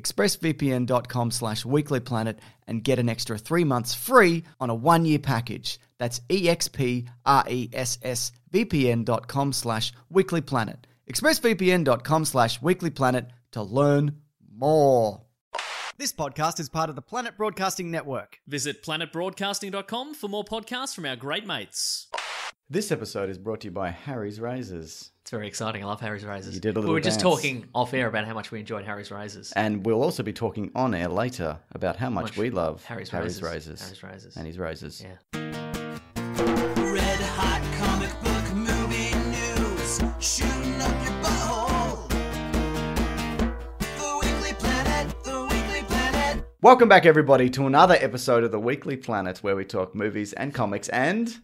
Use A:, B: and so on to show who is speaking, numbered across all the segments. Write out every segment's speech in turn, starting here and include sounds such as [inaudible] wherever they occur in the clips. A: expressvpn.com slash weeklyplanet and get an extra three months free on a one-year package. That's E expressvpn.com slash weeklyplanet. expressvpn.com slash weeklyplanet to learn more. This podcast is part of the Planet Broadcasting Network.
B: Visit planetbroadcasting.com for more podcasts from our great mates.
C: This episode is brought to you by Harry's Razors.
D: It's very exciting. I love Harry's razors.
C: You did a
D: we
C: little
D: were just
C: dance.
D: talking off air about how much we enjoyed Harry's razors.
C: And we'll also be talking on air later about how much,
D: much
C: we love
D: Harry's
C: Harry's razors.
D: razors. Harry's razors.
C: And his razors.
D: yeah.
E: Red hot comic book movie news, shooting up your butthole. The Weekly Planet, the Weekly Planet.
C: Welcome back, everybody, to another episode of the Weekly Planet where we talk movies and comics and.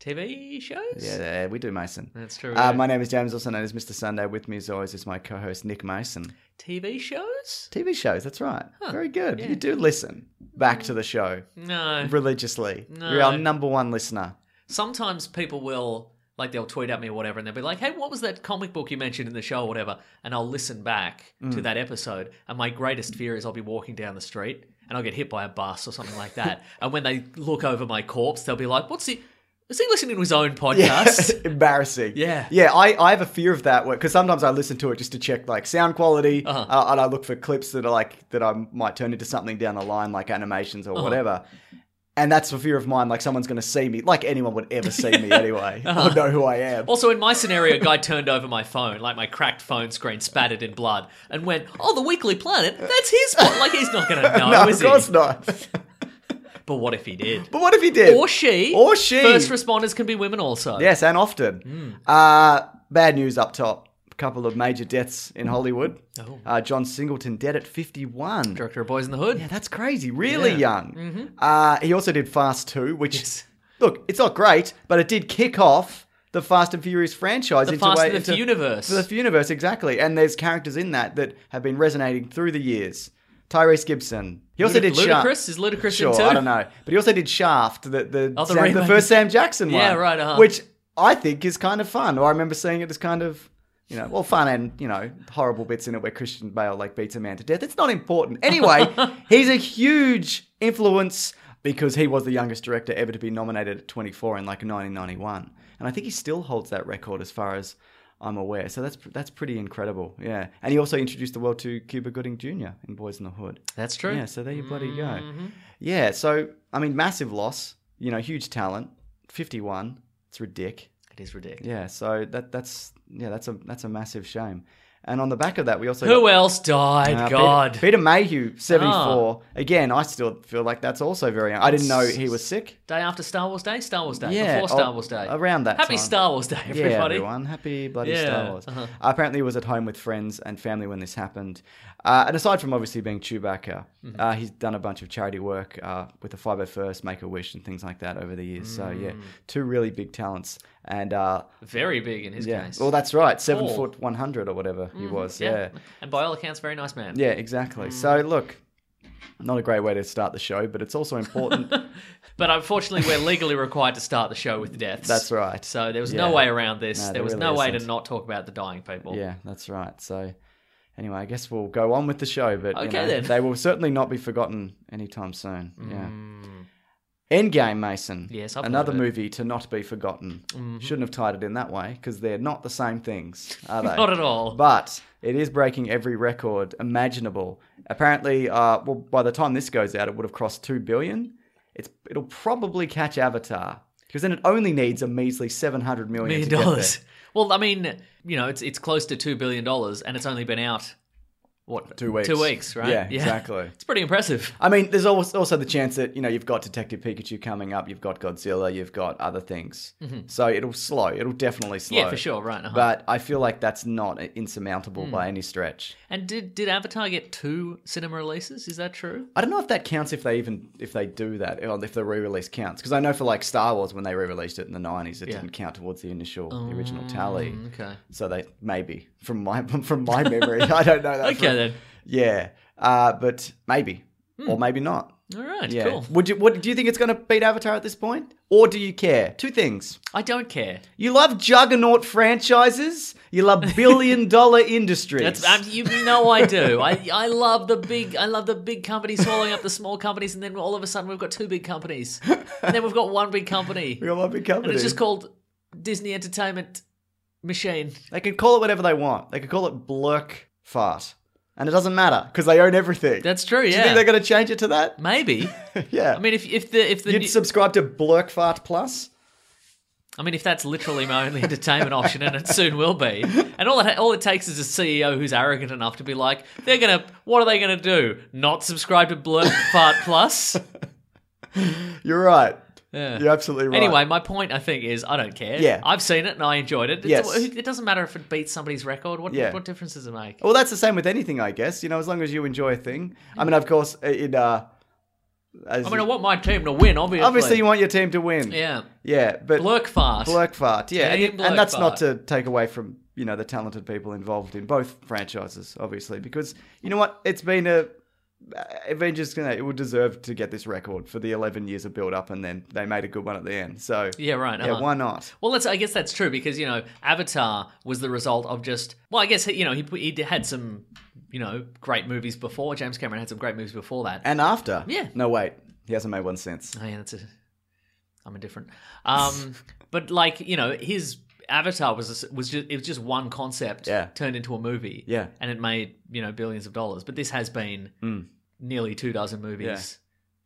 D: TV shows?
C: Yeah, we do, Mason.
D: That's true,
C: Uh,
D: yeah.
C: my name is James, also known as Mr. Sunday. With me, as always, is my co host, Nick Mason.
D: TV shows?
C: TV shows, that's right. Very good.
D: yeah.
C: You do listen back to the show
D: No. [laughs]
C: religiously.
D: No.
C: You're our number one listener.
D: Sometimes people will, like, they'll tweet at me or whatever, and they'll be like, hey, what was that comic book you mentioned in the show or whatever? And I'll listen back to
C: Mm.
D: that episode. And my greatest fear is I'll be walking down the street and I'll get hit by a bus or something like that.
C: [laughs]
D: and when they look over my corpse, they'll be like, what's he? Is he listening to
C: [laughs]
D: his own podcast? [laughs]
C: embarrassing.
D: Yeah.
C: yeah. I, I have a fear of that because sometimes I listen to it just to check like sound quality,
D: Uh-huh.
C: uh and I look for clips that are like that I might turn into something down the line, like animations
D: Uh-huh.
C: or whatever. And that's a fear of mine. Like someone's going to see me, like anyone would ever see
D: [laughs]
C: me anyway, or know who I am.
D: Uh-huh. Also, in my scenario, a guy turned over my phone, like my cracked phone screen, spattered in blood, and went, "Oh, the Weekly Planet, that's his one." Like he's not going to know,
C: [laughs] no,
D: is
C: of course
D: he?
C: not.
D: But what if he did?
C: but what if he did?
D: or she?
C: Or she.
D: First responders can be women, also.
C: Yes, and
D: Hmm.
C: often. Uh, bad news up top. A couple of major deaths in Hollywood.
D: Oh.
C: Uh, John Singleton dead at 51.
D: Director of Boys in the Hood.
C: Yeah, that's crazy. Really
D: Yeah. Mm-hmm.
C: young. Uh, he also did Fast 2, which,
D: Yes.
C: look, it's not great, but it did kick off the Fast and Furious franchise
D: The
C: into
D: Fast
C: a,
D: and the
C: into-
D: Funiverse.
C: The Funiverse, exactly. And there's characters in that that have been resonating through the years. Tyrese Gibson. He also
D: Ludi-
C: did Shaft.
D: Ludacris? Is Ludacris in
C: sure,
D: too?
C: I don't know. But he also did Shaft, the the,
D: Oh, the
C: Sam- the
D: remake.
C: first Sam Jackson one.
D: Yeah, right, uh-huh.
C: Which I think is kind of fun. Or I remember seeing it as kind of you know, well, fun and you know, horrible bits in it where Christian Bale like beats a man to death. It's not important
D: [laughs]
C: anyway. he's a huge influence because he was the youngest director ever to be nominated at 24 in like 1991, and I think he still holds that record as far as I'm aware. So that's that's pretty incredible, yeah. And he also introduced the world to Cuba Gooding Jr. in Boys in the Hood.
D: That's true.
C: Yeah, so there you bloody
D: Mm-hmm.
C: go. Yeah, so I mean, massive loss. You know, huge talent. Fifty-one. It's ridiculous.
D: It is ridiculous.
C: Yeah, so that that's yeah, that's a that's a massive shame.
F: And on the back of that, we also
D: Who
F: got,
D: else died?
F: uh, Peter-
D: God.
F: Peter, Mayhew, seventy
D: Oh.
F: four. Again, I still feel like that's also very. young. I didn't know he was sick.
D: Day after Star Wars Day? Star Wars Day.
F: Yeah,
D: Before Star
F: oh,
D: Wars Day.
F: around that
D: Happy
F: time.
D: Star Wars Day, everybody.
F: Yeah, everyone. Happy bloody Star
D: Yeah,
F: Wars.
D: uh-huh.
F: Apparently, he was at home with friends and family when this happened. Uh, and aside from obviously being Chewbacca,
D: Mm-hmm.
F: uh, he's done a bunch of charity work uh, with the 501st, Make a Wish, and things like that over the years. So,
D: Mm.
F: yeah, two really big talents. And uh,
D: Very big in his
F: yeah,
D: case.
F: well, that's right. Seven
D: Tall.
F: foot 100 or whatever he
D: Mm-hmm.
F: was. yeah.
D: And by all accounts, very nice man.
F: Yeah, exactly.
D: Mm.
F: So, look, not a great way to start the show, but it's also important.
D: But unfortunately, we're legally required to start the show with deaths.
F: That's right.
D: So there was
F: Yeah.
D: no way around this.
F: No,
D: there,
F: there
D: was
F: really
D: no way to
F: isn't.
D: not talk about the dying people.
F: Yeah, that's right. So, anyway, I guess we'll go on with the show, but you
D: Okay,
F: know,
D: then.
F: they will certainly not be forgotten anytime soon. Yeah. Endgame, Mason.
D: Mm. Yes, I believe
F: another
D: it. Mm-hmm.
F: movie to not be forgotten. Shouldn't have tied it in that way because they're not the same things, are
D: [laughs]
F: they?
D: Not at all.
F: But it is breaking every record imaginable. Apparently, uh, well, by the time this goes out, it would have crossed two billion. It's it'll probably catch Avatar because then it only needs a measly seven hundred million
D: million
F: to get there.
D: dollars. Well, I mean, you know, it's it's close to two billion dollars, and it's only been out what
F: Two weeks.
D: Two weeks, right?
F: Yeah, exactly.
D: It's pretty impressive.
F: I mean, there's always also the chance that you know you've got Detective Pikachu coming up, you've got Godzilla, you've got other things. So it'll slow. It'll definitely slow.
D: Mm-hmm. Yeah, for sure. Right. uh-huh. Mm.
F: But I feel like that's not insurmountable by any stretch.
D: and did did Avatar get two cinema releases? Is that true?
F: I don't know if that counts if they even if they do that or if the re-release counts because I know for like Star Wars when they re-released it in the nineties it didn't count towards the initial the original tally.
D: Mm, Okay.
F: So they maybe from my [laughs] from my memory I don't know that.
D: Okay
F: from-
D: then. Hmm.
F: Yeah, uh, but maybe or maybe not.
D: All right.
F: Yeah.
D: Cool.
F: Would you? What do you think it's going to beat Avatar at this point, or do you care? Two things.
D: I don't care.
F: You love juggernaut franchises. You
D: [laughs]
F: love billion-dollar industries.
D: That's um, you know I do. I I love the big I love the big companies swallowing up the small companies, and then all of a sudden we've got two big companies, and then we've got one big company,
F: [laughs] we got one big
D: and
F: company.
D: it's just called Disney Entertainment Machine.
F: they can call it whatever they want. They could call it Blurk Fart, and it doesn't matter because they own everything.
D: That's true.
F: Do you think
D: Yeah.
F: they're going to change it to that? [laughs]
D: Maybe.
F: yeah.
D: I mean, if if the if the
F: you'd
D: new-
F: subscribe to Blurk Fart Plus.
D: I mean, if that's literally my only entertainment option, and it soon will be, and all it all it takes is a CEO who's arrogant enough to be like, they're gonna, what are they gonna do? Not subscribe to [laughs] Blurb Fart
F: [laughs]
D: Plus?
F: You're
D: [laughs]
F: right.
D: Yeah.
F: You're absolutely right.
D: Anyway, my point I think is I don't care.
F: Yeah.
D: I've seen it and I enjoyed it. It's-
F: Yes.
D: it doesn't matter if it beats somebody's record. What
F: Yeah. Oh,
D: what difference does it make?
F: Well, that's the same with anything, I guess. You know, as long as you enjoy a thing. I mean, of course, in uh, as
D: I mean, I want my team to win. Obviously,
F: Obviously, you want your team to win.
D: yeah.
F: Yeah, but
D: Lurk fast.
F: Blurk fart. Yeah, and,
D: Team
F: it- and that's not
D: Blurkfart.
F: to take away from you know the talented people involved in both franchises, obviously, because you know what, it's been a Avengers. You know, it would deserve to get this record for the eleven years of build up, and then they made a good one at the end. So
D: Yeah, right,
F: Yeah,
D: uh-huh.
F: why not?
D: Well, that's, I guess that's true because you know Avatar was the result of just well, I guess you know he he had some you know great movies before James Cameron had some great movies before that.
F: And after,
D: Yeah.
F: no wait, he hasn't made one since.
D: oh yeah, that's a I'm indifferent.
F: [laughs]
D: Um, but like you know his Avatar was was just it was just one concept
F: Yeah.
D: turned into a movie.
F: Yeah. Hmm.
D: and it made you know billions of dollars. But this has been nearly two dozen movies.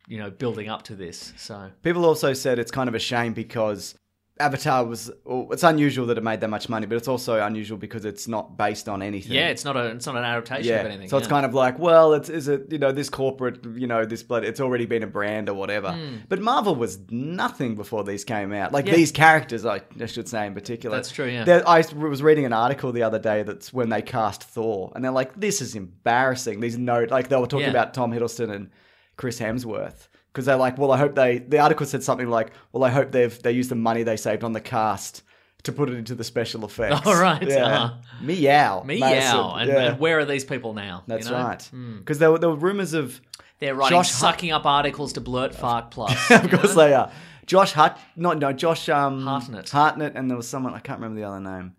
D: You know, building up to this, so
F: People also said it's kind of a shame because Avatar was. well, It's unusual that it made that much money, but it's also unusual because it's not based on anything.
D: yeah, it's not a it's not an adaptation of anything.
F: So it's
D: yeah.
F: kind of like, well, it's is it you know this corporate you know this blood it's already been a brand or whatever. But Marvel was nothing before these came out. Like
D: Hmm. Yeah.
F: these characters, I, I should say in particular.
D: That's true, yeah.
F: There- I was reading an article the other day that's when they cast Thor, and they're like, this is embarrassing. These no, like they were talking
D: Yeah.
F: about Tom Hiddleston and Chris Hemsworth. Because they're like, well, I hope they. The article said something like, well, I hope they've they used the money they saved on the cast to put it into the special
D: [laughs]
F: effects.
D: Oh, right,
F: yeah.
D: uh-huh.
F: meow, Madison,
D: Meow. And,
F: yeah.
D: and where are these people now? you
F: That's
D: know? Hmm.
F: right. Because there, were, there were rumors
D: [laughs]
F: of,
D: They're writing
F: Josh Hart-
D: sucking up articles to
F: [laughs]
D: blurt fart plus.
F: of course, they are. Josh Hart, not no, Josh um,
D: Hartnett.
F: Hartnett, and there was someone I can't remember the other name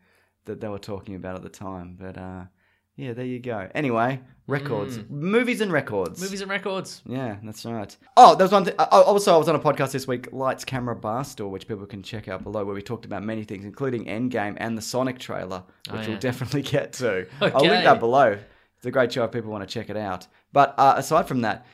F: that they were talking about at the time. But uh, yeah, there you go. Anyway, records,
D: Hmm.
F: movies, and records.
D: Movies and records.
F: Yeah, that's right. Oh, there was one thing. Oh, also, I was on a podcast this week, Lights Camera Bar Store, which people can check out below, where we talked about many things, including Endgame and the Sonic trailer, which
D: Oh, yeah.
F: we'll definitely [laughs] get to. I'll
D: Okay.
F: link that below. It's a great show if people want to check it out. But uh, aside from that,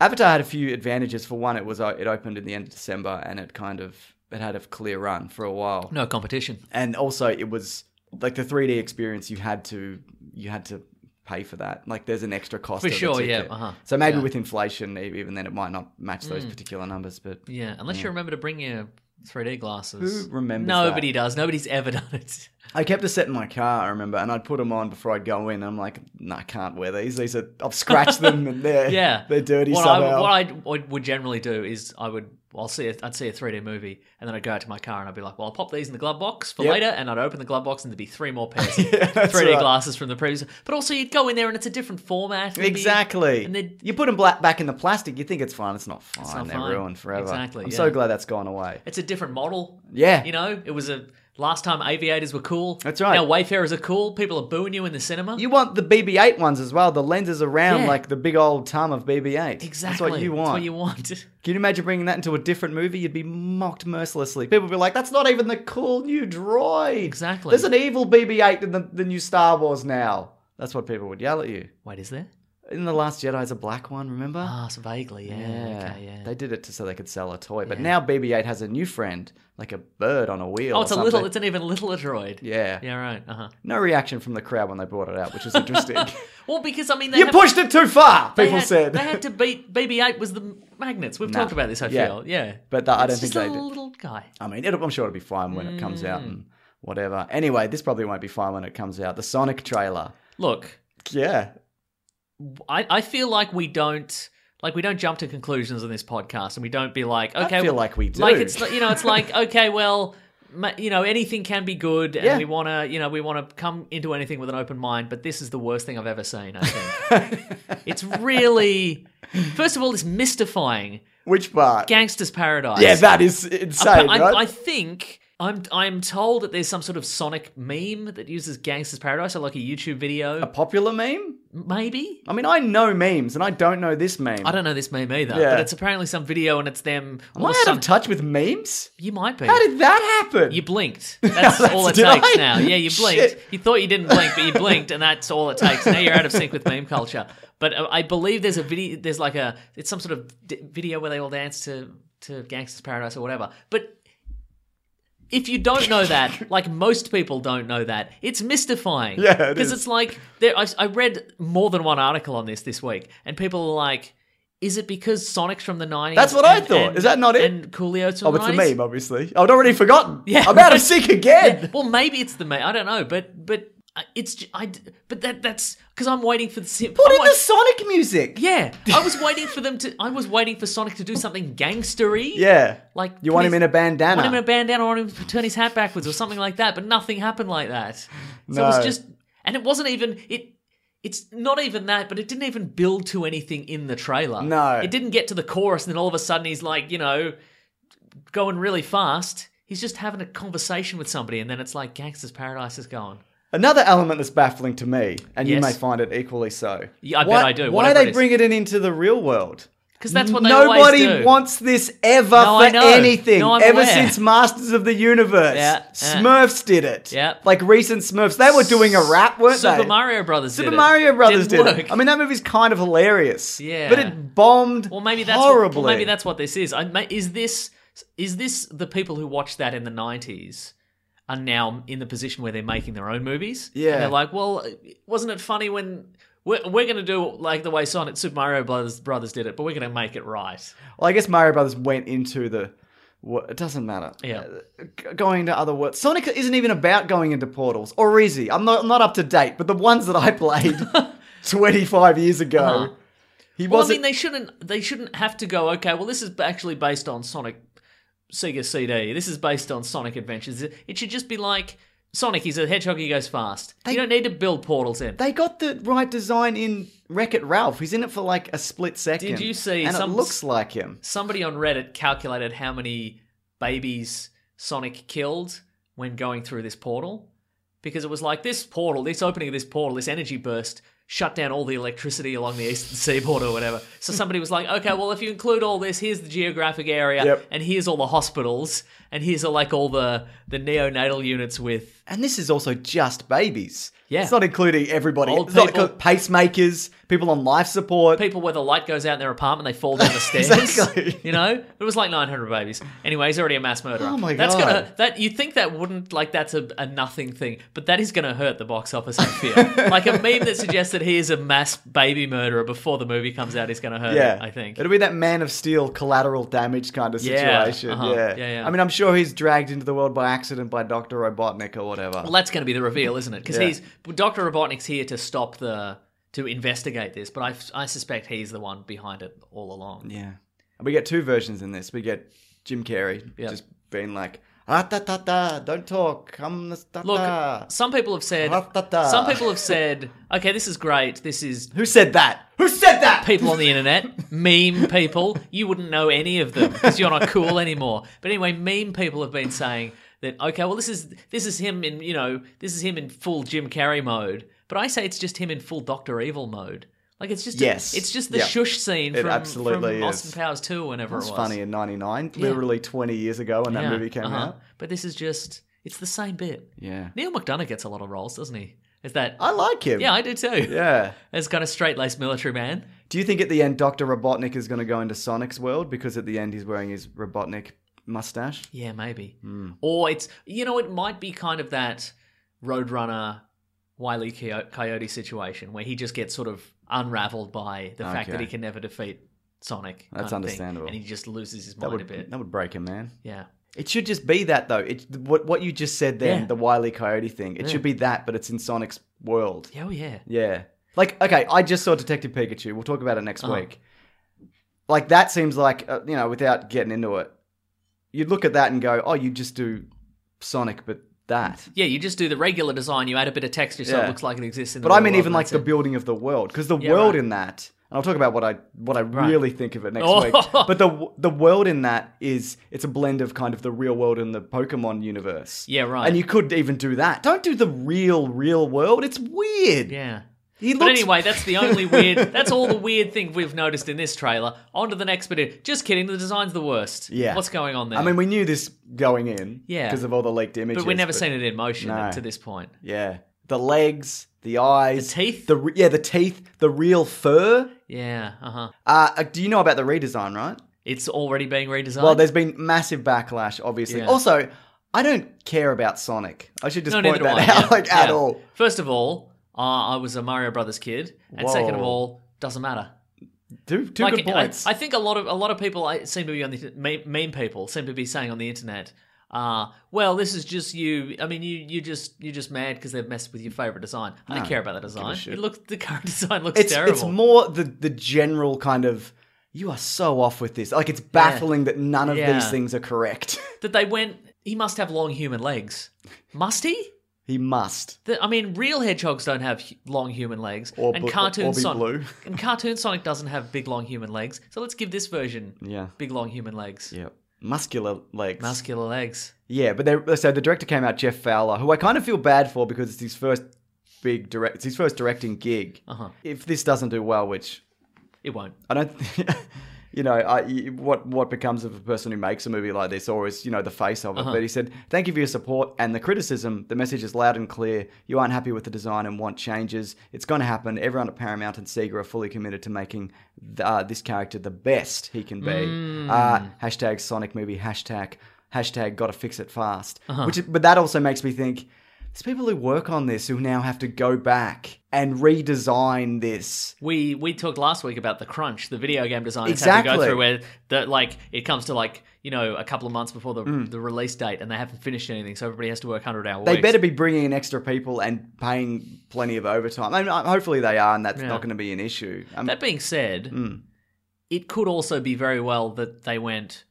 F: Avatar had a few advantages. For one, it was uh, it opened in the end of December, and it kind of it had a clear run for a while
D: No competition.
F: and also it was like the 3D experience, you had to you had to pay for that. Like there's an extra cost
D: For
F: of the
D: sure, yeah,
F: ticket.
D: uh-huh.
F: So maybe with inflation, e- even then, it might not match those particular numbers. But
D: Yeah, unless you remember to bring your 3D glasses.
F: Who remembers
D: Nobody
F: that?
D: does. Nobody's ever done
F: [laughs]
D: it.
F: I kept a set in my car, I remember, and I'd put them on before I'd go in. And I'm like, no, I can't wear these. These are I've scratched them and they're
D: [laughs] Yeah,
F: they're dirty
D: What I,
F: somehow.
D: what I what would generally do is I would I'll see a, I'd see a 3D movie and then I'd go out to my car and I'd be like, well, I'll pop these in the glove box for
F: Yep.
D: later, and I'd open the glove box and there'd be three
F: [laughs]
D: more pairs of
F: that's
D: 3D
F: right.
D: glasses from the previous. But also you'd go in there and it's a different format. maybe.
F: Exactly.
D: And they'd-
F: you put them black back in the plastic. You think it's fine. It's not fine.
D: not
F: They're
D: fine.
F: ruined forever.
D: Exactly,
F: I'm
D: yeah.
F: so glad that's gone away.
D: It's a different model.
F: Yeah.
D: You know, it was a last time aviators were cool.
F: That's right.
D: Now wayfarers are cool. People are booing you in the cinema.
F: You want the BB-8 ones as well. The lenses around
D: Yeah.
F: like the big old tum of BB-8.
D: exactly.
F: That's what you want.
D: That's what you want. [laughs]
F: Can you imagine bringing that into a different movie? You'd be mocked mercilessly. People would be like, "That's not even the cool new droid."
D: Exactly.
F: There's an evil BB-8 in the, the new Star Wars now. That's what people would yell at you.
D: Wait, is there?
F: In the Last Jedi's a black one. Remember?
D: Ah, so vaguely. Yeah. Okay, yeah.
F: They did it to, so they could sell a toy. But now BB-8 has a new friend, like a bird on a wheel.
D: Oh,
F: or
D: it's a little.
F: something.
D: It's an even littler droid.
F: yeah.
D: Yeah. Right. Uh huh.
F: No reaction from the crowd when they brought it out, which
D: [laughs]
F: is interesting.
D: Well, because I mean, they
F: you
D: have-
F: pushed it too far,
D: they
F: people
D: had-
F: said.
D: they had to beat BB-8 was the magnets. We've
F: Nah.
D: talked about this. I
F: Yeah.
D: feel. Yeah.
F: But that- I
D: It's
F: don't think
D: just a
F: they did.
D: little Hmm. guy.
F: I mean, it'll, I'm sure it'll be fine when it comes out and whatever. Anyway, this probably won't be fine when it comes out. The Sonic trailer.
D: Look,
F: Yeah.
D: I, I feel like we don't like we don't jump to conclusions on this podcast, and we don't be like, okay,
F: I feel
D: well-
F: like we do.
D: like it's you know, it's like okay, well. ma- You know anything can be good, and
F: Yeah.
D: we want to. You know we want to come into anything with an open mind. But this is the worst thing I've ever seen. I think
F: [laughs]
D: it's really, first of all, it's mystifying.
F: Which part?
D: Gangster's Paradise.
F: yeah, that is insane,
D: I,
F: right?
D: I think I'm I'm told that there's some sort of Sonic meme that uses Gangster's Paradise, or like a YouTube video,
F: a popular meme?
D: maybe.
F: I mean, I know memes, and I don't know this meme.
D: I don't know this meme either,
F: Yeah.
D: but it's apparently some video and it's them.
F: Am
D: all of
F: I out
D: a
F: of
D: sudden-
F: touch with memes?
D: you might be.
F: How did that happen?
D: you
F: [laughs]
D: blinked. That's,
F: That's-
D: all it
F: did
D: takes
F: I?
D: now. Yeah, you blinked.
F: Shit.
D: You thought you didn't blink, but you blinked, and that's all it takes. Now you're out of sync with meme culture. But uh, I believe there's a video. There's like a. It's some sort of d- video where they all dance to to Gangsters Paradise or whatever. But if you don't know
F: [laughs]
D: that, like most people don't know that, it's mystifying.
F: Yeah, it
D: because
F: is.
D: it's like there. I, I read more than one article on this this week, and people are like. Is it because Sonic's from the 90s?
F: That's what I
D: and-
F: thought.
D: and-
F: Is that not it?
D: And Coolio's from
F: oh,
D: the
F: it's a
D: 90s?
F: meme, obviously. I'd already forgotten.
D: Yeah. [laughs]
F: I'm out of sync again.
D: Well, maybe it's the mate. I don't know, but but uh, it's j- I. d- But that that's because I'm waiting for the sim.
F: Put
D: I'm
F: in
D: like-
F: the Sonic music.
D: [laughs] yeah, I was waiting for them to. I was waiting for Sonic to do something gangstery.
F: Yeah.
D: like
F: You want him
D: please-
F: in a bandana.
D: I want him in a bandana. I want him to turn his hat backwards or something like that. But nothing happened like that. So it
F: No.
D: was just, and it wasn't even it. It's not even that, but it didn't even build to anything in the trailer.
F: No.
D: it didn't get to the chorus, and then all of a sudden he's like, you know, going really fast. He's just having a conversation with somebody, and then it's like Gangster's Paradise is going.
F: Another element that's baffling to me, and you
D: Yes.
F: may find it equally so.
D: Yeah, I bet
F: why,
D: I do,
F: Why
D: whatever
F: they
D: it is.
F: bring it in into the real world?
D: Because that's what they
F: Nobody
D: always do.
F: wants this ever
D: No, I
F: for
D: know.
F: anything.
D: No, I'm
F: ever
D: aware.
F: since Masters of the Universe,
D: Yeah, yeah.
F: Smurfs did it.
D: Yep.
F: like recent Smurfs, they were doing a rap, weren't
D: Super
F: they?
D: Mario Brothers.
F: Super
D: did it.
F: Mario Brothers
D: Didn't
F: did
D: work.
F: it. I mean, that movie's kind of hilarious.
D: Yeah.
F: but it bombed.
D: Well, maybe that's
F: horribly.
D: What, well, maybe that's what this is. I, ma- is this is this the people who watched that in the nineties are now in the position where they're making their own movies?
F: Yeah.
D: and they're like, well, wasn't it funny when we're, we're going to do like the way Sonic Super Mario Brothers brothers did it, but we're going to make it right.
F: Well, I guess Mario Brothers went into the. wha- It doesn't matter.
D: Yeah.
F: Uh, g- Going to other worlds. Sonic isn't even about going into portals, or is he? I'm not, I'm not up to date, but the ones that
D: [laughs]
F: I played 25 years ago, he
D: Uh-huh. Well, I
F: wasn't.
D: mean, they shouldn't they shouldn't have to go. Okay, well, this is actually based on Sonic Sega CD. This is based on Sonic Adventures. It should just be like. Sonic, he's a hedgehog, he goes fast. you don't need to build portals in.
F: they got the right design in Wreck It Ralph. He's in it for like a split second.
D: Did you see
F: And
D: some-
F: it looks like him.
D: somebody on Reddit calculated how many babies Sonic killed when going through this portal because it was like this portal, this opening of this portal, this energy burst shut down all the electricity along the eastern seaboard or whatever. So somebody was like, okay, well if you include all this, here's the geographic area
F: Yep.
D: and here's all the hospitals and here's all, like all the the neonatal units with
F: And this is also just babies.
D: Yeah.
F: It's not including everybody.
D: Old
F: it's not
D: people.
F: including pacemakers, people on life support.
D: people where the light goes out in their apartment, they fall down
F: [laughs]
D: the stairs.
F: Exactly.
D: You know, it was like 900 babies. Anyway, he's already a mass murderer.
F: Oh my
D: that's
F: God.
D: gonna that you think that wouldn't like that's a, a nothing thing, but that is gonna hurt the box office.
F: [laughs]
D: I fear. like a meme that suggests that he is a mass baby murderer before the movie comes out is gonna hurt.
F: yeah,
D: it, I think.
F: it'll be that Man of Steel collateral damage kind of
D: Yeah,
F: situation.
D: uh-huh. Yeah,
F: Yeah.
D: yeah.
F: I mean, I'm sure he's dragged into the world by accident by Doctor Robotnik or whatever.
D: Well, that's going to be the reveal, isn't it? Because
F: Yeah.
D: he's Doctor Robotnik's here to stop the to investigate this, but I, I suspect he's the one behind it all along.
F: yeah, and we get two versions in this. We get Jim Carrey
D: Yeah.
F: just being like, ah, ta ta ta, don't talk, come this ta
D: Look,
F: ta.
D: some people have said
F: Ra-ta-ta.
D: some people have said, okay, this is great. This is
F: Who said that? Who said that?
D: people on the internet, meme people. You wouldn't know any of them because you're not cool anymore. But anyway, meme people have been saying that okay, well this is this is him in you know this is him in full Jim Carrey mode. But I say it's just him in full Doctor Evil mode. Like it's just
F: Yes.
D: it's just the
F: Yeah.
D: shush scene
F: It
D: from,
F: absolutely
D: from
F: is.
D: Austin Powers Two, or whenever
F: It's
D: it was.
F: funny in '99, literally 20 years ago when that
D: Yeah,
F: movie came
D: uh-huh.
F: out.
D: But this is just it's the same bit.
F: Yeah,
D: Neil McDonough gets a lot of roles, doesn't he? Is that
F: I like him.
D: yeah, I do too.
F: yeah.
D: As kind of straight laced military man.
F: Do you think at the end Doctor Robotnik is going to go into Sonic's world because at the end he's wearing his Robotnik mustache?
D: Yeah, maybe.
F: Hmm.
D: Or it's you know it might be kind of that Roadrunner Wiley Coyote situation where he just gets sort of unraveled by the fact that
F: Okay.
D: he can never defeat Sonic.
F: That's
D: kind of thing,
F: understandable.
D: and he just loses his
F: That
D: mind a
F: would
D: bit.
F: that would break him, man.
D: Yeah.
F: It should just be that though. It what what you just said then,
D: Yeah.
F: the Wily Coyote thing. It should be that, but it's in Sonic's world.
D: Yeah, Oh yeah.
F: Yeah. Like, okay, I just saw Detective Pikachu. We'll talk about it next
D: Uh-huh.
F: week. Like, that seems like, uh, you know, without getting into it, you'd look at that and go, oh, you just do Sonic, but that.
D: Yeah, you just do the regular design. You add a bit of texture, so
F: Yeah.
D: it looks like it exists in. The
F: But I
D: real
F: mean,
D: world,
F: even
D: and
F: like
D: that's
F: the
D: it.
F: building of the world, because the
D: Yeah,
F: world
D: right.
F: in that, and I'll talk about what I what I really think of it next
D: Oh. [laughs]
F: week. But the the world in that is it's a blend of kind of the real world and the Pokemon universe.
D: Yeah, right.
F: And you could even do that. Don't do the real real world. It's weird.
D: Yeah.
F: He
D: But
F: looks-
D: anyway, that's the
F: [laughs]
D: only weird. That's all the weird thing we've noticed in this trailer. On to the next bit. Just kidding. The design's the worst.
F: Yeah.
D: What's going on there?
F: I mean, we knew this going in,
D: Yeah.
F: because of all the leaked images.
D: but we've never seen it in motion
F: No.
D: to this point.
F: Yeah, the legs, the eyes,
D: The teeth?
F: the re- yeah, the teeth, the real fur.
D: Yeah. Uh huh.
F: Uh, uh, do you know about the redesign, right?
D: It's already being redesigned.
F: Well, there's been massive backlash, obviously.
D: Yeah.
F: Also, I don't care about Sonic. I should just
D: No,
F: point
D: neither
F: that
D: do I.
F: out,
D: Yeah.
F: like at
D: Yeah.
F: all.
D: First of all, uh, I was a Mario Brothers kid, and
F: Whoa.
D: second of all, doesn't matter.
F: Two, two
D: Like,
F: good
D: I-
F: points.
D: I, think a lot of a lot of people I seem to be on the meme, meme people seem to be saying on the internet. Uh, well, this is just you. I mean, you you just you're just mad because they've messed with your favorite design. I don't care about that design.
F: shit.
D: It looks the current [laughs] design looks
F: it's
D: terrible.
F: it's more the the general kind of. You are so off with this. Like it's baffling that none of
D: Yeah.
F: these things are correct. [laughs]
D: that they went. He must have long human legs. Must he?
F: he must.
D: The- I mean, real hedgehogs don't have hu- long human legs,
F: Or
D: and
F: bl-
D: cartoon
F: or be
D: Sonic
F: blue.
D: [laughs] and cartoon Sonic doesn't have big long human legs. So let's give this version
F: Yeah.
D: big long human legs,
F: Yeah. Muscular legs.
D: muscular legs.
F: Yeah, but they so the director came out Jeff Fowler, who I kind of feel bad for because it's his first big direct, it's his first directing gig.
D: Uh-huh.
F: If this doesn't do well, which
D: It won't.
F: I don't, [laughs] you know, I, what what becomes of a person who makes a movie like this, or is you know the face of it? But he said, "Thank you for your support and the criticism. The message is loud and clear. You aren't happy with the design and want changes. It's going to happen. Everyone at Paramount and Sega are fully committed to making the, uh, this character the best he can be. Uh, hashtag Sonic movie. Hashtag hashtag Got to fix it fast. Which, is- but that also makes me think." There's people who work on this who now have to go back and redesign this.
D: We we talked last week about the crunch the video game designers have to
F: Exactly.
D: go through, where the like it comes to like you know a couple of months before the the release date, and they haven't finished anything, so everybody has to work hundred hour
F: Mm. They
D: weeks.
F: better be bringing in extra people and paying plenty of overtime. I mean, uh, hopefully they are, and that's
D: Yeah.
F: not going to be an issue. Um,
D: That being said,
F: Hmm.
D: it could also be very well that they went.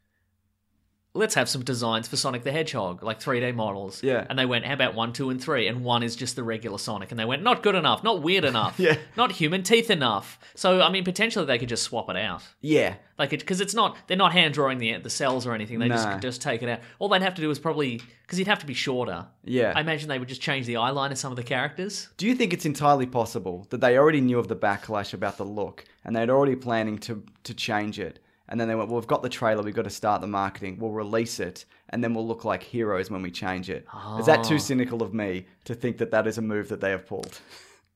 D: Let's have some designs for Sonic the Hedgehog, like 3D models.
F: Yeah.
D: And they went, how about one, two, and three? And one is just the regular Sonic. And they went, not good enough, not weird enough,
F: [laughs] Yeah.
D: not human teeth enough. So, I mean, potentially they could just swap it out.
F: yeah,
D: Like, because it's not, they're not hand drawing the the cells or anything. They just
F: No.
D: could just take it out. All they'd have to do is probably, because he'd have to be shorter.
F: yeah.
D: I imagine they would just change the eyeline of some of the characters.
F: Do you think it's entirely possible that they already knew of the backlash about the look, and they're already planning to to change it, And then they went, well, we've got the trailer, we've got to start the marketing, we'll release it, and then we'll look like heroes when we change it. Is that
D: Ah.
F: too cynical of me to think that that is a move that they have pulled?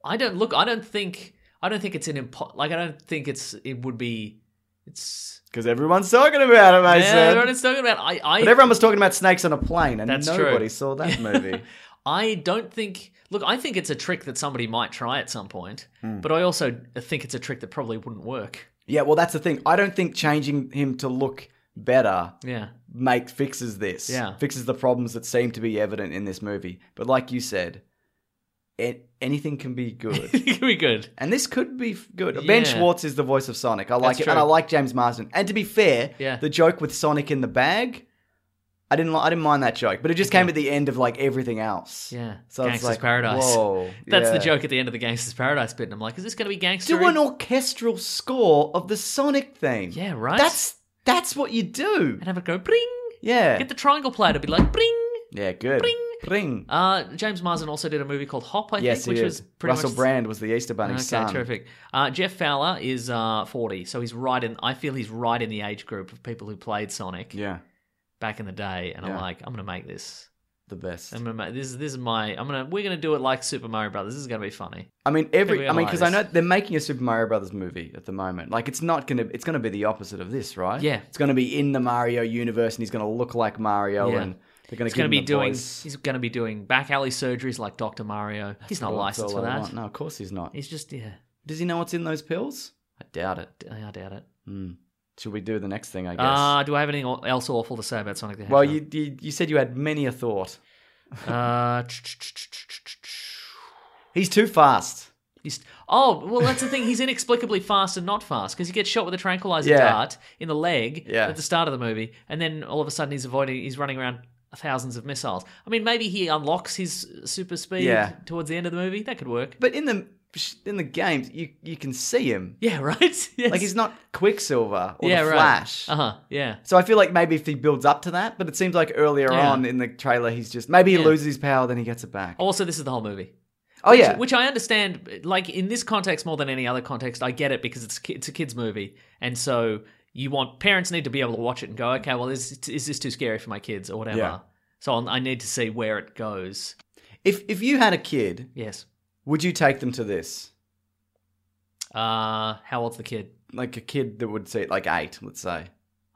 D: I don't look. I don't think. I don't think it's an impo- like. I don't think it's. It would be. It's.
F: Because everyone's talking about it, I
D: Yeah,
F: said.
D: everyone is talking about. I. I
F: But
D: [laughs]
F: everyone was talking about snakes on a plane, and
D: That's true.
F: nobody saw that movie.
D: I don't think. Look, I think it's a trick that somebody might try at some point,
F: Hmm.
D: but I also think it's a trick that probably wouldn't work.
F: yeah, well, that's the thing. I don't think changing him to look better
D: Yeah. [laughs]
F: make fixes this.
D: Yeah.
F: Fixes the problems that seem to be evident in this movie. But like you said, it, anything can
D: [laughs]
F: be good.
D: It'd be good.
F: and this could be f- good.
D: Yeah.
F: Ben Schwartz is the voice of Sonic. I like
D: That's
F: it. And I
D: true.
F: like James Marsden. And to be fair,
D: Yeah.
F: the joke with Sonic in the bag, I didn't li- I didn't mind that joke, but it just came at the end of like everything else.
D: Yeah.
F: So it's
D: Gangster's
F: like,
D: Paradise.
F: whoa,
D: That's the
F: yeah.
D: joke at the end of the Gangster's Paradise bit, and I'm like, is this going to be gangster?
F: do an orchestral score of the Sonic theme.
D: Yeah, right.
F: That's that's what you do.
D: and have it go bring.
F: Yeah.
D: Get the triangle player to be like bring.
F: yeah, good.
D: Ring.
F: Ring.
D: Uh, James Marsden also did a movie called Hop, I
F: yes,
D: think,
F: he
D: which
F: is.
D: was pretty
F: Russell
D: much
F: Brand was the Easter Bunny's
D: Okay,
F: son.
D: terrific. Uh, Jeff Fowler is uh, 40, so he's right in. I feel he's right in the age group of people who played Sonic
F: Yeah,
D: back in the day, and I'm
F: Yeah.
D: like, I'm gonna make this.
F: the best.
D: I'm gonna make this. This is my. I'm gonna. We're gonna do it like Super Mario Brothers. This is gonna be funny.
F: I mean, every.
D: Every
F: I
D: other
F: mean, because I know
D: artist.
F: they're making a Super Mario Brothers movie at the moment. Like, it's not gonna. It's gonna be the opposite of this, right?
D: Yeah.
F: It's gonna be in the Mario universe, and he's gonna look like Mario,
D: Yeah.
F: and they're gonna.
D: He's
F: give
D: gonna
F: him
D: be
F: the
D: doing.
F: voice.
D: He's gonna be doing back alley surgeries like Doctor Mario. he's not
F: Well, that's
D: licensed
F: all
D: for
F: I
D: that.
F: want. No, of course he's not.
D: He's just yeah.
F: Does he know what's in those pills? I doubt it.
D: I I doubt it.
F: Hmm. Should we do the next thing? I guess.
D: Uh, do I have anything al- else awful to say about Sonic the
F: well,
D: Hedgehog?
F: you, you you said you had many a thought.
D: Uh, tch, tch, tch, tch, tch, tch, tch.
F: He's too fast.
D: He's, oh, well, that's the thing. He's inexplicably fast and not fast because he gets shot with a tranquilizer
F: Yeah.
D: dart in the leg
F: Yeah.
D: at the start of the movie, and then all of a sudden he's avoiding, he's running around thousands of missiles. I mean, maybe he unlocks his super speed
F: Yeah.
D: towards the end of the movie. That could work. [laughs]
F: But in the in the games, you you can see him.
D: Yeah, right. Yes.
F: Like he's not Quicksilver or
D: yeah,
F: the Flash.
D: Right. Uh huh. Yeah.
F: So I feel like maybe if he builds up to that, but it seems like earlier
D: Yeah.
F: on in the trailer, he's just maybe he
D: Yeah.
F: loses his power, then he gets it back.
D: Also, this is the whole movie.
F: Oh
D: Which-
F: yeah,
D: which I understand. Like in this context, more than any other context, I get it because it's ki- it's a kids' movie, and so you want parents need to be able to watch it and go, okay, well, is is this too scary for my kids or whatever?
F: Yeah.
D: So I'll, I need to see where it goes.
F: if if you had a kid,
D: Yes.
F: would you take them to this?
D: Uh, how old's the kid?
F: Like a kid that would see it, like eight, let's say.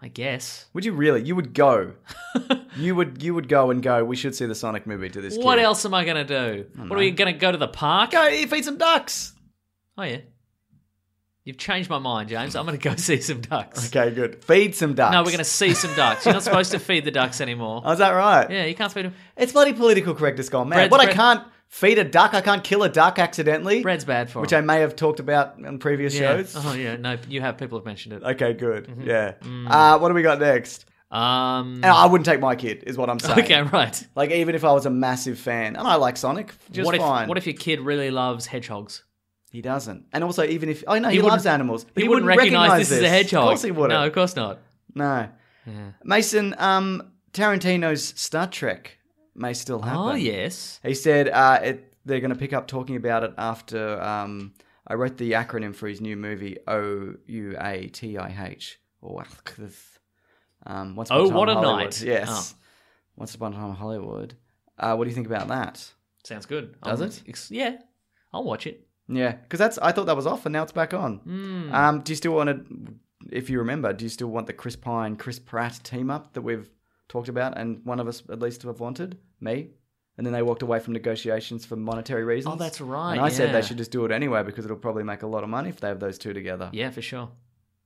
D: I guess.
F: Would you really? You
D: [laughs]
F: would go. you would you would go and go. We should see the Sonic movie to this.
D: What
F: kid."
D: else am I gonna do? What are we gonna go to the park?
F: Go you feed some ducks.
D: Oh yeah. You've changed my mind, James. I'm gonna go [laughs] see some ducks.
F: Okay, good. Feed some ducks.
D: No, we're gonna see some ducks. You're not supposed to feed the ducks
F: [laughs]
D: anymore.
F: Oh, is that right?
D: Yeah, you can't feed them.
F: It's bloody political correctness gone mad.
D: Bread's
F: What I
D: bread-
F: can't feed a duck, I can't kill a duck accidentally,
D: Bread's bad for
F: which I
D: them.
F: may have talked about on previous
D: yeah.
F: shows.
D: Oh yeah. No, you have people have mentioned it.
F: Okay, good.
D: Mm-hmm.
F: Yeah.
D: Mm.
F: Uh, what do we got next?
D: Um.
F: And I wouldn't take my kid, is what I'm saying.
D: [laughs] Okay, right.
F: Like even if I was a massive fan, and I like Sonic, just
D: what if
F: fine.
D: what if your kid really loves hedgehogs?
F: he doesn't? And also, even if oh no, he,
D: He wouldn't-
F: loves animals, but
D: he, wouldn't, recognize, this as a hedgehog.
F: Of course, he wouldn't.
D: No, of course not.
F: No. Mason, um, Tarantino's Star Trek may still happen.
D: Oh yes.
F: He said uh, it, they're going to pick up talking about it after um, I wrote the acronym for his new movie O U A T I H. Or um, Once Upon
D: Oh,
F: Time
D: What a
F: in Hollywood.
D: Night. Oh.
F: Yes. Once Upon a Time in Hollywood. Uh, what do you think about that?
D: Sounds good.
F: Does
D: I'll-
F: it?
D: ex- Yeah, I'll watch it.
F: Yeah, because that's I thought that was off, and now it's back on.
D: Hmm.
F: Um, do you still want to? If you remember, do you still want the Chris Pine, Chris Pratt team up that we've talked about, and one of us at least have wanted me? And then they walked away from negotiations for monetary reasons.
D: Oh, that's right,
F: And I said they
D: yeah.
F: should just do it anyway because it'll probably make a lot of money if they have those two together.
D: Yeah, for sure.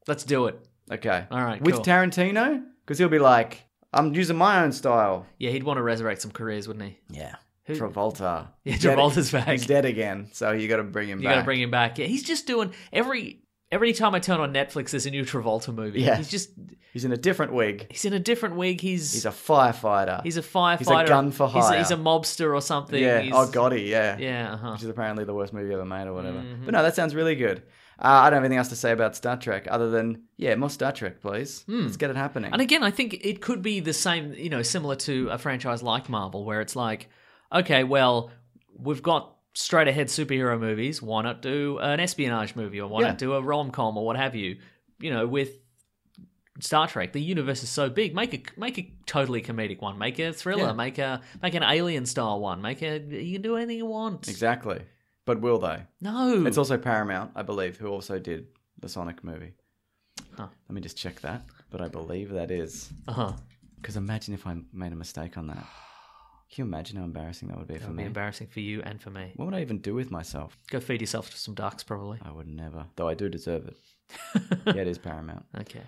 D: Let's do it.
F: Okay.
D: All right,
F: With
D: cool.
F: Tarantino, because he'll be like, "I'm using my own style."
D: Yeah, he'd want to resurrect some careers, wouldn't he?
F: Yeah. Travolta.
D: Yeah,
F: He's dead-
D: Travolta's back.
F: He's dead again, so you got to bring him
D: You
F: back.
D: got to bring him back. Yeah, he's just doing every every time I turn on Netflix, there's a new Travolta movie.
F: Yeah.
D: he's just
F: He's in a different wig.
D: he's in a different wig. He's
F: He's a firefighter.
D: he's a firefighter.
F: gun for
D: He's a,
F: hire.
D: he's a mobster or something.
F: Yeah.
D: He's,
F: oh, Gotti. Yeah.
D: Yeah. Mm-hmm. Uh-huh.
F: Which is apparently the worst movie ever made or whatever. But no, that sounds really good. Uh, I don't have anything else to say about Star Trek other than yeah, more Star Trek, please. Let's get it happening.
D: And again, Hmm. I think it could be the same, you know, similar to a franchise like Marvel, where it's like, okay, well, we've got straight ahead superhero movies. Why not do an espionage movie or why
F: Yeah.
D: not do a rom com or what have you, you know, with Star Trek. The universe is so big. Make a make a totally comedic one. Make a thriller.
F: Yeah.
D: Make a make an alien style one. Make a you can do anything you want.
F: Exactly. But will they?
D: No.
F: It's also Paramount, I believe, who also did the Sonic movie.
D: Huh.
F: Let me just check that. But I believe that is.
D: uh-huh.
F: Because imagine if I made a mistake on that. Can you imagine how embarrassing that would be for
D: It'd be
F: me?
D: embarrassing for you and for me.
F: what would I even do with myself?
D: Go feed yourself to some ducks,
F: [laughs]
D: probably.
F: I would never. Though I do
D: [laughs]
F: deserve it. yeah, it is Paramount.
D: Okay.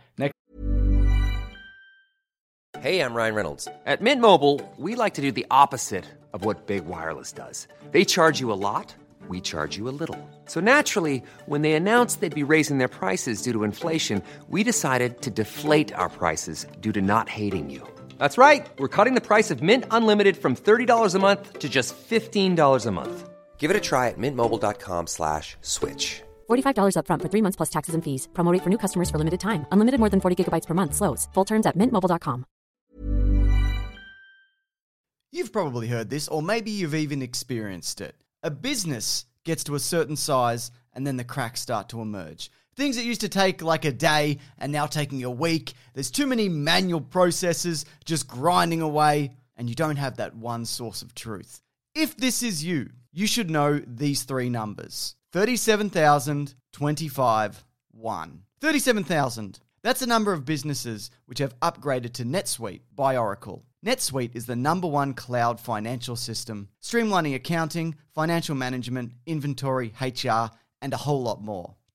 G: Hey, I'm Ryan Reynolds. At Mint Mobile, we like to do the opposite of what Big Wireless does. They charge you a lot, we charge you a little. So naturally, when they announced they'd be raising their prices due to inflation, we decided to deflate our prices due to not hating you. That's right. We're cutting the price of Mint Unlimited from $30 a month to just $15 a month. Give it a try at mintmobile.com slash switch.
H: $45 upfront for three months plus taxes and fees. Promo rate for new customers for limited time. Unlimited more than 40 gigabytes per month. Slows. Full terms at mintmobile.com.
C: You've probably heard this, or maybe you've even experienced it. A business gets to a certain size, and then the cracks start to emerge. Things that used to take like a day and now taking a week. There's too many manual processes just grinding away, and you don't have that one source of truth. If this is you, you should know these three numbers 37,025, 1. 37,000. That's the number of businesses which have upgraded to NetSuite by Oracle. NetSuite is the number one cloud financial system, streamlining accounting, financial management, inventory, HR, and a whole lot more.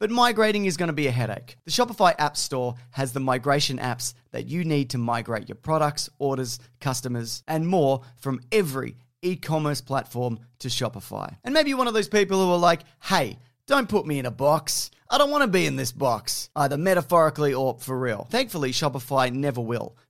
C: but migrating is going to be a headache. The Shopify App Store has the migration apps that you need to migrate your products, orders, customers, and more from every e commerce platform to Shopify. And maybe you're one of those people who are like, hey, don't put me in a box. I don't want to be in this box, either metaphorically or for real. Thankfully, Shopify never will,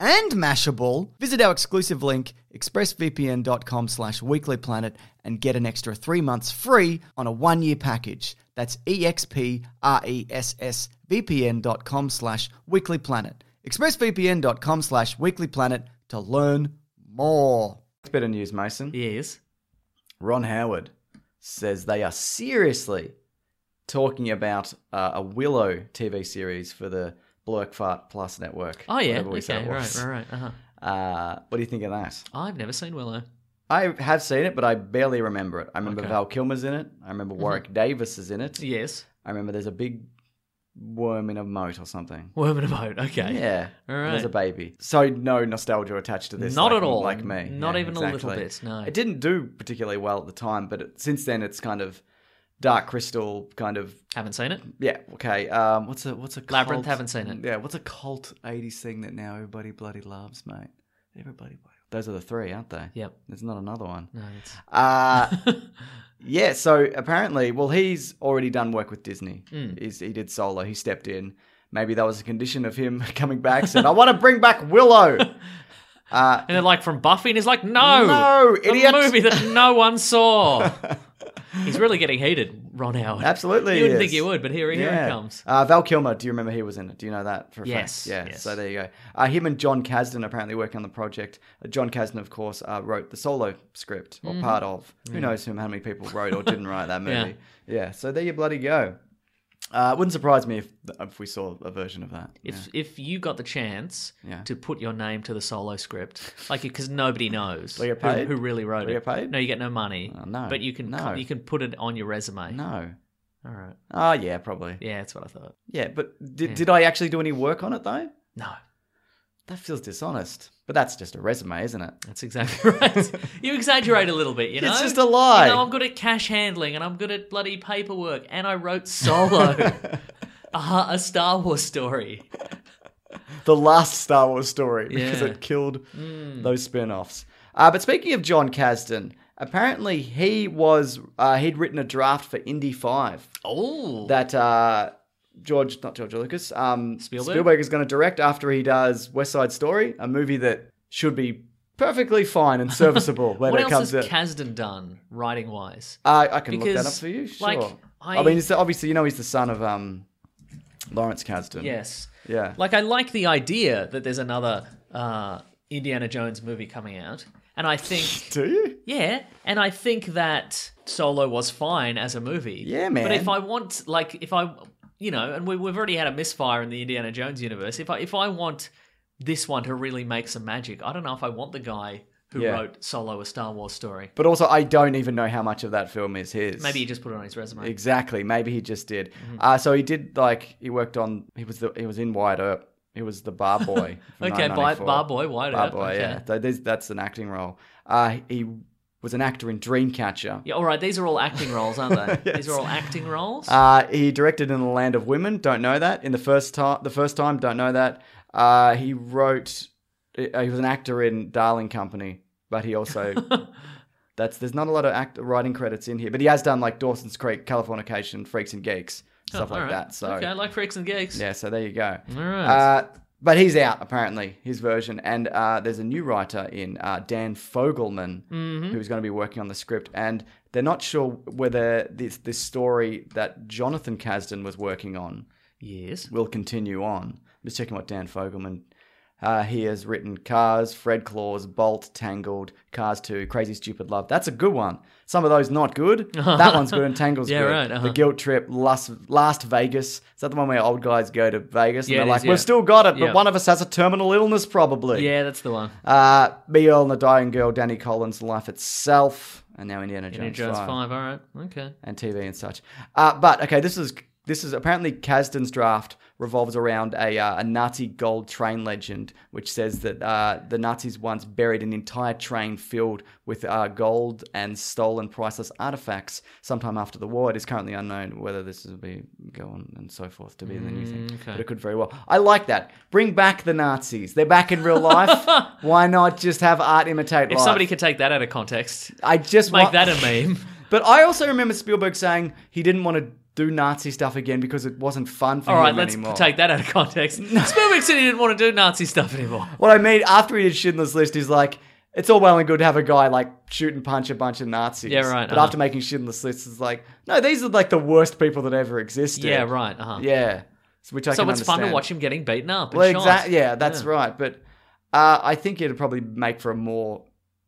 A: and Mashable, visit our exclusive link, expressvpn.com slash weeklyplanet, and get an extra three months free on a one-year package. That's E expressvpn.com slash weeklyplanet. expressvpn.com slash weeklyplanet to learn more.
C: It's better news, Mason.
D: Yes.
C: Ron Howard says they are seriously talking about uh, a Willow TV series for the Blurkfart Plus network.
D: Oh yeah.
C: whatever we said
D: Okay.
C: it
D: Right.
C: was.
D: Right. Right. Uh-huh.
C: Uh, what do you think of that?
D: I've never seen Willow.
C: I have seen it, but I barely remember it. I remember
D: Okay. Mm-hmm.
C: Val Kilmer's in it. I remember Warwick Davis is in it.
D: Yes.
C: I remember there's a big worm in a moat or something.
D: Worm in a boat. Okay.
C: Yeah,
D: All right.
C: There's a baby, so no nostalgia attached to this.
D: Not
C: like-
D: at all.
C: like me.
D: Not even a little bit, no.
C: it didn't do particularly well at the time, but it, since then it's kind of Dark Crystal, kind of
D: Haven't seen it.
C: yeah. Okay, um, what's a what's a cult,
D: Labyrinth, haven't seen it.
C: Yeah, what's a cult '80s thing that now everybody bloody loves, mate? Everybody. bloody- Those are the three, aren't they?
D: Yep.
C: There's not another
D: [laughs]
C: one.
D: No. It's... [laughs]
C: Uh, yeah, so apparently, well, he's already done work with Disney.
D: Hmm.
C: He's, he did Solo, he stepped in. Maybe that was a condition of him [laughs] coming back, said, I want to bring back Willow.
D: [laughs] And they're like from Buffy, and he's like, no,
C: No,
D: the
C: idiot."
D: movie that no
C: [laughs]
D: one saw. he's really getting heated, Ron Howard.
C: Absolutely.
D: you wouldn't
C: he is.
D: think you would, but here, here
C: Yeah.
D: it comes.
C: Uh, Val Kilmer, do you remember he was in it? Do you know that for a
D: Yes,
C: fact? Yeah,
D: yes.
C: so there you go. Uh, him and John Kasdan apparently working on the project. Uh, John Kasdan, of course, uh, wrote the solo script, or part of. Who knows whom, how many people wrote or didn't write that
D: Mm-hmm. [laughs] Yeah.
C: movie. yeah. so there you bloody go. Uh, it wouldn't surprise me if if we saw a version of that.
D: If if you got the chance
C: Yeah.
D: to put your name to the solo script, like because nobody knows
C: Do I get
D: who,
C: paid?
D: who really wrote
C: Do I
D: it.
C: get paid?
D: No, you get no money.
C: Oh, no.
D: but you can
C: No.
D: you can put it on your resume.
C: No.
D: All right.
C: Oh, yeah, probably. Yeah,
D: Yeah, that's what I thought.
C: but did, did I actually do any work on it, though?
D: No,
C: That feels dishonest. But that's just a resume, isn't it?
D: that's exactly [laughs] right. you exaggerate a little bit, you know.
C: It's just a lie.
D: You know, I'm good at cash handling, and I'm good at bloody paperwork, and I wrote
C: [laughs]
D: solo. Uh, a Star Wars story.
C: the last Star Wars story because
D: Yeah. Hmm.
C: it killed those spin-offs. Uh, but speaking of John Kasdan, apparently he was uh, he'd written a draft for Indy Five
D: Oh,
C: that uh, George, not George Lucas, um,
D: Spielberg?
C: is going to direct after he does West Side Story, a movie that should be perfectly fine
D: [laughs]
C: and serviceable when
D: what
C: it comes
D: else has
C: to.
D: Kasdan done writing wise?
C: uh, I can look that up
D: because,
C: for you. Sure.
D: like,
C: I...
D: I-
C: mean, it's obviously you know he's the son of um, Lawrence Kasdan.
D: Yes.
C: Yeah.
D: Like I like the idea that there's another uh, Indiana Jones movie coming out, and I think
C: Do you?
D: yeah, and I think that Solo was fine as a movie.
C: Yeah, man.
D: But if I want, like, if I, you know, and we, we've already had a misfire in the Indiana Jones universe. If I if I want this one to really make some magic, I don't know if I want the guy who
C: Yeah.
D: wrote Solo a Star Wars story.
C: But also, I don't even know how much of that film is his.
D: Maybe he Mm-hmm. just put it on his resume.
C: Exactly. Maybe he just did. Uh, so he did like he worked on. He was the he was in Wide Earp. He was the bar boy.
D: [laughs]
C: from
D: Okay, bar,
C: 1994.
D: bar boy, Wyatt
C: Bar
D: Earp,
C: boy.
D: okay.
C: Yeah, Th- there's- that's an acting role. Uh, he was an actor in Dreamcatcher.
D: Yeah, all right. These are all acting roles, aren't
C: [laughs]
D: they? These are all acting roles.
C: Uh, he directed in the Land of Women. Don't know that. In the first time, the first time. Don't know that. Uh, he wrote. Uh, he was an actor in Darling Company, but he also. That's there's not a lot of act, writing credits in here, but he has done like Dawson's Creek, Californication, Freaks and Geeks, stuff
D: All
C: like
D: right.
C: that. So
D: okay, I like freaks and gigs.
C: yeah, so there you go.
D: All right.
C: Uh, But he's out, apparently, his version. And uh, there's a new writer in, uh, Dan Fogelman,
D: Mm-hmm.
C: who's going to be working on the script. And they're not sure whether this, this story that Jonathan Kasdan was working on
D: Yes.
C: will continue on. I'm just checking what Dan Fogelman. Uh, he has written Cars, Fred Claus, Bolt, Tangled, Cars 2, Crazy Stupid Love. That's a good one. Some of those not
D: [laughs]
C: good. That one's good and Tangled's
D: Yeah,
C: good.
D: right, uh-huh.
C: The Guilt Trip, Las, Last Vegas. Is that the one where old guys go to Vegas and
D: Yeah, it
C: they're like,
D: is, yeah.
C: we've still got it, but
D: Yeah.
C: one of us has a terminal illness probably.
D: Yeah, that's the one.
C: Uh, Me, Earl and the Dying Girl, Danny Collins, Life Itself, and now Indiana Jones,
D: Indiana Jones
C: 5
D: five. All right. Okay.
C: and TV and such. Uh, but okay, this is this is apparently Kasdan's draft revolves around a, uh, a Nazi gold train legend, which says that uh, the Nazis once buried an entire train filled with uh, gold and stolen priceless artifacts sometime after the war. It is currently unknown whether this will be going and so forth to be the new thing,
D: Mm,
C: but it could very well. I like that. Bring back the Nazis. They're back in real
D: [laughs]
C: life. Why not just have art imitate
D: If
C: life?
D: somebody could take that out of context,
C: I just want-
D: make that a meme.
C: [laughs] But I also remember Spielberg saying he didn't want to do Nazi stuff again because it wasn't fun for
D: All
C: him
D: right, let's
C: anymore.
D: take that out
C: [laughs]
D: of context. Spielberg said he didn't want to do Nazi stuff anymore.
C: What I mean, after he did Schindler's List, he's like, it's all well and good to have a guy like shoot and punch a bunch of Nazis.
D: Yeah, right,
C: But
D: uh-huh.
C: after making Schindler's List, it's like, no, these are like the worst people that ever existed.
D: Yeah, right. Uh-huh.
C: Yeah. So, which I
D: so
C: can
D: it's fun to
C: understand.
D: watch him getting beaten up. And
C: Well,
D: shot.
C: exactly. Yeah, that's right. But uh, I think it'd probably make for a more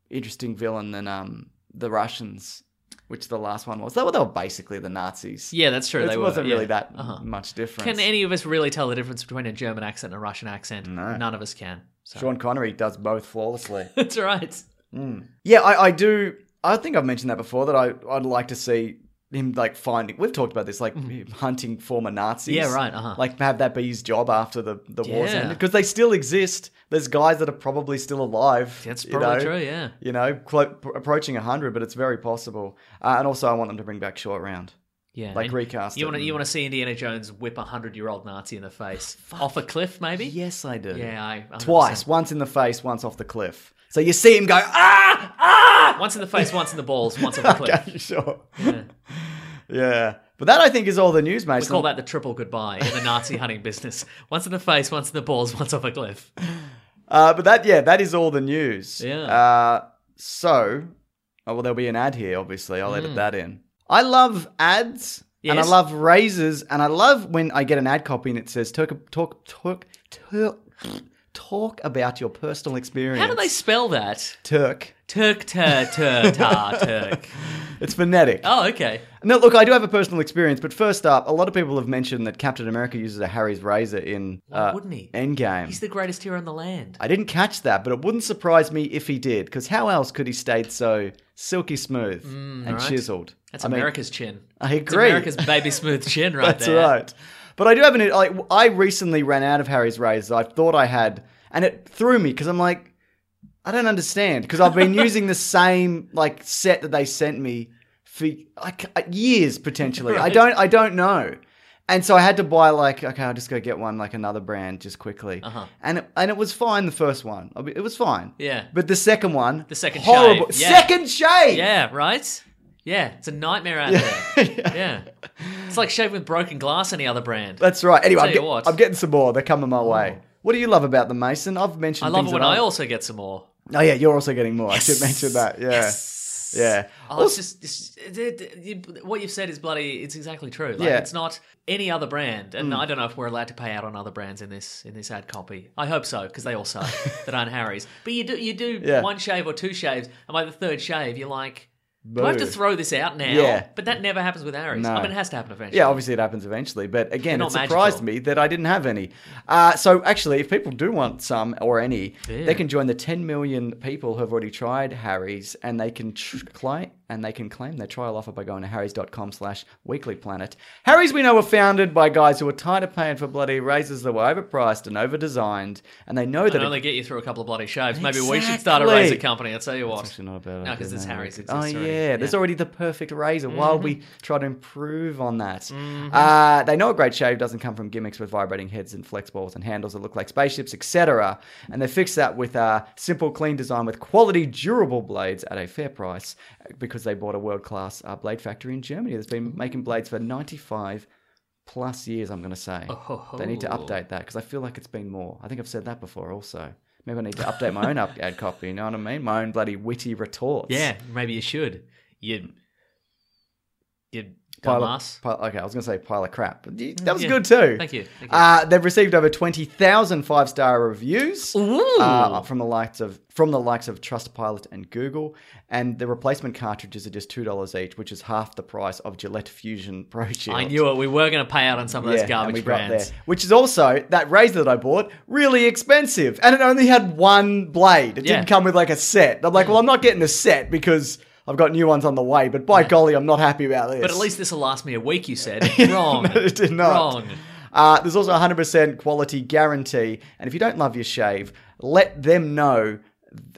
C: interesting villain than um, the Russians, which the last one was. They were, they were basically the Nazis.
D: Yeah, that's true.
C: It
D: they were,
C: wasn't really
D: yeah.
C: that
D: Uh-huh.
C: much difference.
D: Can any of us really tell the difference between a German accent and a Russian accent? None of us can. [laughs] So
C: Sean Connery does both flawlessly. [laughs]
D: that's right.
C: yeah, I, I do. I think I've mentioned that before that I, I'd like to see him like finding. We've talked about this, like him hunting former Nazis.
D: Mm-hmm. Yeah, right, uh-huh.
C: Like have that be his job after the the war's
D: Yeah.
C: ended because they still exist. There's guys that are probably still alive.
D: That's
C: you know?
D: probably true. Yeah.
C: You know, clo- pr- approaching hundred, but it's very possible. Uh, and also, I want them to bring back Short Round.
D: Yeah.
C: Like
D: and
C: recast
D: You
C: it
D: want to
C: and-
D: you want to see Indiana Jones whip a hundred year old Nazi in the
C: [sighs]
D: face off a cliff, maybe?
C: Yes, I do.
D: Yeah, I 100%.
C: Twice, once in the face, once off the cliff. So you see him go ah ah.
D: Once in the face, once in the balls, once on the
C: [laughs]
D: cliff.
C: Okay, sure. [laughs] Yeah. But that I think is all the news,
D: We
C: Mason.
D: call that the triple goodbye in the Nazi hunting business. Once in the face, once in the balls, once off a cliff.
C: Uh, but that, yeah, that is all the news.
D: Yeah.
C: Uh, so, oh, well, there'll be an ad here, obviously. I'll edit that in. I love ads. And I
D: Hmm. Yes.
C: love razors. And I love when I get an ad copy and it says, talk, talk, talk, talk, talk about your personal experience.
D: How do they spell that?
C: Turk.
D: Turk, tur,
C: [laughs]
D: tur, tar, Turk.
C: It's phonetic.
D: Oh, okay.
C: No, look, I do have a personal experience, but first up, a lot of people have mentioned that Captain America uses a Harry's razor in
D: Why
C: uh,
D: wouldn't he?
C: Endgame.
D: He's the greatest hero in the land.
C: I didn't catch that, but it wouldn't surprise me if he did, because how else could he stayed so silky smooth and chiseled?
D: Mm, That's
C: I mean,
D: America's chin.
C: I
D: It's
C: agree.
D: America's baby smooth chin [laughs] right
C: That's
D: there.
C: right. But I do have an. Like, I recently ran out of Harry's razors. I thought I had, and it threw me because I'm like, I don't understand because I've
D: [laughs]
C: been using the same like set that they sent me for like uh, years potentially. I don't. I don't know. And so I had to buy like okay, I'll just go get one like another brand just quickly, uh-huh. and it, and it was fine the first one, I mean, it was fine,
D: Yeah.
C: But the second one,
D: The second
C: horrible
D: shave, yeah.
C: second shave,
D: Yeah, right? Yeah, it's a nightmare
C: [laughs]
D: out there. Yeah. It's like shaving with broken glass any other brand.
C: That's right. Anyway,
D: Tell
C: I'm,
D: you
C: get-
D: what.
C: I'm getting some
F: Oh,
C: more. They're coming my way. What do you love about them, Mason? I've mentioned.
D: Oh. I love
C: things
D: it when
C: that
D: I also get some more.
C: Oh yeah, you're also getting more. I should mention that. Yeah, yeah.
D: Oh, it's just, it's- it- it- you- what you've said is bloody. It's exactly true. Like,
C: Yeah. Mm.
D: it's not any other brand, and I don't know if we're allowed to pay out on other brands in this in this ad copy. I hope so because they
C: [laughs]
D: all suck that aren't Harry's. But you do you do
C: Yeah.
D: one shave or two shaves, and by the third shave, you're like, do I have to
C: Boo.
D: throw this out now?
C: Yeah.
D: But that never happens with Harry's.
C: No.
D: I mean, it has to happen eventually.
C: Yeah, obviously it happens eventually, but again,
D: They're
C: it
D: not
C: surprised
D: magical.
C: me that I didn't have any. Uh, so actually, if people do want some or any, they
D: Yeah.
C: can join the 10 million people who have already tried Harry's, and they can tr- claim and they can claim their trial offer by going to harrys.com/slash weeklyplanet. Harry's we know were founded by guys who were tired of paying for bloody razors that were overpriced and overdesigned, and they know that
D: Can
C: it-
D: only get you through a couple of bloody shaves. Maybe we should start a razor
C: Exactly.
D: company. I'll tell you what.
C: actually not a bad
D: No,
C: idea,
D: because there's
C: no.
D: Harry's. It's,
C: oh
D: it's
C: yeah,
D: already- Mm-hmm.
C: there's already the perfect razor. While we try to improve on that, uh, they know a great shave doesn't come from gimmicks with vibrating heads and flex balls and handles that look like spaceships, etc. And they fix that with a simple, clean design with quality, durable blades at a fair price uh, because they bought a world class uh, blade factory in Germany that's been making blades for 95 plus years, I'm going to say. They need to
D: Oh.
C: update that because I feel like it's been more. I think I've said that before also. Maybe I need to update
D: [laughs]
C: my own up- ad copy, you know what I mean? My own bloody witty retorts.
D: Yeah, maybe you should. You, you
C: Pile
D: dumbass. Mm,
C: of, pile, okay, I was going to say pile of crap. But you- that was
D: yeah.
C: good too.
D: Thank you, thank you.
C: Uh, they've received over 20,000 five-star reviews.
D: Ooh.
C: uh, from the likes of from the likes of Trustpilot and Google, and the replacement cartridges are just two dollars each, which is half the price of Gillette Fusion Pro Shield.
D: I knew it. We were going to pay out on some of those
C: Yeah, and we
D: garbage
C: got
D: brands.
C: there. Which is also that razor that I bought really expensive, and it only had one blade. It
D: Yeah. Mm.
C: didn't come with like a set. I'm like, well, I'm not getting a set because I've got new ones on the way. But by golly, I'm not happy about this.
D: But at least this will last me a week, you said. Wrong.
C: [laughs] No, it did not.
D: Wrong.
C: Uh, there's also 100% quality guarantee. And if you don't love your shave, let them know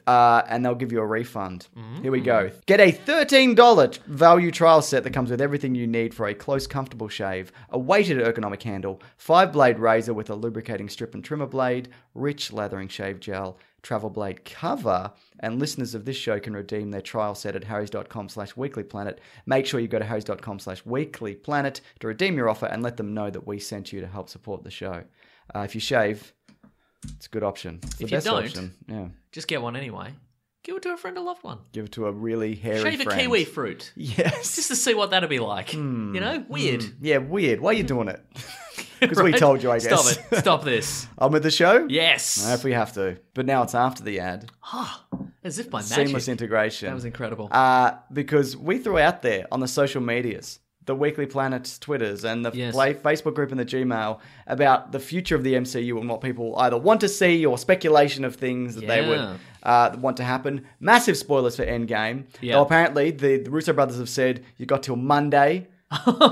C: uh, and they'll give you a refund. Here we go. Get a $13 value trial set that comes with everything you need for a close, comfortable shave, a weighted ergonomic handle, five blade razor with a lubricating strip and trimmer blade, rich lathering shave gel. Travel Blade cover, and listeners of this show can redeem their trial set at harrys.com slash weeklyplanet. Make sure you go to harrys.com slash weeklyplanet to redeem your offer and let them know that we sent you to help support the show. Uh, if you shave, it's a good option. It's the
D: If you
C: best
D: don't-
C: option. Yeah.
D: Just get one anyway. Give it to a friend or loved one.
C: Give it to a really hairy
D: Shave a
C: friend.
D: kiwi fruit.
C: [laughs] Yes. Hmm.
D: Just to see what that'd be like. You know? Weird.
C: Yeah, weird. Why are you doing it? [laughs] Because we
D: Right?
C: told you, I guess.
D: Stop it. Stop this.
C: [laughs] I'm with the show? [laughs]
D: Yes.
C: If we have to. But now it's after the ad.
D: As if by magic.
C: Seamless integration.
D: That was incredible.
C: uh, because we threw out there on the social medias, the Weekly Planet's Twitters and the
D: Yes.
C: play, Facebook group and the Gmail about the future of the MCU and what people either want to see or speculation of things that they
D: Yeah.
C: would uh, want to happen. Massive spoilers for Endgame.
D: Yeah.
C: Now, apparently, the, the Russo brothers have said you got till
D: [laughs]
C: Monday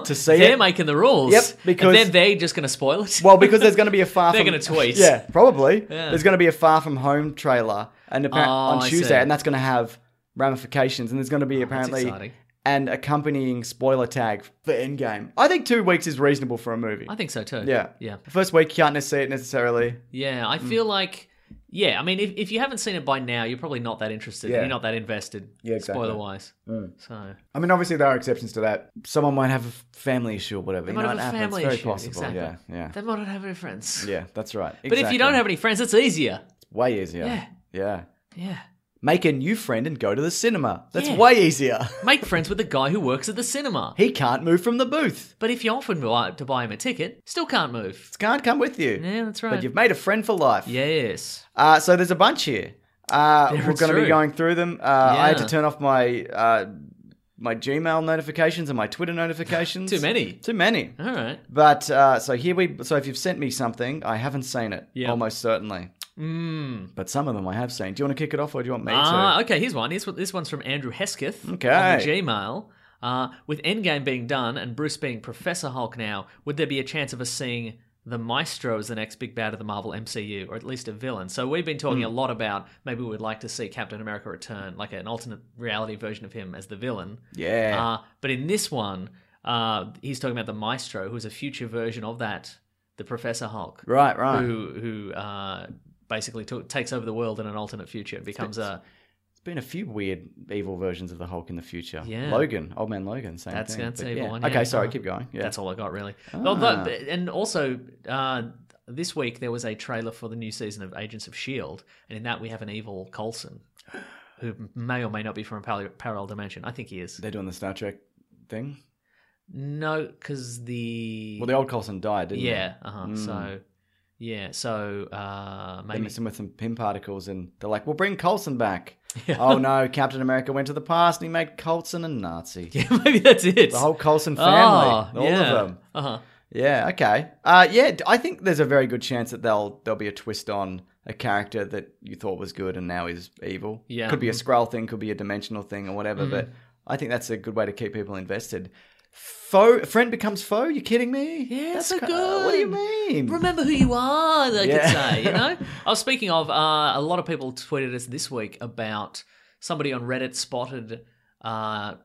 C: to see
D: They're
C: it.
D: making the rules.
C: Yep, because-
D: and then they're just going to spoil it. [laughs]
C: well, because there's going to be a far.
D: They're
C: from-
D: gonna tweet.
C: Yeah, probably.
D: Yeah.
C: There's going to be a far from home trailer, and appar-
D: Oh,
C: on
D: I see. Oh,
C: Tuesday, and that's going to have ramifications, and there's going to be apparently
D: exciting.
C: an accompanying spoiler tag for Endgame. I think two weeks is reasonable for a movie.
D: I think so too.
C: yeah,
D: Yeah.
C: The first week you can't necess- see it necessarily.
D: Yeah,
C: Hmm.
D: I feel like yeah, I mean if, if you haven't seen it by now, you're probably not that interested.
C: Yeah.
D: You're not that invested.
C: Yeah, exactly. Hmm.
D: Spoiler wise. So
C: I mean, obviously there are exceptions to that. Someone might have a f- family issue or whatever.
D: they
C: you
D: might
C: know,
D: have a
C: it happens.
D: family
C: Very
D: issue.
C: possible.
D: Exactly.
C: Yeah, yeah,
D: They might not have any friends.
C: yeah. That's right.
D: But if you don't have any friends, it's easier.
C: way easier.
D: Yeah.
C: yeah.
D: Yeah.
C: Make a new friend and go to the cinema. That's
D: Yeah.
C: way easier. [laughs]
D: Make friends with the guy who works at the cinema.
C: He can't move from the booth.
D: But if you offer him to to buy him a ticket, still can't move.
C: Can't come with you.
D: Yeah, that's right.
C: But you've made a friend for life.
D: Yes.
C: Uh, so there's a bunch here. Uh,
D: There
C: we're
D: it's
C: going to be
D: true.
C: going through them. Uh, I had to
D: Yeah.
C: turn off my uh, my Gmail notifications and my Twitter notifications.
D: Too many. Oh.
C: Too many.
D: All right.
C: But uh, so here we. So if you've sent me something, I haven't seen it.
D: Yeah. Hmm.
C: Almost certainly. Mm. But some of them I have seen. Do you want to kick it off, or do you want me
D: Ah,
C: to?
D: okay. Here's one. Here's, this one's from Andrew Hesketh
C: Okay.
D: on the Gmail. Uh, with Endgame being done and Bruce being Professor Hulk now, would there be a chance of us seeing the Maestro as the next big bad of the Marvel MCU, or at least a villain? So we've been
C: Hmm.
D: talking a lot about maybe we'd like to see Captain America return, like an alternate reality version of him as the villain.
C: Yeah.
D: Uh, but in this one, uh, he's talking about the Maestro, who's a future version of that, the Professor Hulk
C: right. Right.
D: who who uh, basically took, takes over the world in an alternate future and becomes a
C: There's been a few weird evil versions of the Hulk in the future.
D: Yeah.
C: Logan, Old Man Logan, same
D: That's-
C: thing.
D: that's
C: But
D: an evil one,
C: Okay,
D: yeah.
C: sorry,
D: Uh,
C: keep going. Yeah. Ah.
D: that's all I got really. Well, but- and also uh, this week there was a trailer for the new season of Agents of Shield, E and in that we have an evil Coulson who may or may not be from a pal- parallel dimension. I think he is.
C: They're doing the Star Trek thing.
D: No, because the
C: Well, Hmm. the old Coulson died, didn't they?
D: yeah, uh-huh. so yeah, so uh,
C: They
D: maybe
C: mix him with some pin particles, and they're like, "We'll bring Coulson back." Oh no, Captain America went to the past and he made Coulson a
D: [laughs]
C: Nazi.
D: [laughs] yeah, maybe that's it.
C: The whole Coulson
D: Oh,
C: family, all
D: yeah.
C: of them.
D: Uh-huh.
C: Yeah, okay. Uh, yeah, d- I think there's a very good chance that they'll there'll be a twist on a character that you thought was good and now is evil.
D: Yeah. Hmm.
C: could be a Skrull thing, could be a dimensional thing, or whatever. But I think that's a good way to keep people invested. Foe, friend becomes foe. You kidding me?
D: Yeah, so
C: ki- uh, What do you mean?
D: Remember who you are, they
C: Yeah.
D: could say,
C: [laughs]
D: you know? I was speaking of, uh, a lot of people tweeted us this week about somebody on Reddit spotted uh,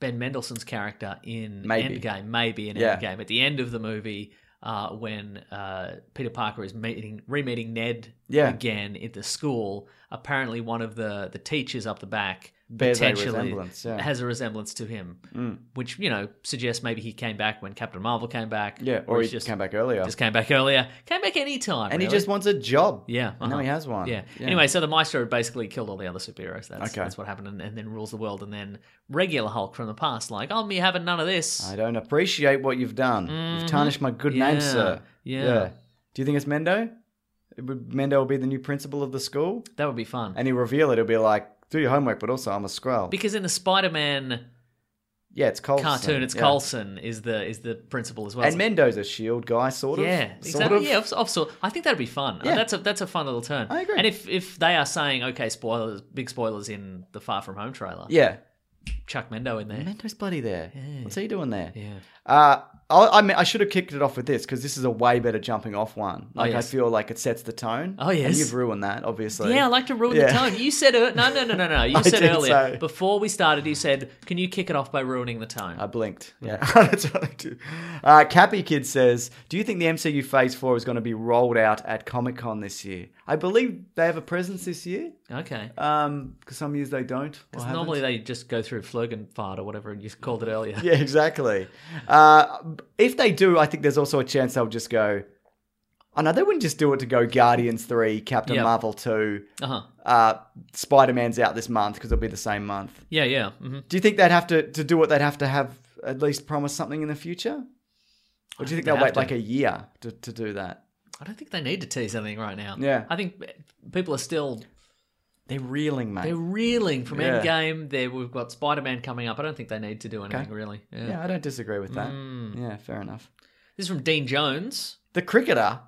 D: Ben Mendelsohn's character in
C: Maybe.
D: Endgame, maybe in
C: Yeah.
D: Endgame, at the end of the movie uh, when uh, Peter Parker is meeting, re-meeting Ned
C: Yeah.
D: again at the school. Apparently one of the, the teachers up the back
C: bears a
D: potentially
C: resemblance. Yeah. Mm.
D: has a resemblance to him, which you know suggests maybe he came back when Captain Marvel came back.
C: yeah, or he
D: he's
C: just came back earlier.
D: Just came back earlier. Came back any time,
C: and he
D: really.
C: just wants a job.
D: yeah.
C: And now
D: uh-huh.
C: he has one.
D: Yeah. Anyway, so the Maestro basically killed all the other superheroes. That's
C: Okay.
D: that's what happened, and, and then rules the world. And then regular Hulk from the past, like I'm you having none of this.
C: I don't appreciate what you've done. You've tarnished my good name,
D: Mm-hmm. Yeah,
C: sir.
D: yeah.
C: Do you think it's Mendo? Would Mendo will be the new principal of the school?
D: that would be fun.
C: And he'll reveal it. He'll be like, do your homework, but also I'm a Skrull.
D: because in the Spider-Man
C: yeah, it's Coulson.
D: cartoon, it's
C: yeah.
D: Coulson is the is the principal as well.
C: And Mendo's a shield guy, sort of.
D: Yeah, exactly.
C: Sort of.
D: Yeah, of, of sort. I think that'd be fun.
C: Yeah.
D: That's a that's a fun little turn.
C: I agree.
D: And if if they are saying okay, spoilers, big spoilers in the Far From Home trailer,
C: Yeah.
D: chuck Mendo in there.
C: Mendo's bloody there. What's he doing there?
D: Yeah.
C: Uh, I, I mean, I should have kicked it off with this because this is a way better jumping off one. Like,
D: Oh, yes.
C: I feel like it sets the tone.
D: Oh,
C: And
D: yes.
C: you've ruined that, obviously.
D: Yeah, I like to ruin
C: Yeah.
D: the tone. You said ear- no, no, no, no,
C: [laughs]
D: no. You
C: I
D: said
C: did
D: earlier
C: say.
D: before we started. You said, "Can you kick it off by ruining the tone?"
C: I blinked. Yeah, [laughs] that's what I do. Uh, Cappy Kid says, "Do you think the MCU Phase Four is going to be rolled out at Comic Con this year? I believe they have a presence this year.
D: okay.
C: Um, because some years they don't. or
D: Because
C: haven't.
D: normally they just go through Flergenfart or whatever you called it earlier.
C: [laughs] yeah, exactly. Uh, if they do, I think there's also a chance they'll just go. I know they wouldn't just do it to go Guardians Three, Captain
D: Yeah.
C: Marvel Two,
D: Uh huh.
C: uh, Spider Man's out this month because it'll be the same month.
D: Yeah, yeah. hmm
C: Do you think they'd have to to do it? They'd have to have at least promise something in the future, or do you think
D: They
C: they'll
D: have
C: wait
D: to.
C: like a year to, to do that?
D: I don't think they need to tease anything right now.
C: Yeah.
D: I think people are still
C: They're reeling, mate.
D: They're reeling from
C: Yeah.
D: Endgame. There, we've got Spider Man coming up. I don't think they need to do anything really. Yeah.
C: yeah, I don't disagree with that.
D: Mm.
C: Yeah, fair enough.
D: This is from Dean Jones.
C: The cricketer.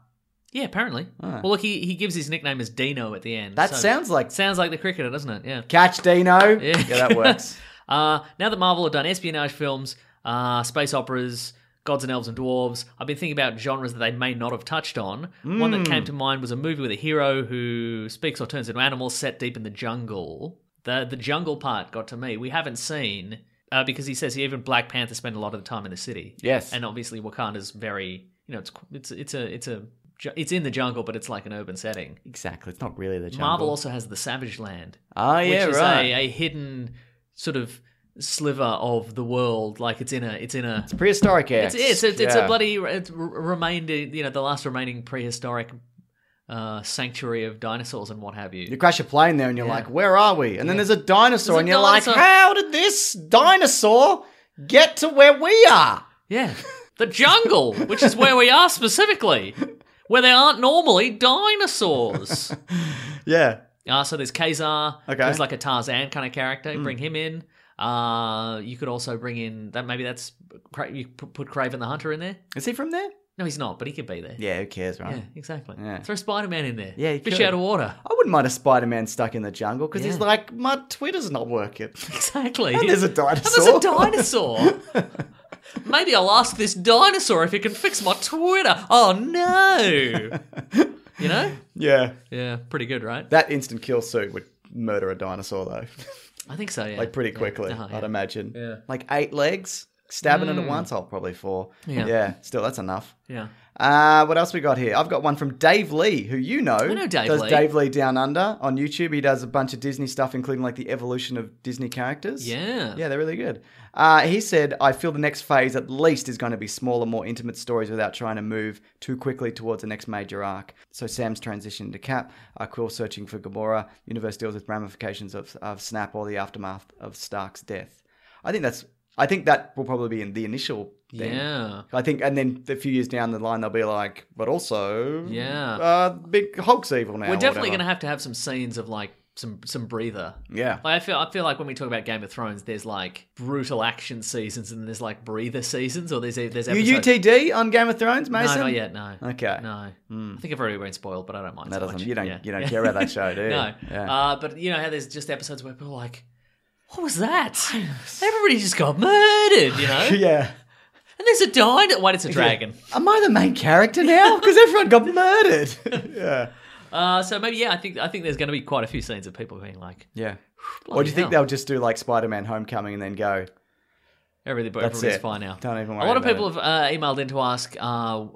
D: Yeah, apparently. Well, look, he, he gives his nickname as Dino at the end.
C: Ah. That
D: so-
C: sounds like
D: sounds like the cricketer, doesn't it? Yeah.
C: catch Dino. Yeah, that works.
D: [laughs] Uh, now that Marvel have done espionage films, uh, space operas, gods and elves and dwarves, I've been thinking about genres that they may not have touched on. One that
C: Hmm.
D: came to mind was a movie with a hero who speaks or turns into animals set deep in the jungle. The the jungle part got to me. We haven't seen uh, because he says even Black Panther spent a lot of the time in the city.
C: Yes.
D: and obviously Wakanda's very you know it's it's it's a it's a ju- it's in the jungle, but it's like an urban setting.
C: exactly. It's not really the jungle.
D: Marvel also has the Savage Land,
C: Oh yeah,
D: which is
C: right.
D: a, uh, a hidden sort of sliver of the world. Like it's in a, it's in a,
C: Prehistoric X.
D: it's it's, it's, it's
C: Yeah.
D: a bloody it's r- remainder, you know, the last remaining prehistoric uh, sanctuary of dinosaurs and what have
C: You
D: you.
C: crash a plane there, and you're like, "Where are we?" And then there's a dinosaur,
D: There's a
C: and you're
D: dinosaur.
C: like, "How did this dinosaur get to where we are?"
D: Yeah, the jungle, which is where we are specifically, where there aren't normally
C: [laughs]
D: dinosaurs.
C: Yeah,
D: Uh, so there's Kazar,
C: Okay. Hmm.
D: who's like a Tarzan kind of character. Bring him in. Uh, you could also bring in that. Maybe that's Cra- you pu- put Craven the Hunter in there.
C: is he from there?
D: No, he's not, but he could be there.
C: Yeah, who cares, right?
D: Yeah, exactly.
C: Yeah.
D: Throw Spider Man in there.
C: Yeah, you
D: fish
C: could.
D: out of water. [laughs]
C: I wouldn't mind a Spider Man stuck in the jungle because he's
D: Yeah.
C: like, my Twitter's not working. [laughs]
D: Exactly.
C: And there's a
D: [laughs] And there's
C: dinosaur. [laughs]
D: a dinosaur. Maybe I'll ask this dinosaur if it can fix my Twitter. Oh no.
C: [laughs]
D: you know?
C: yeah.
D: Yeah, pretty good, right?
C: That instant kill suit would murder a dinosaur, though. [laughs]
D: I think so. Yeah.
C: like, pretty
D: Yeah.
C: quickly,
D: Uh-huh,
C: I'd
D: yeah.
C: imagine.
D: Yeah.
C: Like, eight legs? Stabbing it at once, I'll probably four.
D: Yeah.
C: still, that's enough.
D: Yeah.
C: Uh, what else we got here? I've got one from Dave Lee, who you know. I
D: know Dave
C: does
D: Lee.
C: Dave Lee Down Under on YouTube. He does a bunch of Disney stuff, including like the evolution of Disney characters.
D: Yeah.
C: Yeah, they're really good. Uh, he said, I feel the next phase at least is going to be smaller, more intimate stories without trying to move too quickly towards the next major arc. So Sam's transition to Cap, uh, Quill searching for Gamora, Universe deals with ramifications of, of Snap or the aftermath of Stark's death. I think that's. I think that will probably be in the initial thing.
D: Yeah.
C: I think, and then a few years down the line, they'll be like, but also,
D: Yeah.
C: uh, big Hulk's evil now.
D: We're definitely
C: going
D: gonna have to have some scenes of like some some breather.
C: Yeah.
D: Like, I feel I feel like when we talk about Game of Thrones, there's like brutal action seasons and there's like breather seasons, or there's e, there's episodes.
C: You UTD on Game of Thrones,
D: No,
C: Mason?
D: not yet. No.
C: Okay. Hmm.
D: No. I think I've already been spoiled, but I don't mind.
C: That
D: so
C: doesn't.
D: much.
C: You don't.
D: Yeah.
C: You don't
D: Yeah.
C: care about that show, do
D: [laughs]
C: you?
D: no.
C: Yeah.
D: Uh, but you know how there's just episodes where people are like, "What
C: [laughs]
D: was that? Everybody just got murdered," you know.
C: [laughs] yeah.
D: And there's a dino. Wait, it's a dragon.
C: Am I the main character now? Because everyone got murdered. [laughs]
D: [laughs]
C: yeah.
D: Uh, so maybe yeah, I think I think there's going to be quite a few scenes of people being like,
C: Yeah. or
D: Bloody
C: do you think
D: hell.
C: they'll just do like Spider-Man: Homecoming and then go?
D: Everybody,
C: That's
D: everybody's
C: it.
D: fine now.
C: Don't even
D: a
C: worry
D: lot of
C: about
D: people have uh, emailed in to ask, uh,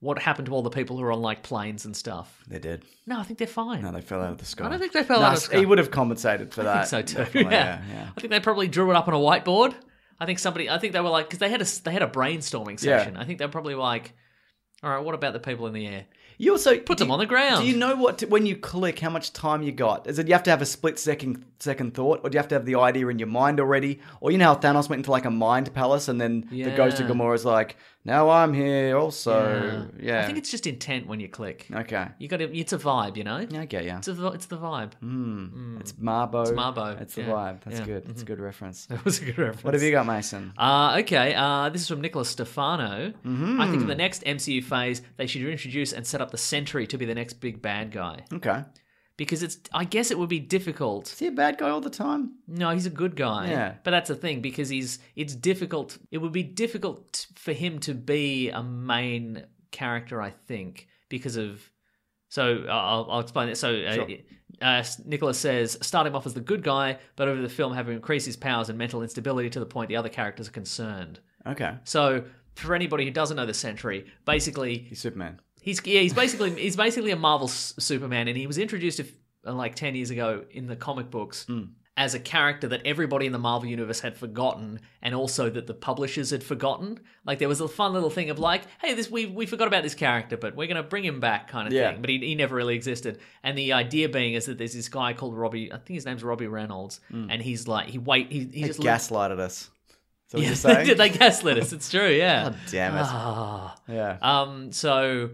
D: what happened to all the people who are on like planes and stuff.
C: They did.
D: No, I think they're fine.
C: No, they fell out of the sky.
D: I don't think they fell out of the sky.
C: He would have compensated for
D: I
C: that.
D: think so too.
C: Definitely,
D: [laughs] yeah.
C: yeah.
D: I think they probably drew it up on a whiteboard. I think somebody. I think they were like because they had a s- they had a brainstorming
C: Yeah.
D: session. I think they were probably like, all right, what about the people in the air?
C: You also
D: Put
C: do
D: them
C: you-
D: on the ground.
C: Do you know what to, when you click how much time you got? Is it you have to have a split second second thought, or do you have to have the idea in your mind already? Or you know how Thanos went into like a mind palace, and then the ghost of
D: Yeah.
C: Gamora's like, "Now I'm here." Also, yeah,
D: I think it's just intent when you click.
C: okay.
D: You got to It's a vibe, you know.
C: Yeah, I get ya.
D: It's a, vi- it's the vibe.
C: Mm. It's Marbo. It's
D: Marbo,
C: It's the
D: yeah.
C: vibe. That's
D: Yeah. Mm-hmm.
C: good. That's a good
D: [laughs]
C: reference.
D: [laughs] That was a good reference.
C: What have you got, Mason?
D: Uh, okay, uh, this is from Nicholas Stefano. I think in
C: Mm-hmm.
D: the next MCU phase, they should introduce and set up the Sentry to be the next big bad guy.
C: Okay.
D: Because it's, I guess it would be difficult.
C: Is he a bad guy all the time?
D: No, he's a good guy.
C: Yeah.
D: But that's the thing because he's, it's difficult. It would be difficult for him to be a main character, I think, because of. So uh, I'll, I'll explain it. So uh, uh, Nicholas says, start him off as the good guy, but over the film, have him increase his powers and mental instability to the point the other characters are concerned.
C: Okay.
D: So for anybody who doesn't know the Sentry, basically
C: He's Superman.
D: he's yeah, he's basically he's basically a Marvel s- Superman, and he was introduced if- uh, like ten years ago in the comic books.
C: Hmm.
D: As a character that everybody in the Marvel universe had forgotten, and also that the publishers had forgotten, like there was a fun little thing of like, "Hey, this we we forgot about this character, but we're gonna bring him back," kind of
C: Yeah.
D: thing. But he, he never really existed. And the idea being is that there's this guy called Robbie, I think his name's Robbie Reynolds,
C: Hmm.
D: and he's like, he wait, he, he
C: He
D: just
C: gaslighted us. Is that what
D: yeah,
C: you're saying?
D: did [laughs] they gaslit us? It's true, yeah.
C: God damn it.
D: Ah.
C: yeah.
D: Um, so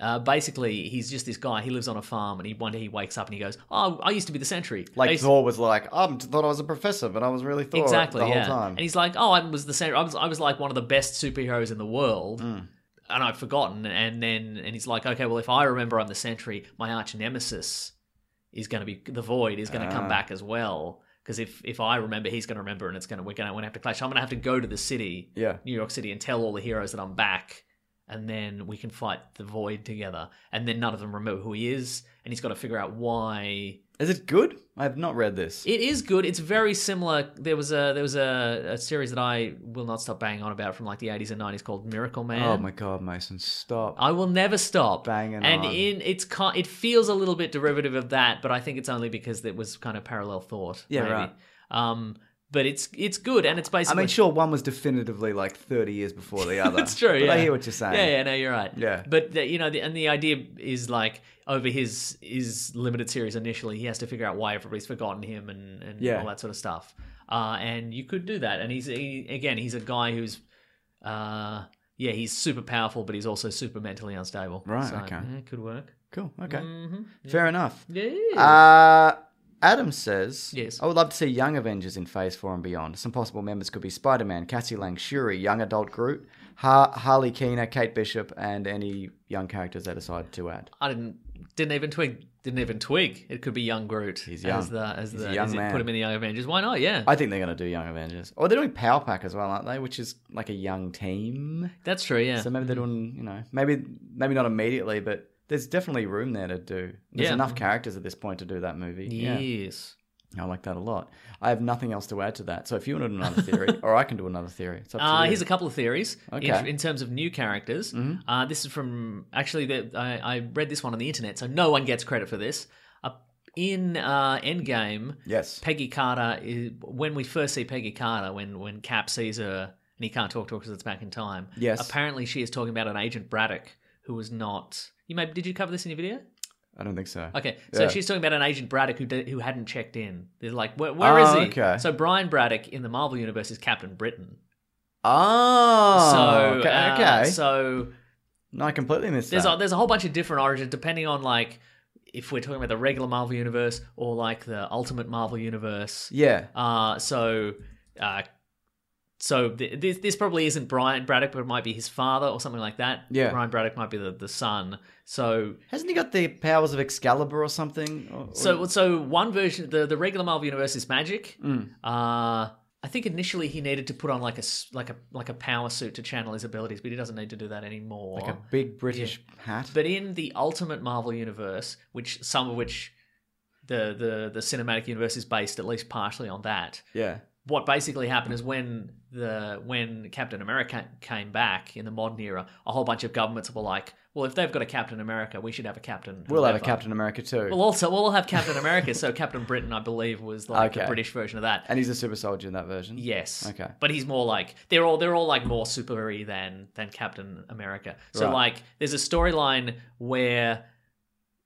D: uh, basically, he's just this guy. He lives on a farm, and he one day he wakes up and he goes, "Oh, I used to be the sentry." I
C: Like
D: used-
C: Thor was like, I thought I was a professor, but I was really Thor
D: exactly,
C: the whole
D: yeah.
C: time.
D: And he's like, "Oh, I was the sentry. I was, I was like one of the best superheroes in the world."
C: Mm.
D: And I've forgotten, and then and he's like, okay, well, if I remember I'm the Sentry, my arch nemesis is going to be the Void is going to
C: Ah.
D: come back as well, because if if I remember, he's going to remember, and it's going to we're going to have to clash. I'm going to have to go to the city,
C: Yeah.
D: New York City and tell all the heroes that I'm back, and then we can fight the void together. And then none of them remember who he is, and he's got to figure out why.
C: Is it good? I have not read this.
D: It is good. It's very similar. There was a there was a, a series that I will not stop banging on about from like the 80s and 90s called Miracle Man.
C: oh my god, Mason, stop.
D: I will never stop
C: Banging
D: and
C: on.
D: in it's ki- it feels a little bit derivative of that, but I think it's only because it was kind of parallel thought.
C: Yeah,
D: maybe.
C: right.
D: Um, but it's it's good and it's
C: I
D: basically
C: mean, sure, one was definitively like 30 years before
D: [laughs]
C: the other.
D: That's true.
C: But
D: yeah,
C: I hear what you're saying.
D: Yeah, yeah, no, you're right.
C: Yeah.
D: but the, you know, the, and the idea is like over his his limited series initially, he has to figure out why everybody's forgotten him and and
C: Yeah.
D: all that sort of stuff. Uh, and you could do that. And he's he, again, he's a guy who's, uh, yeah, he's super powerful, but he's also super mentally unstable.
C: Right,
D: So,
C: okay.
D: yeah, it could work.
C: Cool. Okay. Fair enough.
D: Mm-hmm. Yeah.
C: Uh, Adam says,
D: Yes.
C: I would love to see Young Avengers in Phase 4 and beyond. Some possible members could be Spider Man, Cassie Lang, Shuri, Young Adult Groot, Har- Harley Keener, Kate Bishop, and any young characters they decide to add.
D: I didn't didn't even twig didn't even twig. It could be young Groot. He's
C: young.
D: As the as
C: He's
D: the
C: a young
D: as it-
C: man.
D: put him in the Young Avengers. Why not? Yeah,
C: I think they're going to do Young Avengers. Or they're doing Power Pack as well, aren't they? Which is like a young team.
D: that's true. Yeah.
C: So maybe they're doing, you know, maybe maybe not immediately, but there's definitely room there to do. There's
D: Yeah.
C: enough characters at this point to do that movie.
D: Yes.
C: I like that a lot. I have nothing else to add to that. So if you want to do another
D: [laughs]
C: theory, or I can do another theory. It's up to
D: Uh,
C: you.
D: here's a couple of theories in,
C: Okay. Mm-hmm.
D: in terms of new characters. Uh, this is from actually the, I, I read this one on the internet, so no one gets credit for this. Uh, in uh, Endgame,
C: yes.
D: Peggy Carter is when we first see Peggy Carter when when Cap sees her and he can't talk to her because it's back in time.
C: Yes.
D: Apparently, she is talking about an agent Braddock who was not. You may did you cover this in your video?
C: I don't think so.
D: Okay, so
C: Yeah.
D: she's talking about an agent Braddock who did, who hadn't checked in. They're like, where, where is
C: Oh,
D: he?
C: okay.
D: So Brian Braddock in the Marvel universe is Captain Britain.
C: Oh.
D: so
C: okay.
D: uh,
C: okay.
D: so
C: no, I completely missed
D: there's
C: that.
D: a, there's a whole bunch of different origins depending on like if we're talking about the regular Marvel universe or like the Ultimate Marvel universe.
C: yeah.
D: Uh, so, uh, so th- this this probably isn't Brian Braddock, but it might be his father or something like that.
C: Yeah.
D: Brian Braddock might be the, the son. So
C: Hasn't he got the powers of Excalibur or something? Oh, Or- or-
D: So, so one version, the, the regular Marvel universe is magic.
C: Mm.
D: Uh, I think initially he needed to put on like a s- like a like a power suit to channel his abilities, but he doesn't need to do that anymore.
C: like a big British hat.
D: But in the Ultimate Marvel universe, which some of which the the the cinematic universe is based at least partially on that,
C: yeah.
D: what basically happened is when the when Captain America came back in the modern era, a whole bunch of governments were like, "Well, if they've got a Captain America, we should have a Captain."
C: We'll have a
D: whoever."
C: Captain America too.
D: Well, also we'll all have Captain America. so Captain Britain, I believe, was like the
C: Okay.
D: British version of that.
C: and he's a super soldier in that version.
D: Yes.
C: Okay.
D: But he's more like they're all they're all like more supery than than Captain America. So
C: Right.
D: like there's a storyline where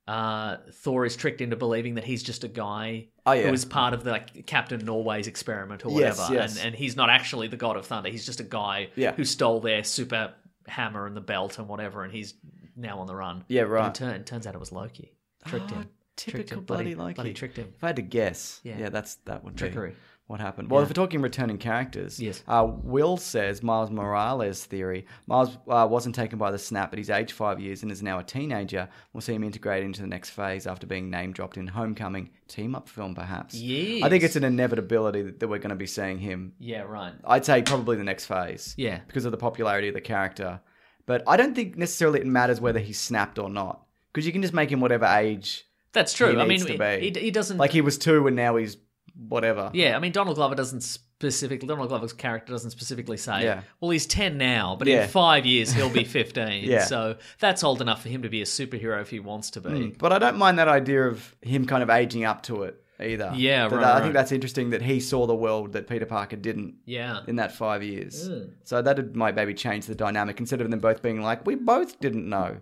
D: uh, Thor is tricked into believing that he's just a guy
C: Oh, yeah.
D: who was part of the like, Captain Norway's experiment or
C: Yes,
D: whatever,
C: yes.
D: and and he's not actually the God of Thunder. He's just a guy
C: Yeah.
D: who stole their super hammer and the belt and whatever, and he's now on the run.
C: Yeah,
D: But
C: right.
D: it turn, turns out it
C: [gasps]
D: was Loki tricked
C: Oh,
D: him. tricked
C: typical
D: him.
C: bloody Loki.
D: Bloody tricked him.
C: If I had to guess, yeah,
D: Yeah.
C: that's that would
D: Trickery.
C: be what happened. Well, if we're talking returning characters,
D: Yes.
C: uh, Will says Miles Morales' theory. Miles uh, wasn't taken by the snap at his age five years and is now a teenager. We'll see him integrate into the next phase after being name dropped in Homecoming team up film, perhaps. I think
D: Yes.
C: it's an inevitability that, that we're going to be seeing him.
D: Yeah, right.
C: I'd say probably the next phase.
D: Yeah.
C: because of the popularity of the character. But I don't think necessarily it matters whether he's snapped or not, because you can just make him whatever age.
D: That's true.
C: He
D: I mean,
C: needs to
D: he,
C: be.
D: he doesn't
C: Like he was two and now he's whatever.
D: Yeah, I mean Donald Glover doesn't specifically Donald Glover's character doesn't specifically say,
C: Yeah.
D: well he's 10 now, but
C: Yeah.
D: in 5 years he'll
C: [laughs]
D: be 15.
C: Yeah.
D: So that's old enough for him to be a superhero if he wants to be.
C: But I don't mind that idea of him kind of aging up to it either.
D: Yeah,
C: That-
D: right,
C: I
D: right.
C: think that's interesting that he saw the world that Peter Parker didn't
D: Yeah. Mm.
C: in that five years. So that might maybe change the dynamic instead of them both being like, we both didn't know,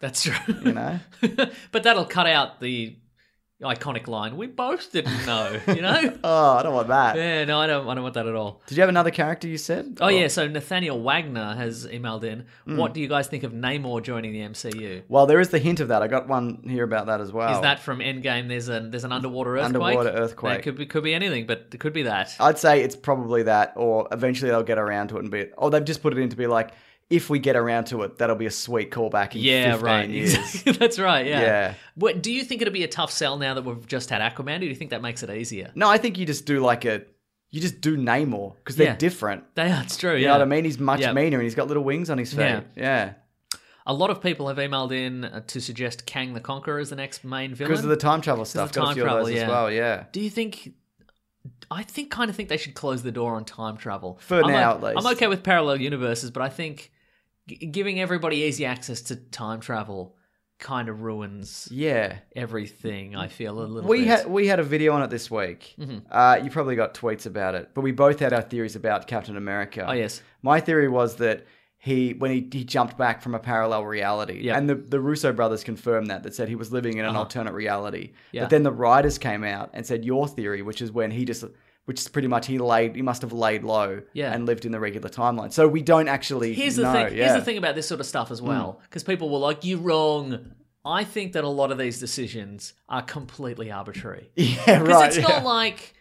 D: That's true.
C: you know?
D: [laughs] but that'll cut out the iconic line we both didn't know,
C: [laughs]
D: you know?
C: oh, I don't want that.
D: yeah, no, I don't I don't want that at all.
C: Did you have another character you said?
D: Oh yeah, so Nathaniel Wagner has emailed in,
C: Hmm.
D: what do you guys think of Namor joining the MCU?
C: Well, there is the hint of that. I got one here about that as well.
D: Is that from Endgame? There's an there's an underwater earthquake.
C: Oh. Underwater earthquake.
D: It could be could be anything, but it could be that.
C: I'd say it's probably that, or eventually they'll get around to it and be, or they've just put it in to be like, if we get around to it, that'll be a sweet callback in
D: yeah,
C: 15 [laughs]
D: right.
C: years.
D: That's right. Yeah.
C: Yeah.
D: What, do you think it'll be a tough sell now that we've just had Aquaman? Do you think that makes it easier? [laughs]
C: no, I think you just do like a, you just do Namor because they're
D: Yeah.
C: different.
D: They are. It's true.
C: You
D: yeah.
C: know what I mean? He's much
D: Yeah.
C: meaner and he's got little wings on his feet. Yeah.
D: Yeah. A lot of people have emailed in uh, to suggest Kang the Conqueror as the next main villain.
C: Because of the time travel stuff.
D: the
C: Got a
D: time
C: few of
D: travel,
C: those as
D: yeah.
C: well, yeah.
D: Do you think? I think kind of think they should close the door on time travel
C: For
D: I'm
C: now,
D: o-
C: at least.
D: I'm okay with parallel universes, but I think g- giving everybody easy access to time travel kind of ruins
C: Yeah.
D: everything. I feel a little.
C: We
D: bit.
C: had we had a video on it this week.
D: Mm-hmm.
C: Uh, you probably got tweets about it, but we both had our theories about Captain America.
D: Oh, yes.
C: my theory was that he when he, he jumped back from a parallel reality,
D: Yep.
C: and the the Russo brothers confirmed that that said he was living in an alternate reality.
D: Uh-huh. Yeah.
C: But then the writers came out and said your theory, which is when he just which is pretty much he laid he must have laid low
D: Yeah.
C: and lived in the regular timeline. So we don't actually
D: Here's the
C: know,
D: thing.
C: yeah. Hmm.
D: Here's the thing about this sort of stuff as well, because people were like, "You wrong." I think that a lot of these decisions are completely arbitrary
C: [laughs] Yeah,
D: because
C: right.
D: it's
C: yeah.
D: not like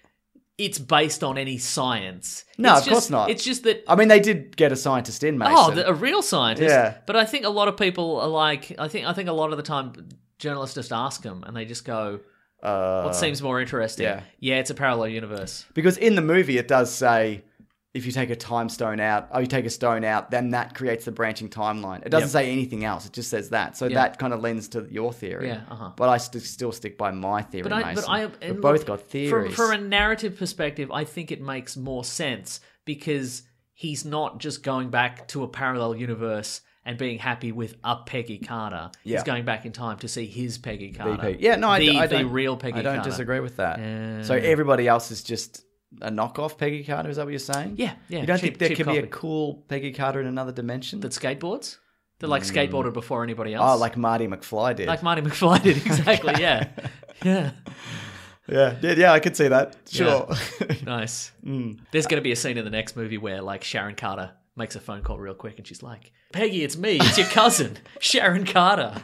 D: it's based on any science.
C: No,
D: It's
C: of
D: just-
C: course not.
D: It's just that.
C: I mean, they did get a scientist in, Mason.
D: Oh, the, a real scientist.
C: Yeah.
D: But I think a lot of people are like, I think I think a lot of the time journalists just ask them, and they just go,
C: Uh,
D: "What seems more interesting?"
C: yeah.
D: yeah, it's a parallel universe.
C: Because in the movie, it does say if you take a time stone out, or you take a stone out, then that creates the branching timeline. It doesn't say anything else. It just says that. So that kind of lends to your theory.
D: Yeah, uh-huh.
C: But I st- still stick by my theory,
D: But I,
C: Mason.
D: but I,
C: We've
D: and
C: both
D: look,
C: got
D: From,
C: theories.
D: from a narrative perspective, I think it makes more sense because he's not just going back to a parallel universe and being happy with a Peggy Carter.
C: Yeah.
D: He's going back in time to see his Peggy Carter.
C: VP. Yeah, no, I,
D: the,
C: I
D: the
C: don't,
D: real Peggy.
C: I don't
D: Carter.
C: disagree with that.
D: Yeah.
C: So everybody else is just a knockoff Peggy Carter. Is that what you're saying?
D: Yeah, yeah,
C: You don't think
D: cheap-
C: there
D: cheap
C: can be a
D: copy.
C: cool Peggy Carter in another dimension?
D: That skateboards. They're like skateboarded before anybody else.
C: oh, Mm. like Marty McFly did.
D: like Marty [laughs] McFly did exactly.
C: [laughs]
D: Yeah, yeah.
C: yeah, yeah, yeah, I could see that. Sure. [laughs] Mm.
D: Yeah. [laughs] Nice. There's going to be a scene in the next movie where, like, Sharon Carter makes a phone call real quick and she's like, Peggy, it's me. It's
C: [laughs]
D: your cousin, Sharon Carter.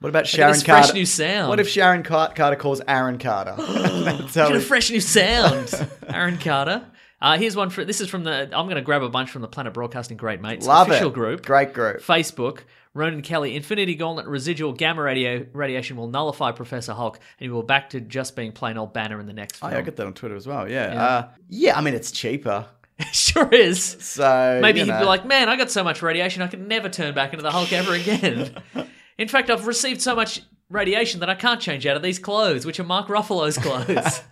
C: What about Sharon
D: this
C: Carter?
D: fresh new sound.
C: What if Sharon Car- Carter calls Aaron
D: [gasps]
C: Carter? [laughs] That's how
D: Get a
C: we-
D: fresh
C: [laughs]
D: new sound, Aaron Carter. Uh, here's one for this is from the I'm going to grab a bunch from the Planet Broadcasting Great Mates
C: Love
D: official
C: it.
D: group.
C: Great group.
D: Facebook. Ronan Kelly, Infinity Gauntlet residual gamma radio radiation will nullify Professor Hulk, and we're back to just being plain old Banner in the next
C: Oh,
D: film.
C: yeah, I get that on Twitter as well. Yeah. Yeah, uh, yeah I mean, it's cheaper.
D: [laughs] sure is.
C: So
D: Maybe
C: you
D: he'd
C: know.
D: be like, man,
C: [laughs]
D: I got so much radiation, I could never turn back into the Hulk ever again. In fact, I've received so much radiation that I can't change out of these clothes, which are Mark
C: [laughs]
D: Ruffalo's clothes.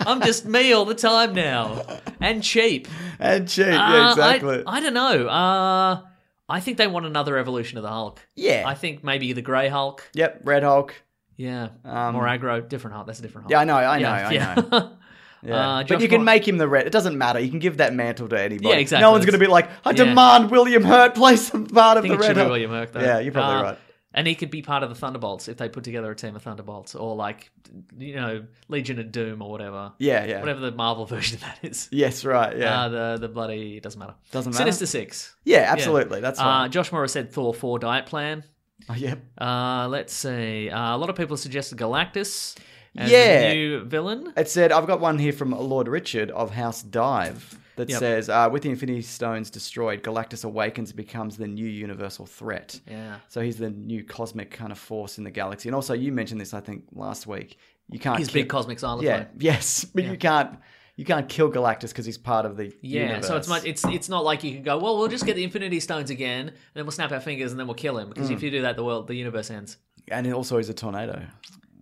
D: I'm just me all the time now, and cheap.
C: And cheap, [laughs]
D: Uh,
C: yeah, exactly.
D: I, I don't know. Uh, I think they want another evolution of the Hulk.
C: Yeah.
D: I think maybe the Grey Hulk.
C: yep, Red Hulk.
D: Yeah.
C: Um,
D: More aggro. Different Hulk. That's a different Hulk.
C: Yeah, I know, I know,
D: Yeah,
C: I
D: yeah.
C: know.
D: [laughs]
C: Yeah.
D: Uh, Josh
C: but you can
D: Mon-
C: make him the red. It doesn't matter. You can give that mantle to anybody.
D: Yeah, exactly.
C: No one's going to be like, I
D: Yeah.
C: demand William Hurt play some part
D: I
C: of
D: think
C: the
D: it should
C: red.
D: be
C: Hulk."
D: William Hurt, though.
C: Yeah, you're probably
D: Uh,
C: right.
D: And he could be part of the Thunderbolts if they put together a team of Thunderbolts or like, you know, Legion of Doom or whatever.
C: Yeah, yeah.
D: Whatever the Marvel [laughs] version of that is.
C: Yes, right. Yeah.
D: Uh, the the bloody doesn't matter.
C: Doesn't matter.
D: Sinister Six.
C: yeah, absolutely. That's
D: Uh,
C: fine.
D: Josh Morris said Thor four diet plan.
C: oh, yep.
D: Uh, let's see. Uh, a lot of people suggested Galactus as
C: Yeah.
D: the new villain.
C: It said, I've got one here from Lord Richard of House Dive that
D: Yep.
C: says, uh, with the Infinity Stones destroyed, Galactus awakens and becomes the new universal threat.
D: Yeah.
C: So he's the new cosmic kind of force in the galaxy. And also, you mentioned this, I think, last week. You can't
D: His
C: kill-
D: big cosmic xylophone.
C: Yeah. Yes, [laughs] but you can't you can't kill Galactus because he's part of the
D: Yeah,
C: universe.
D: so it's much. It's it's not like you can go. Well, we'll just get the Infinity Stones again, and then we'll snap our fingers, and then we'll kill him. Because
C: Hmm.
D: if you do that, the world, the universe ends.
C: and also he's a tornado.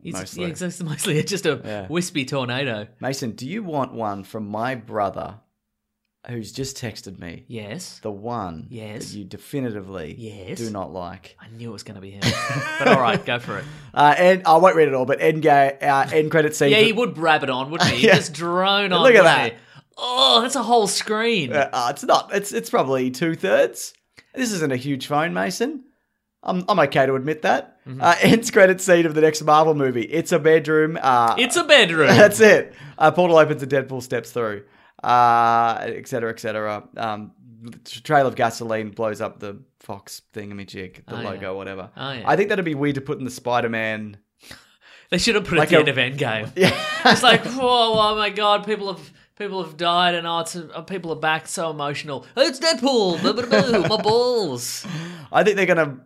D: It's,
C: Mostly.
D: yeah, it's just [laughs] mostly it's just a
C: Yeah.
D: wispy tornado.
C: Mason, do you want one from my brother, who's just texted me?
D: Yes,
C: The one
D: Yes.
C: that you definitively
D: Yes.
C: do not like.
D: I knew it was going to be him.
C: [laughs]
D: but all right, go for it.
C: Uh, and I won't read it all, but end ga- uh, end credit scene.
D: Yeah, he would rabbit on, wouldn't he? He'd
C: [laughs] Yeah.
D: Just drone on.
C: Look at
D: wouldn't
C: that.
D: he? Oh, that's a whole
C: [laughs]
D: screen.
C: Uh, uh, it's not. It's it's probably two thirds. This isn't a huge phone, Mason. I'm I'm okay to admit that.
D: Mm-hmm.
C: Uh, ends credit scene of the next Marvel movie. It's a bedroom. Uh,
D: it's a bedroom.
C: [laughs] That's it. A portal opens and Deadpool steps through. Uh, et cetera, et cetera. Um, trail of gasoline blows up the Fox thingamajig, the
D: Oh, yeah.
C: logo, whatever.
D: Oh, yeah.
C: I think that'd be weird to put in the Spider Man.
D: They should have put
C: Like
D: it
C: a-
D: at the end of
C: [laughs]
D: Endgame. it's like, whoa, oh my god, people have people have died, and oh, it's, uh, people are back, so emotional. It's Deadpool, boo, boo, boo, my balls.
C: I think they're gonna.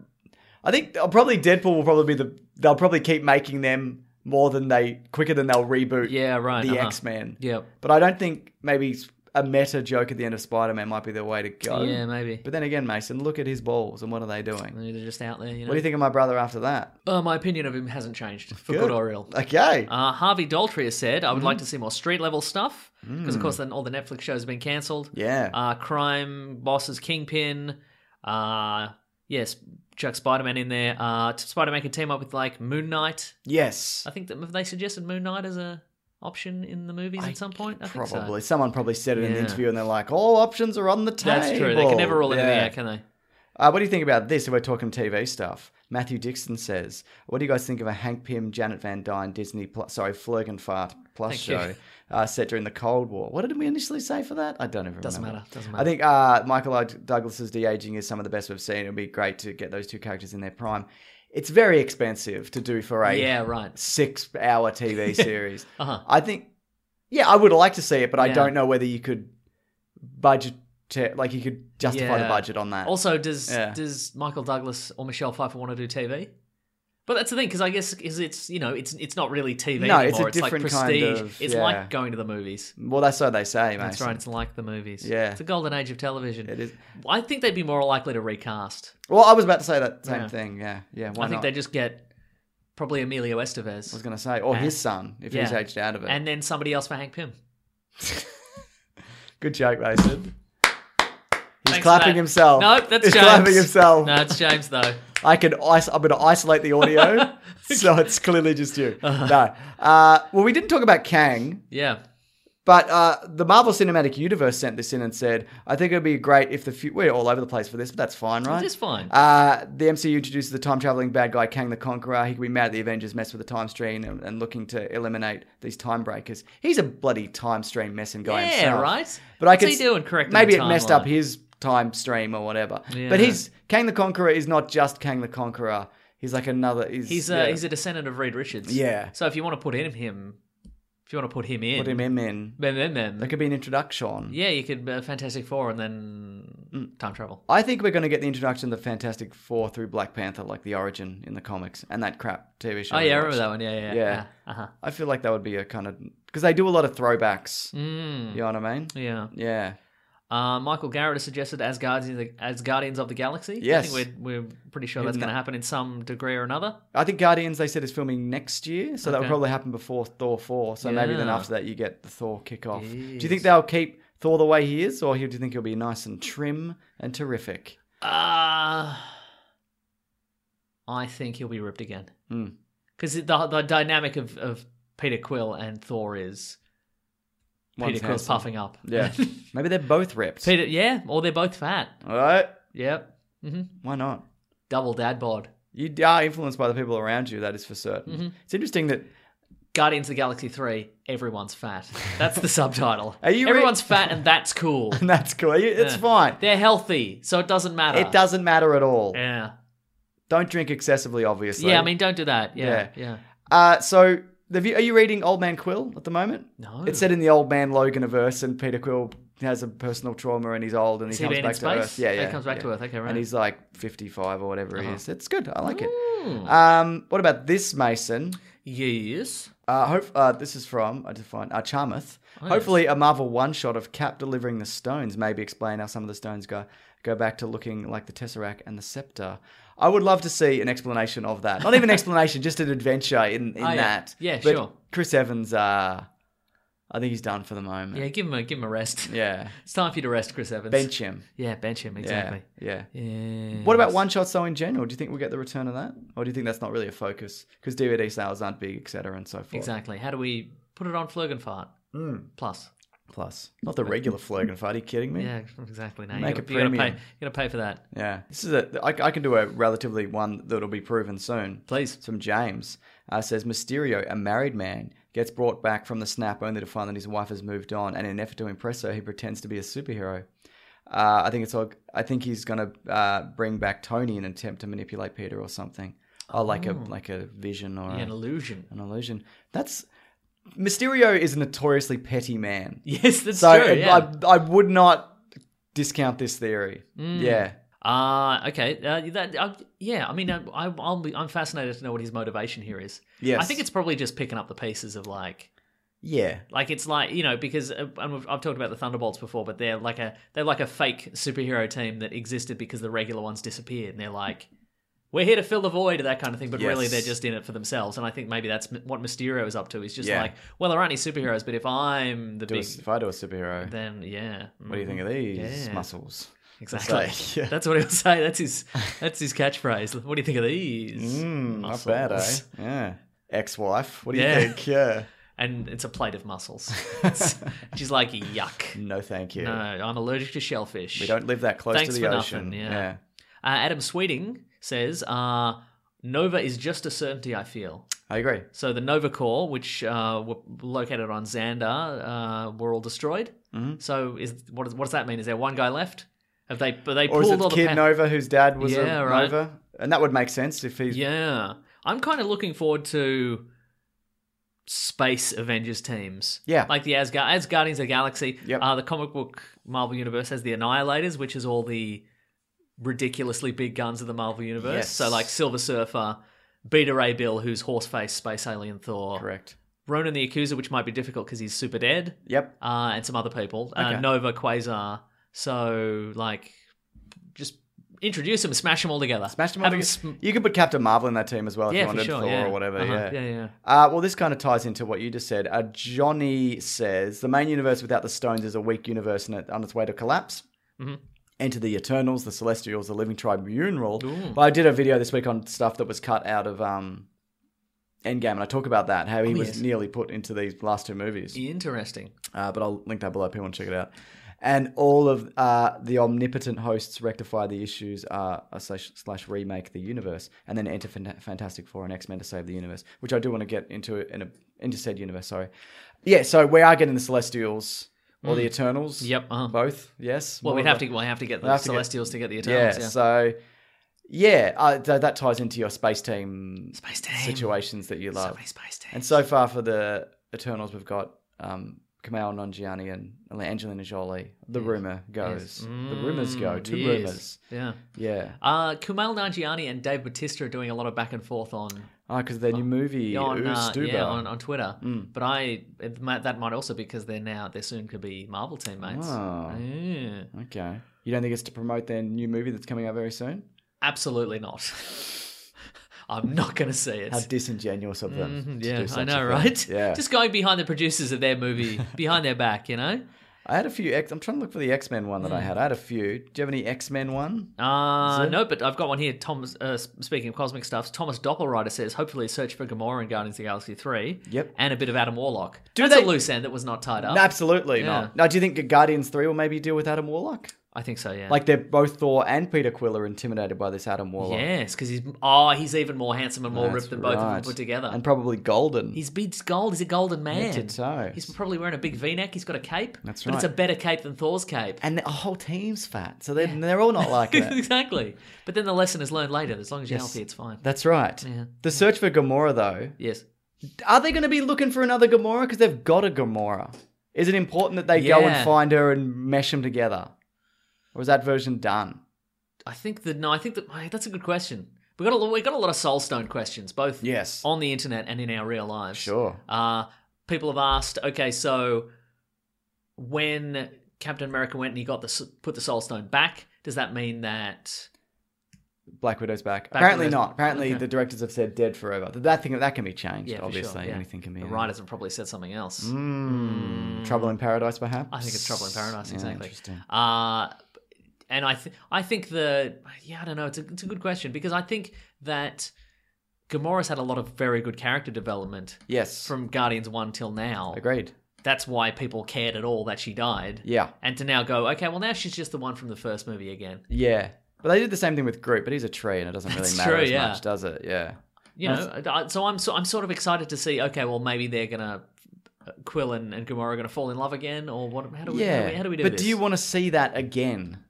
C: I think uh, probably Deadpool will probably be the. They'll probably keep making them more than they quicker than they'll reboot.
D: Yeah, right.
C: the
D: uh-huh.
C: X Men.
D: Yep.
C: But I don't think maybe a meta joke at the end of Spider Man might be the way to go.
D: Yeah, maybe.
C: But then again, Mason, look at his balls and what are they doing?
D: They're just out there, you know.
C: What do you think of my brother after that?
D: Uh, my opinion of him hasn't changed, for good, or ill.
C: Okay.
D: Uh, Harvey Daltrey has said, I would
C: Mm-hmm.
D: like to see more street level stuff, because of course then all the Netflix shows have been cancelled.
C: Mm. yeah.
D: Uh, crime bosses, Kingpin. Uh, yes, chuck Spider Man in there. Uh, Spider Man could team up with like Moon Knight.
C: yes.
D: I think that have they suggested Moon Knight as a option in the movies at some point. I think so.
C: Probably. Someone probably said it in the
D: Yeah.
C: interview and they're like, all options are on the table.
D: That's true. They can never rule anything
C: Yeah.
D: out, can they?
C: Uh, what do you think about this if we're talking TV stuff? Matthew Dixon says, What do you guys think of a Hank Pym, Janet Van Dyne, Disney, plus, sorry, Flergenfart Plus
D: Thank
C: show
D: you.
C: uh, set during the Cold War? What did we initially say for that? I don't even
D: Doesn't
C: remember.
D: matter. Doesn't
C: I think uh, Michael I. Douglas's de aging is some of the best we've seen. It would be great to get those two characters in their prime. It's very expensive to do for a
D: Yeah, right.
C: six hour
D: [laughs]
C: TV series.
D: Uh-huh.
C: I think, yeah, I would like to see it, but I
D: Yeah.
C: don't know whether you could budget, like you could justify the
D: Yeah.
C: budget on that.
D: Also, does
C: Uh, Yeah.
D: does Michael Douglas or Michelle Pfeiffer want to do TV? But that's the thing, because I guess is it's you know it's it's not really TV
C: No, it's a
D: anymore. It's, like
C: different kind
D: prestige.
C: of-
D: it's
C: yeah.
D: like going to the movies.
C: well, that's what they say,
D: That's
C: Mason.
D: right. It's like the movies.
C: Yeah.
D: it's a golden age of television.
C: It is.
D: I think they'd be more likely to recast.
C: Well, I was about to say that same
D: Yeah.
C: thing. Yeah, yeah. Why
D: I think
C: not?
D: they just get probably Emilio Estevez.
C: I was going to say, or his son, if he's
D: Yeah.
C: aged out of it.
D: and then somebody else for Hank Pym.
C: Good joke, Mason. He's
D: Thanks for
C: clapping
D: that.
C: himself.
D: Nope, that's
C: He's
D: James.
C: clapping himself.
D: No, it's James though.
C: I can is- I'm going to isolate the
D: [laughs]
C: audio, so it's clearly just you.
D: Uh-huh.
C: No. Uh, well, we didn't talk about Kang.
D: Yeah.
C: But uh, the Marvel Cinematic Universe sent this in and said, I think it would be great if the fu- We're all over the place for this, but that's fine, right?
D: is fine.
C: Uh, the MCU introduces the time traveling bad guy Kang the Conqueror. He can be mad at the Avengers, mess with the time stream, and, and looking to eliminate these time breakers. He's a bloody time stream messing guy
D: Yeah,
C: himself.
D: right?
C: But I
D: What's
C: can
D: he
C: s-
D: doing correcting
C: Maybe
D: the
C: it messed up
D: timeline?
C: his time stream or whatever.
D: Yeah.
C: But he's Kang the Conqueror is not just Kang the Conqueror. He's like another. He's
D: He's a
C: yeah.
D: he's a descendant of Reed Richards.
C: Yeah.
D: So if you want to put in him, if you want to put him in,
C: put him in. in.
D: Then, then, then.
C: That could be an introduction.
D: yeah, you could uh, Fantastic Four and then
C: Mm.
D: time travel.
C: I think we're going to get the introduction of the Fantastic Four through Black Panther, like the origin in the comics, and that crap TV show.
D: Oh
C: we
D: yeah, I remember
C: watched.
D: that one. Yeah, yeah,
C: Yeah.
D: Uh huh.
C: I feel like that would be a kind of because they do a lot of throwbacks. You know what I mean?
D: Mm. Yeah.
C: Yeah.
D: Uh, Michael Garrett has suggested as Guardians, of the, as Guardians of the Galaxy.
C: Yes.
D: I think we're, we're pretty sure that's
C: Yeah.
D: going to happen in some degree or another.
C: I think Guardians they said is filming next year, so that will
D: Okay.
C: probably happen before Thor four. So maybe then
D: Yeah.
C: after that you get the Thor kickoff. Do you think they'll keep Thor the way he is, or do you think he'll be nice and trim and terrific?
D: Uh, I think he'll be ripped again.
C: Hmm.
D: Because the, the dynamic of, of Peter Quill and Thor is
C: One's
D: Peter Quill's
C: handsome.
D: puffing up.
C: Yeah, maybe they're both ripped.
D: [laughs] Peter, yeah, or they're both fat.
C: All right,
D: Yep. hmm
C: why not?
D: Double dad bod.
C: You are influenced by the people around you. That is for certain.
D: Mm-hmm.
C: It's interesting that [laughs]
D: Guardians of the Galaxy 3, everyone's fat. That's the subtitle.
C: [laughs] Are you re-
D: everyone's fat and
C: [laughs]
D: that's cool.
C: and that's cool. You- It's
D: Yeah.
C: fine.
D: They're healthy, so it doesn't matter.
C: It doesn't matter at all.
D: Yeah.
C: Don't drink excessively, obviously.
D: yeah, I mean, don't do that. Yeah.
C: Yeah.
D: Yeah.
C: Uh, so, have you, are you reading Old Man Quill at the moment?
D: No.
C: It's set in the Old Man Logan of Earth, and Peter Quill has a personal trauma, and he's old, and he
D: Has he
C: comes
D: been
C: back to
D: in space?
C: Earth. Yeah,
D: Oh, he
C: yeah.
D: comes back
C: yeah.
D: to Earth. Okay, right. Uh-huh.
C: And he's like fifty-five or whatever he is. It's good. I like
D: Hmm.
C: it. Um, what about this, Mason?
D: Yes.
C: Uh, hope uh, this is from I define uh, Charmouth.
D: Oh,
C: Hopefully, a Marvel one shot of Cap delivering the stones maybe explain how some of the stones go go back to looking like the Tesseract and the Scepter. I would love to see an explanation of that. Not even an explanation, [laughs] just an adventure in, in
D: Oh, yeah.
C: that.
D: Yeah,
C: But
D: sure.
C: Chris Evans, uh, I think he's done for the moment.
D: Yeah, give him a give him a rest.
C: yeah.
D: It's time for you to rest, Chris Evans.
C: Bench him.
D: Yeah, bench him
C: Yeah,
D: exactly.
C: Yeah.
D: Yeah.
C: What about one shots though in general? Do you think we'll get the return of that, or do you think that's not really a focus because DVD sales aren't big, etc., and so forth?
D: Exactly. How do we put it on Flurgenfart?
C: Hmm.
D: Plus.
C: Plus, not the regular Flurgenfart. Are you kidding me?
D: Yeah, exactly. Now you
C: Make
D: gotta,
C: it
D: you gotta pay.
C: premium.
D: You gotta pay for that.
C: Yeah, this is a. I, I can do a relatively one that'll be proven soon.
D: Please.
C: It's from James. Uh, says Mysterio, a married man, gets brought back from the snap only to find that his wife has moved on, and in an effort to impress her, he pretends to be a superhero. Uh, I think it's all. I think he's gonna uh, bring back Tony in an attempt to manipulate Peter or something. Oh, like a like a vision or
D: Yeah, an
C: a-
D: illusion.
C: [laughs] an illusion. That's Mysterio is a notoriously petty man.
D: Yes, that's
C: So
D: true.
C: I-
D: Yeah.
C: I, I would not discount this theory.
D: Mm.
C: Yeah.
D: Ah, okay. Uh, that, uh, yeah, I mean, I, I- I'll be, I'm fascinated to know what his motivation here is.
C: Yes.
D: I think it's probably just picking up the pieces of like,
C: Yeah.
D: like it's like you know because uh, and we've, I've talked about the Thunderbolts before, but they're like a they're like a fake superhero team that existed because the regular ones disappeared, and they're like, we're here to fill the void, that kind of thing. But really,
C: Yes.
D: they're just in it for themselves, and I think maybe that's m- what Mysterio is up to. He's just
C: Yeah.
D: like, well, there aren't any superheroes, but if I'm the
C: Do a-
D: big,
C: if I do a superhero,
D: then yeah.
C: what do you think of these
D: Yeah.
C: muscles?
D: Exactly.
C: Say, [laughs] yeah.
D: That's what he'll say. That's his. That's his catchphrase. What do you think of these?
C: Mm, not
D: muscles?
C: bad, eh? Yeah. Ex-wife. What do
D: Yeah.
C: you think?
D: [laughs]
C: Yeah.
D: And it's a plate
C: [laughs]
D: of mussels. It's- She's like, yuck.
C: No, thank you.
D: No, I'm allergic to shellfish.
C: We don't live that close
D: Thanks
C: to the
D: for
C: ocean.
D: nothing. Yeah. Uh, Adam Sweeting says, uh, "Nova is just a certainty. I feel."
C: I agree.
D: So the Nova Core, which uh, were located on Xander, uh, were all destroyed. Mm-hmm. So is what, is what does that mean? Is there one guy left? Have they? But they
C: Or is
D: pulled
C: it
D: all
C: the kid
D: the pa-
C: Nova whose dad was
D: Yeah,
C: a
D: right.
C: Nova? And that would make sense if he's
D: Yeah. I'm kind of looking forward to space Avengers teams.
C: Yeah.
D: Like the Asgard as Guardians of the Galaxy.
C: Yep.
D: Uh, the comic book Marvel Universe has the Annihilators, which is all the ridiculously big guns of the Marvel Universe.
C: Yes.
D: So like Silver Surfer, Beta Ray Bill, who's Horseface, Space Alien Thor.
C: correct.
D: Ronan the Accuser, which might be difficult because he's super dead.
C: Yep.
D: Uh, and some other people. Uh,
C: Okay.
D: Nova, Quasar. So like just introduce them, smash them all together.
C: Smash them all
D: Have
C: together.
D: sm-
C: you could put Captain Marvel in that team as well if
D: yeah,
C: you wanted
D: for sure,
C: Thor
D: yeah.
C: or whatever.
D: Uh-huh,
C: Yeah.
D: yeah, yeah.
C: Uh, well, this kind of ties into what you just said. Uh, Johnny says the main universe without the stones is a weak universe and it, on its way to collapse.
D: Mm-hmm.
C: Enter the Eternals, the Celestials, the Living Tribunal. But I did a video this week on stuff that was cut out of um, Endgame, and I talk about that how he
D: Oh,
C: was nearly put into these last two movies.
D: Interesting.
C: Uh, but I'll link that below. People want to check it out. And all of uh, the omnipotent hosts rectify the issues, uh, slash, slash remake the universe, and then enter Fant- Fantastic Four and X Men to save the universe, which I do want to get into in a into said universe. Sorry, yeah. So we are getting the Celestials or the Eternals.
D: Mm. Yep, uh-huh.
C: both. Yes.
D: Well,
C: More
D: we'd
C: of
D: have
C: a-
D: to. We'll have to get
C: we'll
D: the
C: have to get-
D: Celestials to get the
C: Yeah.
D: Eternals. Yeah.
C: So yeah, uh, th- that ties into your space team
D: Space team.
C: situations that you
D: So
C: love.
D: many space teams.
C: And so far for the Eternals, we've got um, Kumail Nanjiani and Angelina Jolie. The rumor goes. The rumors go. Two
D: Mm, Yes.
C: rumors.
D: Yeah.
C: Yeah.
D: Uh, Kumail Nanjiani and Dave Batista are doing a lot of back and forth on
C: Oh, because their new movie,
D: Yeah, on,
C: Ooh,
D: uh,
C: Stuber. Hmm.
D: yeah, on, on Twitter. But I it might, that might also be because they're now they're soon could be Marvel teammates.
C: Oh.
D: Yeah.
C: Okay. You don't think it's to promote their new movie that's coming out very soon?
D: Absolutely not. [laughs] I'm not going to see it.
C: How disingenuous of them.
D: Mhm,
C: to do
D: yeah, I
C: such a
D: know,
C: thing.
D: right?
C: Yeah.
D: Just going behind the producers of their movie, behind their back, you know.
C: I had a few. X- I'm trying to look for the X Men one that I
D: Hmm.
C: had. I had a few. Do you have any X Men one?
D: Uh, no, but I've got one here. Thomas, uh, s- speaking of cosmic stuffs, Thomas Doppelrider says, hopefully, a search for Gamora in Guardians of the Galaxy 3.
C: Yep.
D: And a bit of Adam Warlock.
C: Do
D: That's
C: they-
D: a loose end that was not tied up.
C: No, absolutely
D: Oh. yeah.
C: not. Now, do you think Guardians Three will maybe deal with Adam Warlock?
D: I think so, yeah.
C: Like they're both Thor and Peter Quill are intimidated by this Adam Warlock.
D: Yes, because he's oh, he's even more handsome and more
C: That's
D: ripped than both of them
C: right.
D: put together.
C: and probably golden.
D: he's big gold. He's a golden man.
C: to toe.
D: He's probably wearing a big V-neck. He's got a cape.
C: That's
D: But it's a
C: right.
D: better cape than Thor's cape.
C: and the whole team's fat, so they're they're all not
D: [laughs]
C: like it.
D: exactly. But then the lesson is learned later. As long as you're
C: Yes.
D: healthy, it's fine.
C: That's right. The search for Gamora, though,
D: Yes.
C: are they going to be looking for another Gamora? Because they've got a Gamora. Is it important that they go
D: Yeah.
C: and find her and mesh them together, or is that version done?
D: I think that no. I think that hey, that's a good question. We got a lo- we got a lot of Soulstone questions, both
C: Yes.
D: on the internet and in our real lives.
C: Sure.
D: Uh, people have asked. Okay, so when Captain America went and he got the s- put the Soulstone back, does that mean that?
C: Black Widow's back. Apparently
D: Widow's-
C: not. Apparently
D: Okay.
C: the directors have said dead forever. Th- That thing that can be changed.
D: Yeah, for
C: obviously,
D: sure. yeah.
C: anything can be.
D: The writers have probably said something else.
C: Mm. Trouble in Paradise, perhaps.
D: I think it's Trouble in Paradise,
C: Yeah,
D: exactly.
C: interesting.
D: Uh, and I, th- I think the, yeah, I don't know. It's a, it's a good question because I think that Gamora's had a lot of very good character development
C: Yes.
D: from Guardians 1 till now.
C: Agreed.
D: That's why people cared at all that she died.
C: Yeah.
D: And to now go, okay, well, now she's just the one from the first movie again.
C: Yeah. But they did the same thing with Groot, but he's a tree, and it doesn't really
D: That's
C: matter
D: true,
C: as
D: yeah.
C: much, does it? Yeah.
D: You know, I- so I'm so, I'm sort of excited to see. Okay, well, maybe they're gonna uh, Quill and, and Gamora are gonna fall in love again, or what? How do we?
C: yeah.
D: How do we, how do, we do
C: but
D: this?
C: do you want to see that again?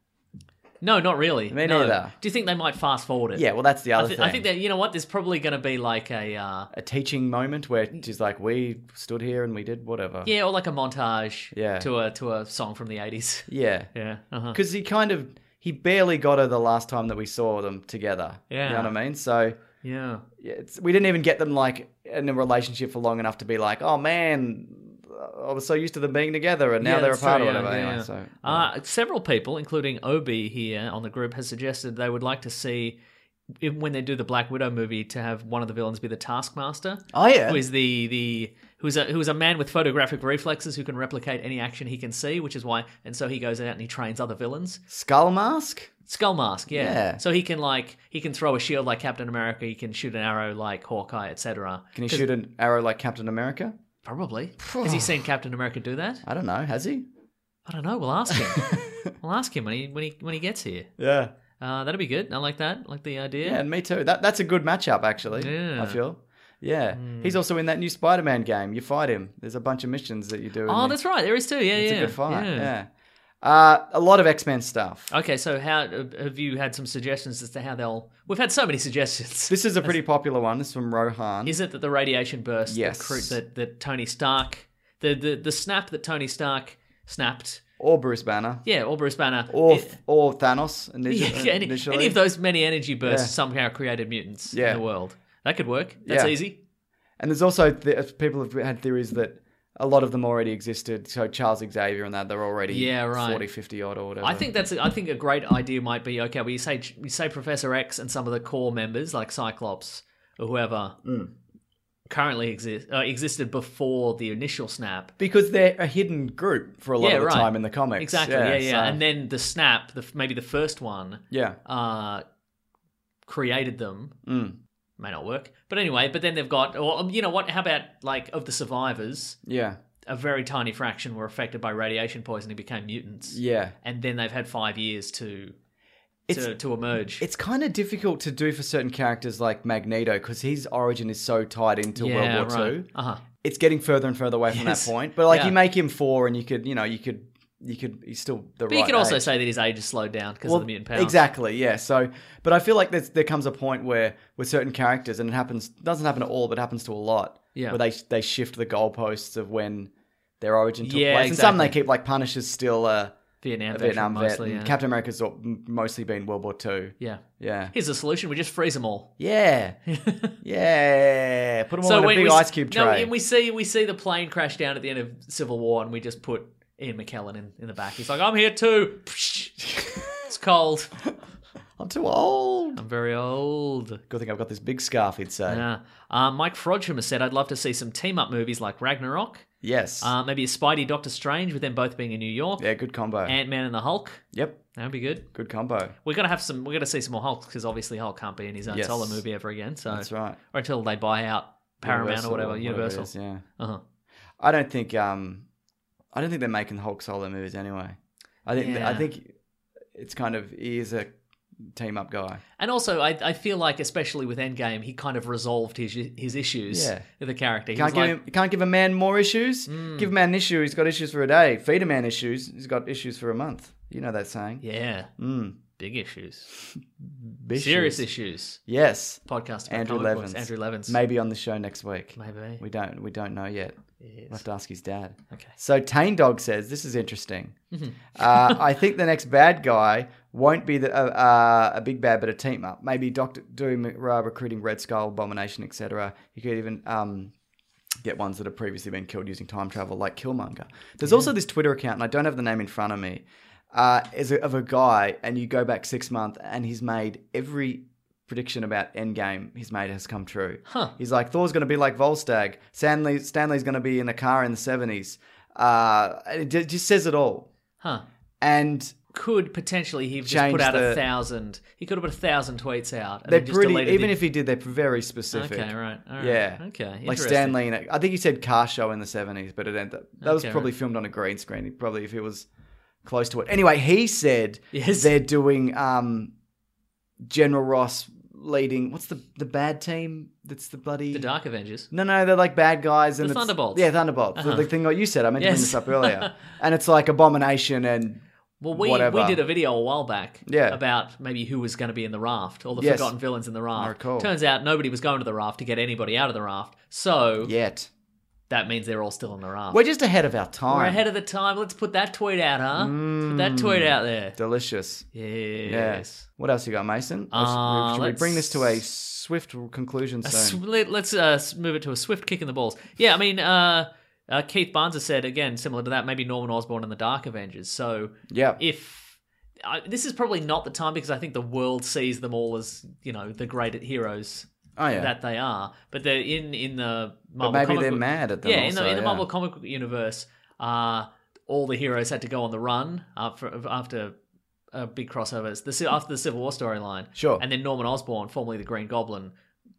D: No, not really.
C: Me
D: no.
C: neither.
D: Do you think they might fast forward it?
C: Yeah. Well, that's the
D: I,
C: other
D: th-
C: thing.
D: I think that you know what. There's probably going to be like a uh,
C: a teaching moment where she's like, "We stood here and we did whatever."
D: yeah, or like a montage.
C: Yeah.
D: To a to a song from the '80s.
C: Yeah.
D: [laughs] Yeah. Uh-huh.
C: because he kind of he barely got her the last time that we saw them together.
D: Yeah.
C: you know what I mean. So
D: Yeah.
C: yeah, it's, we didn't even get them like in a relationship for long enough to be like, oh man, I was so used to them being together, and now
D: Yeah,
C: they're
D: that's
C: apart
D: true,
C: or
D: yeah,
C: whatever.
D: yeah,
C: anyway,
D: yeah.
C: so
D: Uh, several people, including Obi here on the group, has suggested they would like to see if- when they do the Black Widow movie to have one of the villains be the Taskmaster.
C: Oh, yeah.
D: who is the the who's a who's a man with photographic reflexes who can replicate any action he can see, which is why and so he goes out and he trains other villains.
C: skull mask.
D: Skull Mask, yeah.
C: Yeah.
D: So he can like he can throw a shield like Captain America, he can shoot an arrow like Hawkeye, etc.
C: Can he shoot an arrow like Captain America?
D: Probably.
C: [sighs]
D: Has he seen Captain America do that?
C: I don't know. Has he?
D: I don't know. We'll
C: [laughs]
D: ask him. we'll ask him when he when he when he gets here.
C: Yeah.
D: Uh, that'll be good. I like that. I like the idea.
C: Yeah, and me too. That that's a good matchup actually.
D: Yeah. Hmm.
C: I feel. Yeah, he's also in that new Spider-Man game. You fight him. There's a bunch of missions that you do. in
D: Oh,
C: the-
D: that's right. There is too. Yeah,
C: it's
D: yeah.
C: a good fight.
D: yeah. Oh,
C: Yeah, Uh, a lot of X-Men stuff.
D: Okay, so how have you had some suggestions as to how they'll? We've had so many [laughs] suggestions.
C: This is a pretty popular one. This is from Rohan.
D: Is it that the radiation burst that
C: Yes.
D: cru- that, that Tony Stark the, the the snap that Tony Stark snapped
C: or Bruce Banner.
D: yeah or Bruce Banner
C: Or
D: it-
C: or Thanos
D: [laughs] yeah,
C: initially.
D: any,
C: initially.
D: any of those many energy bursts
C: Yeah.
D: somehow created mutants
C: Yeah.
D: in the world that could work that's
C: Yeah.
D: easy
C: And there's also th- people have had theories that a lot of them already existed. So Charles Xavier and that they're already
D: Yeah, right.
C: 40, 50 odd or whatever.
D: I think that's I think a great idea might be okay well you say you say Professor X and some of the core members like Cyclops or whoever
C: Hmm.
D: currently exist uh, existed before the initial snap
C: because they're a hidden group for a lot
D: Yeah,
C: of the
D: right.
C: time in the comics.
D: Exactly. Yeah, yeah.
C: so-
D: And then the snap, the, maybe the first one,
C: yeah.
D: uh, created them.
C: Mm.
D: May not work, but anyway. But then they've got, or um, you know what? How about like of the survivors,
C: Yeah.
D: a very tiny fraction were affected by radiation poisoning, became mutants.
C: Yeah.
D: And then they've had five years to to,
C: It's-
D: to emerge.
C: It's kind of difficult to do for certain characters like Magneto because his origin is so tied into World War II.
D: Uh huh.
C: it's getting further and further away from
D: Yes.
C: that point. But like
D: Yeah.
C: you make him four, and you could, you know, you could, you could, he's still the
D: But
C: right.
D: you could also
C: age.
D: say that his age is slowed down because
C: Well,
D: of the mutant power.
C: Exactly, yeah. So, but I feel like there's, there comes a point where with certain characters, and it happens doesn't happen to all, but it happens to a lot.
D: Yeah.
C: where they they shift the goalposts of when their origin took
D: Yeah,
C: place, and some they
D: exactly.
C: keep like Punisher's still a
D: Vietnam,
C: a Vietnam
D: veteran
C: vet.
D: mostly.
C: and
D: yeah.
C: Captain America's al- mostly been World War Two.
D: yeah.
C: Yeah.
D: Here's the solution: we just freeze them all.
C: Yeah.
D: [laughs]
C: yeah. Put them all in a
D: when
C: big
D: we,
C: ice cube tray.
D: No, and we see we see the plane crash down at the end of Civil War, and we just put Ian McKellen in, in the back. He's like, "I'm here too." [laughs] it's cold.
C: I'm too old.
D: I'm very old.
C: Good thing I've got this big scarf, he'd say.
D: Yeah. Uh, Mike Frodsham has said, "I'd love to see some team-up movies like Ragnarok,
C: Yes.
D: uh, maybe a Spidey Doctor Strange with them both being in New York,
C: yeah, good combo.
D: Ant Man and the Hulk.
C: yep,
D: That would be good.
C: good combo.
D: We're gonna have some. We're gonna see some more Hulk because obviously Hulk can't be in his own
C: Yes.
D: solo movie ever again. So
C: That's right.
D: or until they buy out Paramount
C: Universal
D: or whatever,
C: it
D: Universal.
C: is, yeah.
D: Uh-huh.
C: I don't think um I don't think they're making Hulk solo movies anyway. I think I
D: Yeah.
C: think it's kind of he is a team up guy.
D: And also, I, I feel like, especially with Endgame, he kind of resolved his his issues
C: Yeah.
D: with the character. He
C: Can't
D: was
C: give
D: like, Hmm.
C: him, you can't give a man more issues. Give a man an issue, he's got issues for a day. Feed a man issues, he's got issues for a month. You know that saying.
D: yeah,
C: Mm.
D: big issues,
C: Bishes.
D: serious issues.
C: Yes.
D: Podcast about
C: Andrew
D: comic books.
C: Levins.
D: Andrew Levins.
C: Maybe on the show next week.
D: Maybe.
C: We don't we don't know yet.
D: Yes.
C: We'll have to ask his dad.
D: Okay. Mm-hmm.
C: So Tane Dog says this is interesting. uh, I think the next bad guy won't be the, uh, uh, a big bad, but a team up. Maybe Doctor Doom uh, recruiting Red Skull, Abomination, etc. He could even um, get ones that have previously been killed using time travel, like Killmonger. There's also this Twitter account, and I don't have the name in front of me, uh, is a, of a guy, and you go back six months, and he's made every prediction about Endgame he's made has come true.
D: Huh.
C: He's like Thor's going to be like Volstagg. Stanley Stanley's going to be in a car in the seventies. Uh, it ju- just says it all.
D: Huh.
C: And
D: Could potentially he just
C: Change
D: put out
C: the-
D: a thousand? He could have put a thousand tweets out. And
C: they're
D: then just
C: pretty.
D: deleted
C: Even
D: the-
C: if he did, they're very specific.
D: Okay, right. all right.
C: Yeah.
D: Okay.
C: Like
D: interesting.
C: Stanley, in a, I think he said car show in the seventies, but it ended up that was
D: Okay,
C: probably filmed on a green screen. He Probably if it was close to it. Anyway, he said
D: Yes.
C: they're doing um, General Ross leading. What's the the bad team? That's the bloody
D: The Dark Avengers.
C: No, no, they're like bad guys and
D: The
C: it's-
D: Thunderbolts. Uh-huh.
C: Yeah, Thunderbolts. The- The, thing that you said, I meant to bring
D: Yes.
C: this up
D: [laughs]
C: earlier, and it's like Abomination and
D: Well, we
C: whatever.
D: we did a video a while back
C: Yeah.
D: about maybe who was going to be in the raft, all the
C: Yes.
D: forgotten villains in the raft.
C: recall.
D: Turns out nobody was going to the raft to get anybody out of the raft, so
C: yet
D: that means they're all still in the raft.
C: we're just ahead of our time.
D: We're ahead of the time. Let's put that tweet out, huh? Let's put
C: Mm.
D: that tweet out there.
C: delicious.
D: Yes.
C: Yeah. What else you got, Mason? Or
D: Uh,
C: should we- should we bring this
D: let's-
C: to a swift conclusion
D: A
C: soon?
D: sw- let- let's uh, s- move it to a swift kick in the balls. Yeah, I mean, uh, uh, Keith Barnes has said again, similar to that, maybe Norman Osborn and the Dark Avengers. So
C: yeah.
D: if I, this is probably not the time because I think the world sees them all as you know the great heroes
C: oh yeah.
D: that they are, but they're in in the Marvel
C: maybe
D: comic
C: they're
D: book-
C: mad at them
D: Yeah, in the,
C: also,
D: in the
C: yeah.
D: Marvel comic book universe, uh, all the heroes had to go on the run after after a big crossover. It's the ci- after the Civil War storyline,
C: Sure.
D: and then Norman Osborn, formerly the Green Goblin.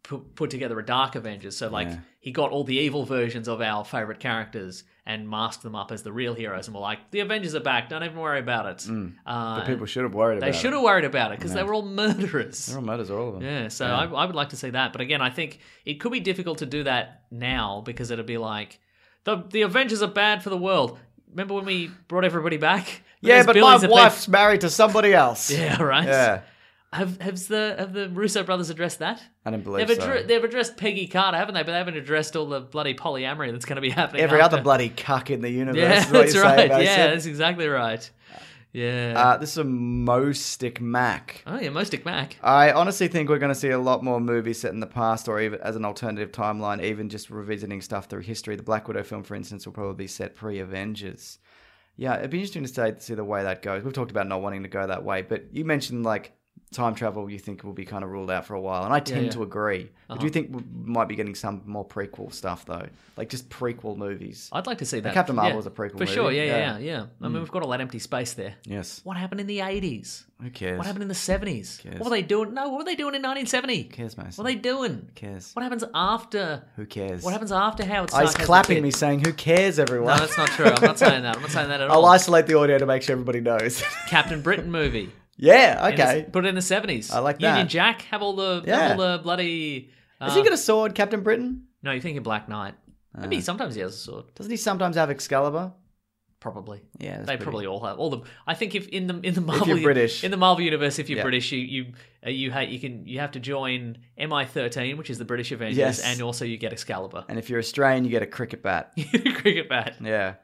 D: Put, put together a Dark Avengers, so like he got all the evil versions of our favorite characters and masked them up as the real heroes, and we're like, the Avengers are back, don't even worry about it. Uh,
C: But people should have worried
D: they
C: Mm. about.
D: should
C: it.
D: have worried about it because they were all murderers.
C: They're all murders, all of them.
D: Yeah, so I, I would like to see that. But again, I think it could be difficult to do that now because it'd be like the the Avengers are bad for the world. Remember when we brought everybody back? [laughs]
C: Yeah,
D: there's
C: but
D: billions
C: my
D: of things-
C: wife's married to somebody else.
D: [laughs] Yeah, right.
C: Yeah.
D: Have has the have the Russo brothers addressed that?
C: I don't believe
D: They've,
C: so.
D: addre- they've addressed Peggy Carter, haven't they? But they haven't addressed all the bloody polyamory that's going to be happening.
C: Every
D: after.
C: other bloody cuck in the universe.
D: Yeah,
C: is
D: [laughs]
C: what
D: that's
C: you're
D: right.
C: saying,
D: yeah,
C: Mason.
D: that's exactly right. Yeah.
C: Uh, this is a Mo Stick Mac.
D: oh yeah, Mostic Mac.
C: I honestly think we're going to see a lot more movies set in the past or even as an alternative timeline, even just revisiting stuff through history. The Black Widow film, for instance, will probably be set pre Avengers. Yeah, it'd be interesting to say, see the way that goes. We've talked about not wanting to go that way, but you mentioned like time travel you think will be kind of ruled out for a while, and I tend
D: yeah. Uh-huh.
C: to agree. I do think we might be getting some more prequel stuff though, like just prequel movies.
D: I'd like to see that.
C: Captain
D: Yeah,
C: Marvel's a prequel
D: for
C: movie.
D: sure. Yeah, yeah,
C: Yeah. Mm.
D: yeah. yeah. I mean, we've got all that empty space there.
C: Yes.
D: What happened in the eighties?
C: Who cares?
D: What happened in the seventies?
C: cares?
D: What were they doing? No, what were they doing in nineteen seventy? Who
C: cares, Mason?
D: What are they doing?
C: cares?
D: What happens after?
C: Who cares?
D: What happens after
C: I
D: Howard Stark?
C: was
D: has the
C: clapping
D: kid?
C: me saying, "Who cares, everyone?"
D: No, that's not true. I'm not saying that. I'm not
C: [laughs]
D: saying that at all.
C: I'll isolate the audio to make sure everybody knows. [laughs]
D: Captain Britain movie.
C: yeah,
D: In the-
C: okay.
D: put it in the seventies.
C: I like
D: Union
C: that.
D: Jack. Have all the have
C: Yeah.
D: all the bloody. Uh,
C: Has he Uh. got a sword, Captain Britain?
D: No, you're thinking Black Knight. Maybe sometimes he has a sword.
C: Doesn't he sometimes have Excalibur?
D: Probably.
C: Yeah, that's
D: they
C: pretty-
D: probably all have all the. I think if in the in the Marvel
C: you're British.
D: in the Marvel universe, if you're
C: Yeah.
D: British, you you uh, you ha- you can you have to join MI13, which is the British Avengers,
C: Yes.
D: and also you get Excalibur, [laughs]
C: And if you're Australian, you get a cricket bat.
D: cricket bat.
C: Yeah.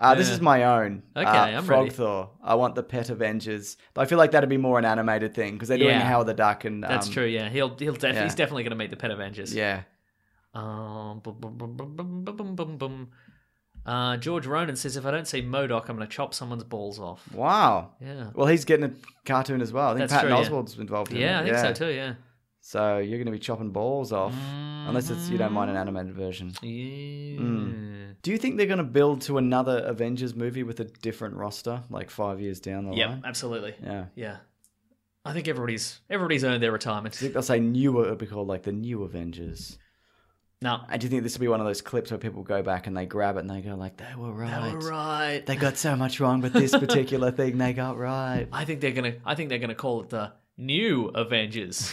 C: Uh, This is my own.
D: Okay,
C: uh,
D: I'm ready.
C: Frogthor. I want the Pet Avengers. But I feel like that'd be more an animated thing because they're doing
D: Yeah.
C: How the Duck and um,
D: That's true. Yeah, he'll he'll def-
C: yeah.
D: he's definitely going to meet the Pet Avengers.
C: Yeah,
D: Um, bum, bum, bum, bum, bum, bum, bum, bum, bum. Uh, George Ronan says, if I don't see Modoc, I'm going to chop someone's balls off.
C: wow.
D: Yeah.
C: Well, he's getting a cartoon as well. I think
D: That's
C: Patton
D: true, yeah.
C: Oswald's involved. in
D: Yeah,
C: it.
D: I think so too. Yeah.
C: So you're going to be chopping balls off, unless it's you don't mind an animated version. Hmm.
D: Yeah.
C: Do you think they're going to build to another Avengers movie with a different roster, like five years down the
D: Yep.
C: line?
D: Absolutely.
C: Yeah.
D: Yeah. I think everybody's everybody's earned their retirement.
C: Do you think they'll say newer? It'll be called like the New Avengers.
D: No.
C: And do you think this will be one of those clips where people go back and they grab it and they go like, "They were right.
D: All right.
C: They got so much wrong, but this particular thing they got [laughs] right."
D: I think they're gonna. I think they're gonna call it the New Avengers.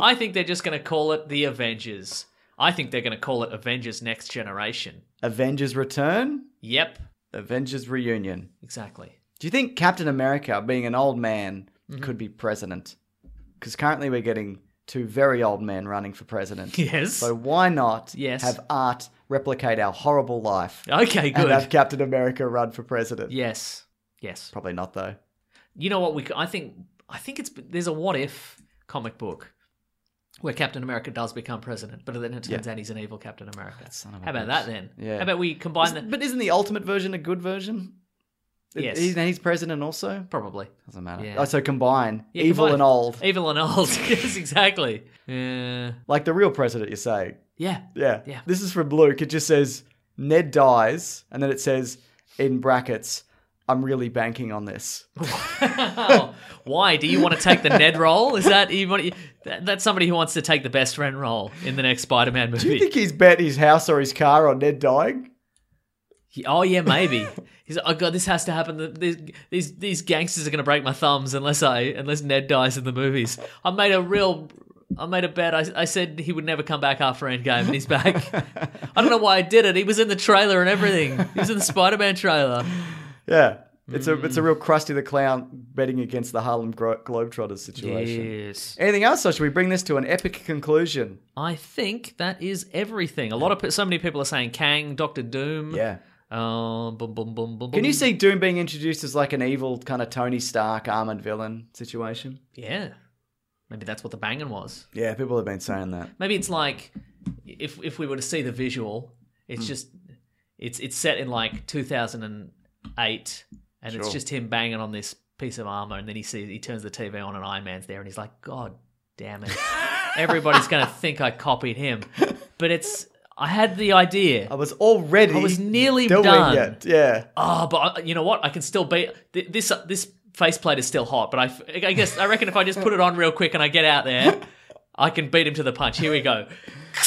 D: I think they're just gonna call it the Avengers. I think they're gonna call it Avengers Next Generation.
C: Avengers Return,
D: Yep,
C: Avengers Reunion.
D: exactly.
C: Do you think Captain America, being an old man,
D: Mm-hmm.
C: could be president? Because currently we're getting two very old men running for president.
D: [laughs] Yes.
C: So why not
D: Yes.
C: have art replicate our horrible life
D: okay,
C: and have
D: good.
C: Captain America run for president?
D: Yes, yes.
C: Probably not though.
D: You know what? We c- I think I think it's there's a what if comic book where Captain America does become president, but then it turns out he's an evil Captain America.
C: of a
D: How about that then?
C: Yeah.
D: How about we combine that?
C: But isn't the ultimate version a good version? It-
D: Yes.
C: He's, he's president also?
D: Probably.
C: Doesn't matter.
D: Yeah.
C: Oh, so combine
D: Yeah,
C: evil
D: combine-
C: and old.
D: Evil and old. [laughs] yes, exactly. Yeah.
C: Like the real president, you're saying. [laughs]
D: Yeah.
C: Yeah.
D: Yeah.
C: This is from Luke. It just says Ned dies, and then it says in brackets, I'm really banking on this.
D: Wow. Why do you want to take the Ned role? Is that you want? That, that's somebody who wants to take the best friend role in the next Spider-Man
C: Do you
D: movie.
C: think he's bet his house or his car on Ned dying?
D: He- oh yeah, maybe. He's like, oh god, this has to happen. The- These these, these gangsters are going to break my thumbs unless I unless Ned dies in the movies. I made a real. I made a bet. I, I said he would never come back after Endgame, and
C: [laughs]
D: he's back. I don't know why I did it. He was in the trailer and everything. He was in the Spider-Man trailer.
C: Yeah. It's a it's a real crusty the Clown betting against the Harlem Gro- Globetrotters situation.
D: Yes.
C: Anything else, or should we bring this to an epic conclusion?
D: I think that is everything. A lot of pe- so many people are saying Kang, Doctor Doom. Um, boom, boom, boom, boom.
C: Can you see Doom being introduced as like an evil kind of Tony Stark armored villain situation?
D: Yeah, maybe that's what the banging was.
C: Yeah, people have been saying that.
D: Maybe it's like if if we were to see the visual, it's
C: Hmm.
D: just it's it's set in like 2008, and it's
C: Sure.
D: just him banging on this piece of armor, and then he sees he turns the TV on, and Iron Man's there, and he's like, God
C: [laughs]
D: damn it! Everybody's gonna think I copied him, but it's I had the idea.
C: I was already
D: I was nearly
C: doing
D: done.
C: it. Yeah.
D: Oh, but I, you know what? I can still be th- this. uh, This faceplate is still hot, but I, f- I guess I reckon if I just put it on real quick and I get out there, I can beat him to the punch. Here we go. [laughs]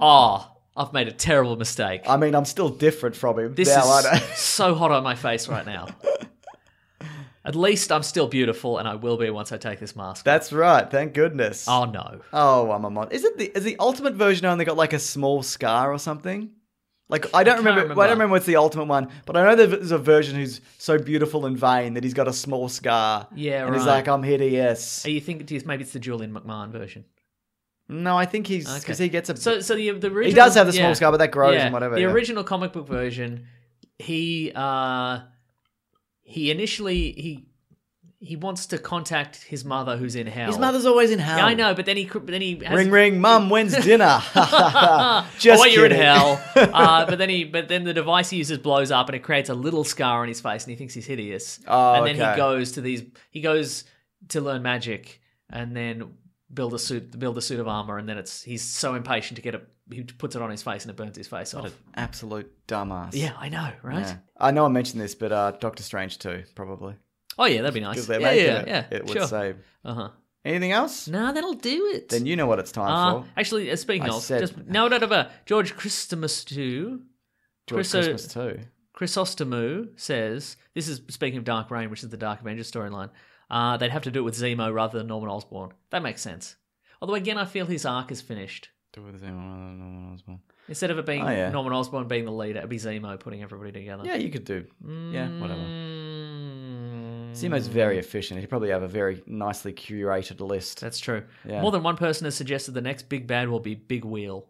D: Ah, I've made a terrible mistake.
C: I mean, I'm still different from him
D: This
C: now, aren't I?
D: is so hot on my face right now. At least I'm still beautiful, and I will be once I take this
C: [laughs]
D: mask.
C: That's right. Thank goodness.
D: off. oh no!
C: Oh, I'm a mon. Is it the is the ultimate version only got like a small scar or something? Like I don't
D: can't
C: remember,
D: remember.
C: I don't remember what's the ultimate one, but I know there's a version who's so beautiful and vain that he's got a small scar.
D: Yeah,
C: and he's
D: right.
C: like, "I'm hideous."
D: Are you think do you- maybe it's the Julian McMahon version?
C: No, I think he's because
D: Okay.
C: he gets a.
D: So, so the, the original,
C: does have the small scar, but that grows and whatever,
D: The
C: yeah.
D: original comic book version, he uh, he initially he he wants to contact his mother, who's in hell.
C: his mother's always in hell.
D: Yeah, I know, but then he cr- then he has,
C: Ring ring, mum. When's
D: [laughs]
C: dinner?
D: oh,
C: Just
D: wait, you're in
C: kidding. [laughs]
D: hell. Uh, but then he but then the device he uses blows up and it creates a little scar on his face and he thinks he's hideous.
C: Oh,
D: and then
C: okay.
D: he goes to these he goes to learn magic and then build a suit build a suit of armor and then it's he's so impatient to get it he puts it on his face and it burns his face off.
C: Absolute dumbass.
D: yeah, I know, right?
C: Yeah. I know I mentioned this, but uh, Doctor Strange too, probably
D: Oh yeah, that'd be nice.
C: because they're
D: yeah,
C: making
D: yeah,
C: it.
D: yeah.
C: it
D: sure.
C: would save.
D: Uh huh.
C: Anything else?
D: No, that'll do it.
C: Then you know what it's time
D: Uh,
C: for.
D: actually, uh, speaking
C: I
D: of,
C: said-
D: just no, no, no, no, George Christmas too.
C: George
D: Christo-
C: Christmas too.
D: Chrysostomu says this is speaking of Dark Reign, which is the Dark Avengers storyline. Uh, they'd have to do it with Zemo rather than Norman Osborn. That makes sense. Although again, I feel his arc is finished. Instead of it being
C: Oh, yeah.
D: Norman Osborn being the leader, it'd be Zemo putting everybody together.
C: Yeah, you could do. Yeah, whatever.
D: Mm,
C: Simo's very efficient. He'd probably have a very nicely curated list.
D: that's true.
C: Yeah.
D: More than one person has suggested the next big bad will be Big Wheel.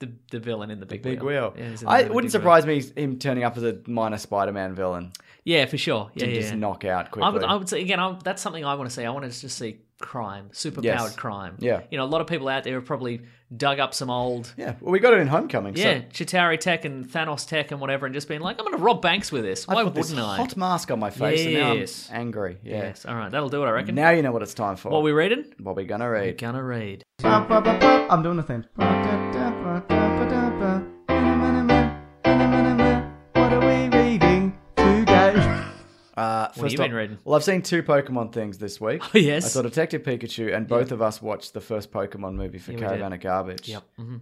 D: the, the villain in the big,
C: Big
D: wheel.
C: Wheel.
D: Yeah, he's in
C: I
D: the
C: wouldn't
D: Big Wheel.
C: surprise me him turning up as a minor Spider-Man villain
D: Yeah, for sure. Yeah,
C: to
D: yeah.
C: just knock out quickly.
D: I would, I would say again. I, that's something I want to see. I want to just see crime, superpowered
C: Yes.
D: crime.
C: Yeah.
D: you know, a lot of people out there have probably dug up some old
C: yeah, well, we got it in Homecoming.
D: yeah
C: so
D: Chitari tech and Thanos tech and whatever, and just being like, I'm going to rob banks with this.
C: I
D: Why
C: put
D: wouldn't
C: this
D: I?
C: hot mask on my face,
D: Yes.
C: and now I'm angry. Yeah.
D: Yes. All right, that'll do it. I reckon.
C: Now you know what it's time for.
D: what we reading?
C: what we gonna read?
D: Gonna read.
A: I'm doing the thing. What are we reading today?
C: Uh, first
D: you been
C: up-
D: reading?
C: Well, I've seen two Pokemon things this week.
D: Oh, [laughs] yes.
C: I saw Detective Pikachu, and both of us watched the first Pokemon movie for
D: Yeah, we
C: Caravan
D: did.
C: of Garbage.
D: Yep. hmm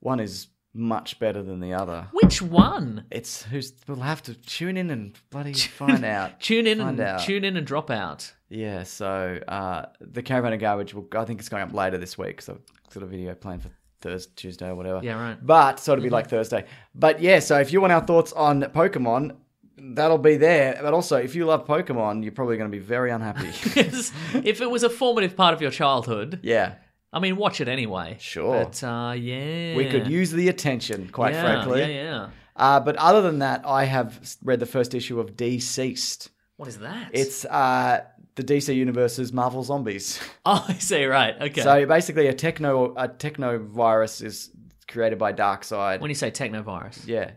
C: One is much better than the other.
D: Which one?
C: It's who's we'll have to tune in and
D: [laughs]
C: bloody find out.
D: Tune in
C: Find
D: and
C: out.
D: tune in and drop out. [laughs]
C: Yeah, so uh, the Caravan of Garbage, will, I think it's going up later this week. So I've got a video planned for Thursday, Tuesday, or whatever.
D: Yeah, right. Mm-hmm.
C: But so it'll be like Thursday. But yeah, so if you want our thoughts on Pokemon, that'll be there. But also, if you love Pokemon, you're probably going to be very
D: [laughs]
C: unhappy. [laughs]
D: 'Cause if it was a formative part of your childhood,
C: yeah,
D: I mean, watch it anyway.
C: Sure.
D: But uh, yeah,
C: we could use the attention, quite
D: yeah,
C: frankly.
D: Yeah, yeah.
C: Uh, but other than that, I have s- read the first issue of Deceased.
D: What is that?
C: It's uh, the DC Universe's Marvel Zombies. [laughs]
D: [laughs] oh, I see. Right. Okay.
C: So basically, a techno a techno virus is created by Darkseid.
D: when you say technovirus,
C: yeah.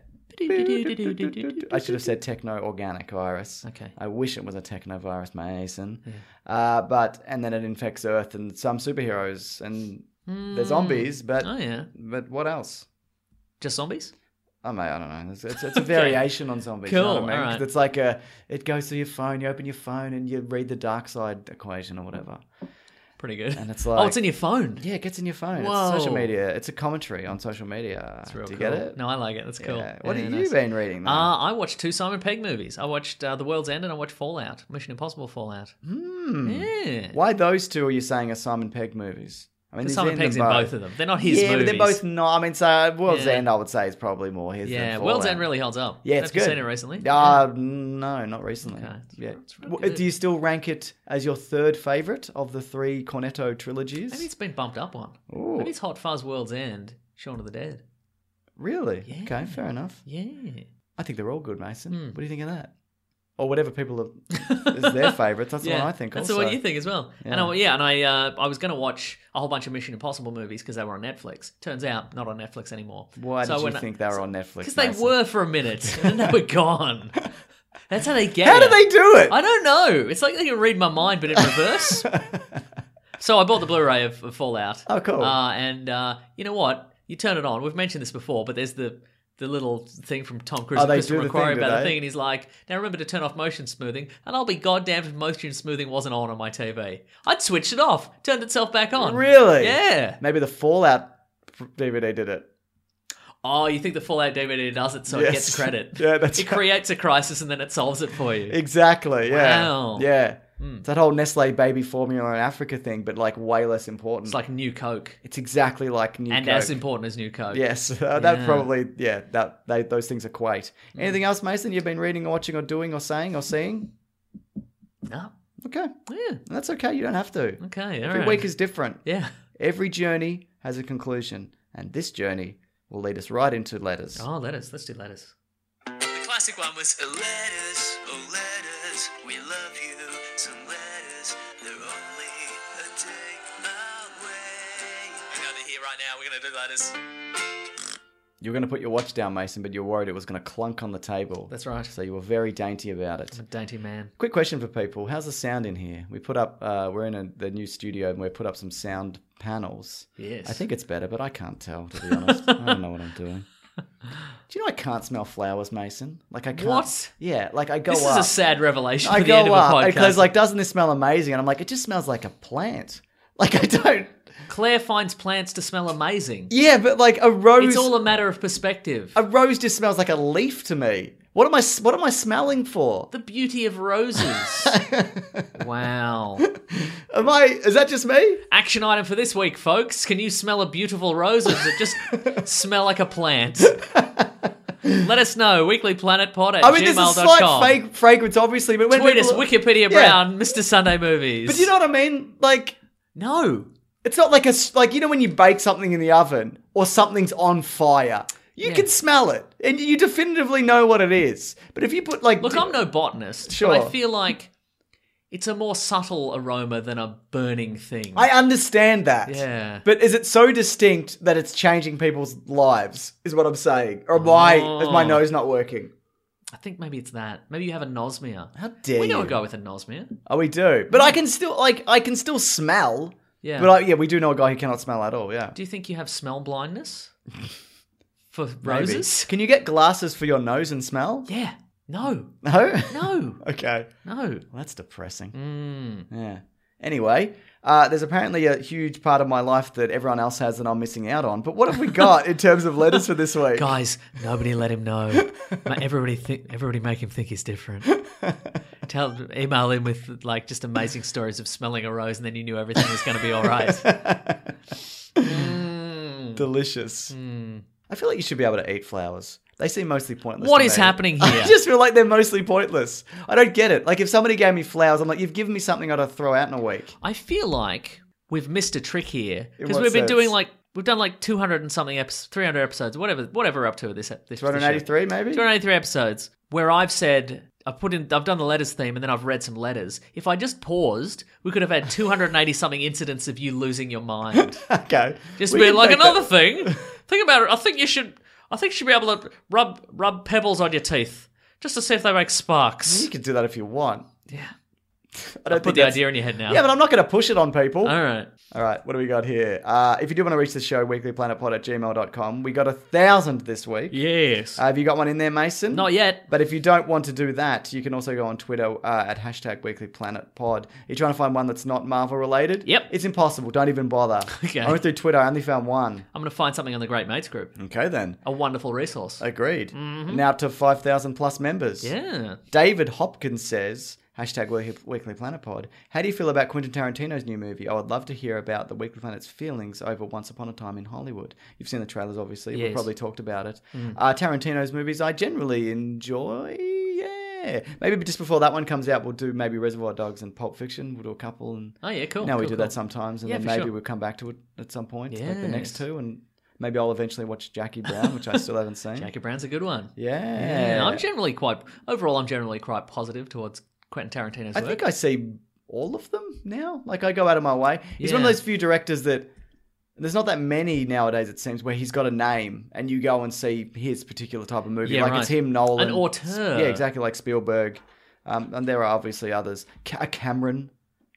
C: I should have said techno organic virus.
D: Okay.
C: I wish it was a techno virus, Mason. Uh, but and then it infects Earth and some superheroes and they're zombies. But
D: oh yeah,
C: but what else?
D: just zombies.
C: I mean, I don't know. It's, it's, it's a variation on zombies. You know what
D: Cool,
C: I mean? 'Cause
D: alright.
C: It's like a it goes through your phone. You open your phone and you read the dark side equation or whatever.
D: Pretty good.
C: And it's
D: [laughs] oh,
C: like-
D: it's in your phone.
C: Yeah, it gets in your phone.
D: Whoa.
C: It's social media. It's a commentary on social media.
D: It's real
C: Do you
D: cool.
C: get it?
D: No, I like it. That's cool.
C: Yeah. What
D: Yeah,
C: have you
D: nice.
C: been reading? though?
D: Uh, I watched two Simon Pegg movies. I watched uh, The World's End and I watched Fallout, Mission Impossible Fallout.
C: Hmm.
D: Yeah.
C: Why those two are you saying are Simon Pegg movies? I mean,
D: Because
C: he's
D: Simon
C: in
D: Pegg's in
C: them
D: both of them. They're not his
C: yeah, but
D: movies.
C: they're both not. I mean, so uh, World's
D: Yeah.
C: End, I would say, is probably more his. than
D: Yeah, World's
C: Fallout.
D: End really holds up.
C: Yeah, it's
D: Have
C: good.
D: you seen it recently?
C: Uh, no, not recently.
D: Okay, it's-
C: yeah.
D: it's really
C: W-
D: good.
C: Do you still rank it as your third favorite of the three Cornetto trilogies?
D: Maybe it's been bumped up one.
C: Ooh.
D: Maybe it's Hot Fuzz, World's End, Shaun of the Dead.
C: really
D: Yeah. Hmm.
C: okay. Fair enough.
D: Yeah.
C: I think they're all good, Mason. What do you think of that? Or whatever people
D: [laughs]
C: are, is their favourites. That's the
D: yeah.
C: one I think.
D: That's
C: also.
D: the one you think as well. And I, yeah, and I uh, I was going to watch a whole bunch of Mission Impossible movies because they were on Netflix. Turns out, not on Netflix anymore.
C: Why
D: So
C: did
D: when
C: you
D: I-
C: think they were on Netflix?
D: Because they
C: Mason?
D: were for a minute, and then
C: [laughs]
D: they were gone. That's how they get.
C: How
D: it.
C: do they do it?
D: I don't know. It's like they can read my mind, but
C: [laughs]
D: in reverse. so I bought the Blu-ray of, of Fallout.
C: Oh, cool.
D: Uh, and uh, you know what? You turn it on. We've mentioned this before, but there's the the little thing from Tom Cruise
C: Oh,
D: and
C: they
D: Christopher
C: do the
D: McQuarrie
C: thing, do
D: about the
C: they?
D: thing, and he's like, "Now remember to turn off motion smoothing." And I'll be goddamned if motion smoothing wasn't on on my TV. I'd switched it off, turned itself back on.
C: Really?
D: Yeah.
C: Maybe the Fallout DVD did it.
D: Oh, you think the Fallout DVD does it, so it
C: Yes. [laughs]
D: gets credit?
C: Yeah, that's
D: it
C: right.
D: creates a crisis and then it solves it for you.
C: Exactly. Yeah.
D: Wow. Hmm.
C: Yeah. It's that whole Nestle baby formula in Africa thing, but like way less important.
D: It's like New Coke,
C: it's exactly like New
D: and
C: Coke.
D: as important as New Coke.
C: Yes, [laughs] that probably yeah. That they, those things equate.
D: Hmm.
C: Anything else, Mason? You've been reading, or watching, or doing, or saying, or seeing?
D: No.
C: Okay,
D: Yeah.
C: that's okay. You don't have to.
D: Okay. All
C: Every
D: right.
C: week is different.
D: Hmm. yeah.
C: Every journey has a conclusion, and this journey will lead us right into letters.
D: Oh, letters. Let's do letters.
E: The classic one was uh, letters, oh letters, we love you. Some letters, they're only a day away. Hang over here right now. We're gonna do letters.
C: You were going to put your watch down, Mason, but you were worried it was going to clunk on the table.
D: That's right. Hmm.
C: So you were very dainty about it.
D: I'm a dainty man.
C: Quick question for people: How's the sound in here? We put up, uh, we're in a, the new studio, and we put up some sound panels.
D: Yes.
C: I think it's better, but I can't tell to be honest. I don't know what I'm
D: [laughs]
C: doing. Do you know I can't smell flowers, Mason? Like I can't.
D: What?
C: Yeah, like I go
D: This
C: up.
D: is a sad revelation
C: I
D: for the end
C: go
D: of a
C: up because
D: podcast.
C: like, doesn't this smell amazing? And I'm like, it just smells like a plant. [laughs] Like I don't.
D: Claire finds plants to smell amazing.
C: Yeah, but like a rose.
D: It's all a matter of perspective.
C: a rose just smells like a leaf to me. What am I? What am I smelling for?
D: the beauty of
C: [laughs]
D: roses. wow.
C: Am I? Is that just me?
D: Action item for this week, folks. Can you smell a beautiful rose or does it
C: [laughs]
D: just smell like a plant? Let us know. Weeklyplanetpod at
C: I mean, there's a slight
D: gmail.com.
C: fake fragrance, obviously, but when
D: Tweet us
C: people
D: Wikipedia
C: Yeah.
D: Brown, Mr. Sunday Movies.
C: But you know what I mean? Like,
D: No.
C: It's not like a s- like you know when you bake something in the oven or something's on fire. You can smell it, and you definitively know what it is. But if you put like
D: Look, I'm no botanist,
C: Sure.
D: but I feel like it's a more subtle aroma than a burning thing.
C: I understand that.
D: Yeah.
C: But is it so distinct that it's changing people's lives? Is what I'm saying. Or my is
D: Oh.
C: my nose not working?
D: I think maybe it's that. Maybe you have anosmia.
C: How dare
D: we know
C: you?
D: a guy with anosmia.
C: Oh, we do. But I can still like I can still smell.
D: Yeah.
C: But I, yeah, we do know a guy who cannot smell at all. Yeah.
D: Do you think you have
C: [laughs]
D: smell blindness for roses?
C: Can you get glasses for your nose and smell?
D: Yeah. No.
C: No. [laughs]
D: No.
C: okay.
D: No.
C: Well, that's depressing.
D: Mm.
C: Yeah. Anyway, uh, there's apparently a huge part of my life that everyone else has that I'm missing out on. But what have we got in terms of letters for this [laughs] week?
D: Guys, nobody let him know.
C: [laughs]
D: Ma- everybody think everybody make him think he's different. Tell email him with like just amazing stories of smelling a rose and then you knew everything was going to be all right.
C: Delicious. Hmm. I feel like you should be able to eat flowers. They seem mostly pointless.
D: What
C: to
D: is
C: me. [laughs]
D: happening
C: I
D: here?
C: just feel like they're mostly pointless. I don't get it. Like if somebody gave me flowers, I'm like, you've given me something I'd throw out in a week.
D: I feel like we've missed a trick here
C: In
D: because
C: what
D: we've been
C: sense?
D: doing like we've done like 200 and something episodes, 300 episodes, whatever whatever we're up to this ep- this this year.
C: 283 maybe.
D: 283 episodes where I've said I've put in I've done the letters theme and then I've read some letters. If I just paused, we could have had 280 something incidents of you losing
C: [laughs]
D: your mind.
C: okay.
D: Just
C: We
D: be
C: can
D: like
C: make
D: another
C: that- [laughs]
D: thing. Think about it. I think you should. I think you should be able to rub rub pebbles on your teeth just to see if they make sparks.
C: You can do that if you want. [laughs] Yeah. I
D: I
C: don't Mm-hmm.
D: put
C: think
D: the
C: that's-
D: idea in your head now.
C: Yeah, but I'm not going to push it on people.
D: all right.
C: All right, what do we got here? Uh, if you do want to reach the show, weeklyplanetpod at gmail.com. We got a thousand this week.
D: Yes.
C: Uh, have you got one in there, Mason?
D: Not yet.
C: But if you don't want to do that, you can also go on Twitter uh, at hashtag weeklyplanetpod. You're trying to find one that's not Marvel related?
D: Yep.
C: It's impossible. Don't even bother.
D: [laughs] Okay.
C: I went through Twitter. I only found one.
D: I'm going to find something on the Great Mates group.
C: Okay, then.
D: A wonderful resource.
C: Agreed. Now up to 5,000 plus members.
D: Mm-hmm. Yeah.
C: David Hopkins says, hashtag Week- Weekly Planet Pod, how do you feel about Quentin Tarantino's new movie? I would love to hear about the Weekly Planet's feelings over Once Upon a Time in Hollywood. You've seen the trailers, obviously. We've
D: Yes. Mm.
C: probably talked about it. Uh, Tarantino's movies I generally enjoy. Yeah. Maybe just before that one comes out, we'll do maybe Reservoir Dogs and Pulp Fiction. We'll do a couple. And
D: Oh yeah. Cool.
C: now we
D: cool,
C: do
D: cool.
C: that sometimes, and
D: Yeah,
C: then
D: for
C: maybe
D: sure.
C: we'll come back to it at some point, like the next
D: Yes.
C: two. And maybe I'll eventually watch Jackie Brown, which I still haven't seen.
D: [laughs] Jackie Brown's a good one.
C: Yeah.
D: Yeah, I'm generally quite overall. I'm generally quite positive towards Quentin Tarantino's
C: I
D: work.
C: think I see all of them now. Like I go out of my way. He's one of
D: Yeah.
C: those few directors that there's not that many nowadays. It seems where he's got a name and you go and see his particular type of movie.
D: Yeah,
C: like
D: right.
C: it's him, Nolan,
D: An auteur.
C: Yeah, exactly. Like Spielberg, um, and there are obviously others. Ca- a Cameron.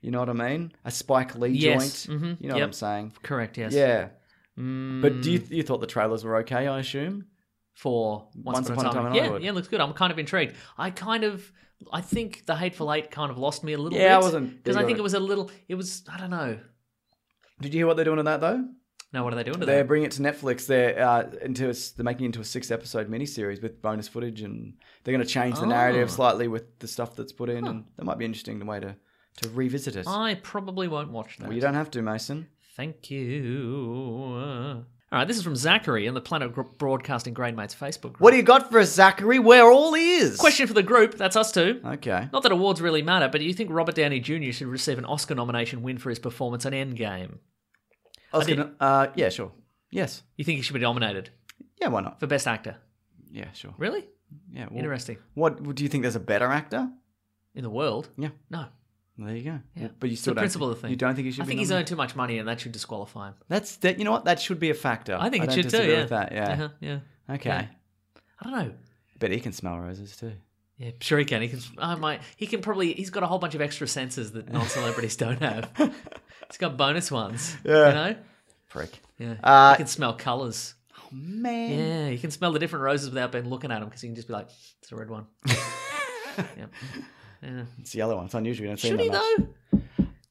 C: You know what I mean? A Spike Lee
D: Yes,
C: joint.
D: mhm,
C: You know what
D: yep. Mm.
C: I'm saying?
D: Correct. Yes.
C: Yeah. But do you you thought the trailers were okay? I assume.
D: for Once, Upon, a Time.
C: in
D: yeah,
C: Hollywood.
D: yeah, looks good. I'm kind of intrigued. I kind of, I think the Hateful Eight kind of lost me a little bit.
C: Yeah, I wasn't
D: because
C: big
D: I
C: on
D: think
C: it.
D: it was a little. It was I don't know.
C: Did you hear what they're doing in that though?
D: No, what are they doing to
C: They're
D: that?
C: bringing it to Netflix. They're uh, into a, they're making it into a six episode miniseries with bonus footage, and they're going to change the
D: Oh.
C: narrative slightly with the stuff that's put in. And that might be an interesting way to to revisit it.
D: I probably won't watch that.
C: well, you don't have to, Mason.
D: Thank you. All right, this is from Zachary in the Planet Gr- Broadcasting Grade Mates Facebook group.
C: What do you got for us, Zachary? We're all ears.
D: Question for the group. That's us two.
C: Okay.
D: Not that awards really matter, but do you think Robert Downey Jr. should receive an Oscar nomination win for his performance on Endgame?
C: I was
D: did-
C: gonna, uh, yeah, sure. Yes.
D: You think he should be nominated
C: Yeah, why not?
D: for Best Actor?
C: Yeah, sure.
D: Really?
C: Yeah. well,
D: Interesting.
C: What do you think? There's a better actor?
D: In the world?
C: Yeah.
D: No.
C: There you go.
D: Yeah.
C: But you
D: It's
C: still
D: the
C: don't.
D: principle of the
C: think-
D: thing.
C: You don't think he should?
D: I
C: be
D: think he's
C: nominated?
D: earned too much money, and that should disqualify him.
C: That's that. You know what? That should be a factor.
D: I think
C: Oh,
D: it
C: don't
D: should too.
C: disagree
D: Yeah.
C: With that. Yeah.
D: Uh-huh, yeah.
C: Okay.
D: Yeah. I don't know.
C: But he can smell roses too.
D: Yeah, sure he can. He can. I might. He can probably. He's got a whole bunch of extra senses that non-celebrities [laughs]
C: [laughs]
D: don't have. He's got bonus ones. Yeah. You know.
C: Prick.
D: Yeah.
C: Uh,
D: he can smell colours.
C: Man.
D: Yeah, he can smell the different roses without being looking at them because he can just be like, "It's a red one." yeah. Yeah.
C: It's the other one. It's unusual. You don't see
D: Should
C: them
D: he
C: much.
D: though?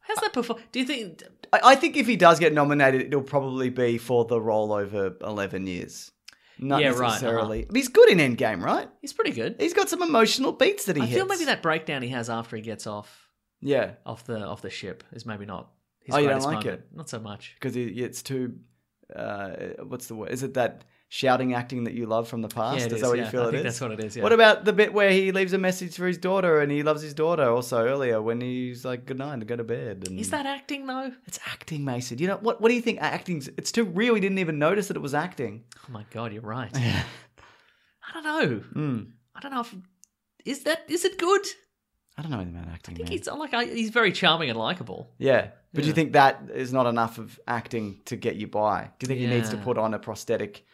D: How's that perform? Do you think?
C: I, I think if he does get nominated, it'll probably be for the role over 11 years. Not
D: Yeah, right, uh-huh.
C: necessarily. But he's good in Endgame, right?
D: He's pretty good.
C: He's got some emotional beats that he
D: I
C: hits.
D: feel maybe that breakdown he has after he gets off
C: Yeah,
D: off the off the ship is maybe not. His
C: Oh, you don't
D: greatest
C: like
D: moment. Not so much.
C: because it's too. Uh, what's the word? Is it that shouting acting that you love from the past?
D: Yeah, it
C: is, that
D: is,
C: what you
D: yeah.
C: feel
D: I
C: it
D: think
C: is?
D: that's what it is, yeah.
C: What about the bit where he leaves a message for his daughter and he loves his daughter also earlier when he's like, good night, go to bed? And
D: Is that acting though?
C: It's acting, Mason. You know what? What do you think? Acting's it's too real. He didn't even notice that it was acting.
D: Oh my god,
C: [laughs]
D: you're right. I don't know.
C: Hmm.
D: I don't know if is that is it good?
C: I don't know anything about acting.
D: I think
C: man.
D: he's like I, he's very charming and likable.
C: yeah, but do you think that is not enough of acting to get you by? Do you think he needs to
D: Yeah.
C: put on a prosthetic,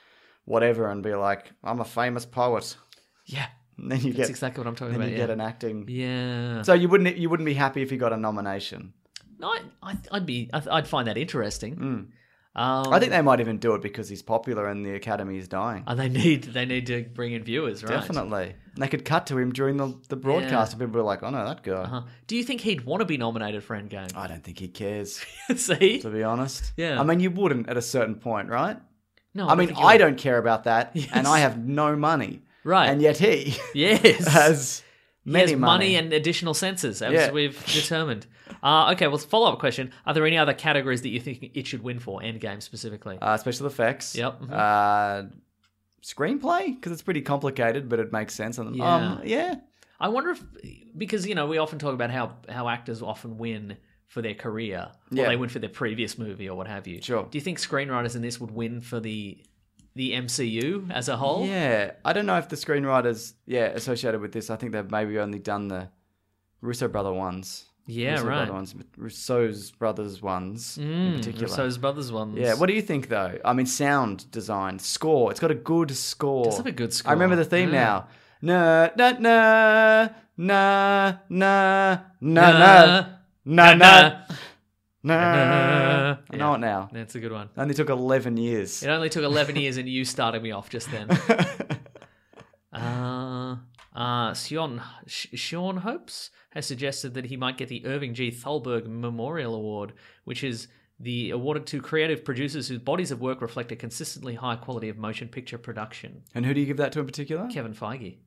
C: whatever, and be like, "I'm a famous poet," [laughs]
D: Yeah,
C: and then you
D: that's
C: get
D: exactly what I'm talking
C: then
D: about.
C: you
D: yeah.
C: get an acting.
D: yeah.
C: So you wouldn't you wouldn't be happy if he got a nomination.
D: No, I, I, I'd be, I, I'd find that interesting. Um,
C: Hmm. I think they might even do it because he's popular and the Academy is dying.
D: and oh, they need, they need to bring in viewers, right?
C: Definitely, and they could cut to him during the, the broadcast, and people are like, "Oh no, that guy."
D: Uh-huh. Do you think he'd want to be nominated for Endgame?
C: I don't think he cares.
D: [laughs] See,
C: to be honest.
D: Yeah.
C: I mean, you wouldn't at a certain point, right?
D: no,
C: I mean,
D: think you
C: I
D: would.
C: don't care about
D: [laughs]
C: that, and I have no money.
D: Right.
C: And yet he [laughs]
D: Yes,
C: has
D: He has
C: many
D: money and additional senses, as
C: Yeah.
D: we've determined. Uh, okay, well, follow up question: Are there any other categories that you think it should win for Endgame specifically?
C: uh, special effects.
D: Yep, mhm.
C: Uh, screenplay because it's pretty complicated, but it makes sense. And yeah. um, yeah,
D: I wonder if because you know we often talk about how how actors often win for their career or
C: Yeah.
D: they win for their previous movie or what have you.
C: Sure.
D: Do you think screenwriters in this would win for the the MCU as a whole?
C: yeah. I don't know if the screenwriters, yeah, associated with this. I think they've maybe only done the Russo brother ones.
D: Yeah,
C: Russo
D: right. Mm,
C: Brother ones, Russo's brothers ones in particular.
D: Russo's brothers ones.
C: Yeah, what do you think though? I mean, sound design, score. It's got a good score.
D: Does have a good score.
C: I remember the theme
D: Mm.
C: now. Na na na na na
D: Uh,
C: na na na
D: Na,
C: na
D: na,
C: na. I know
D: Yeah.
C: it now.
D: That's a good one.
C: Only took eleven years.
D: It only took eleven years, and you started me off
C: [laughs]
D: just then. uh, uh, Sean Sh- Sean Hopes has suggested that he might get the Irving G. Thalberg Memorial Award, which is the awarded to creative producers whose bodies of work reflect a consistently high quality of motion picture production.
C: And who do you give that to in particular?
D: Kevin Feige,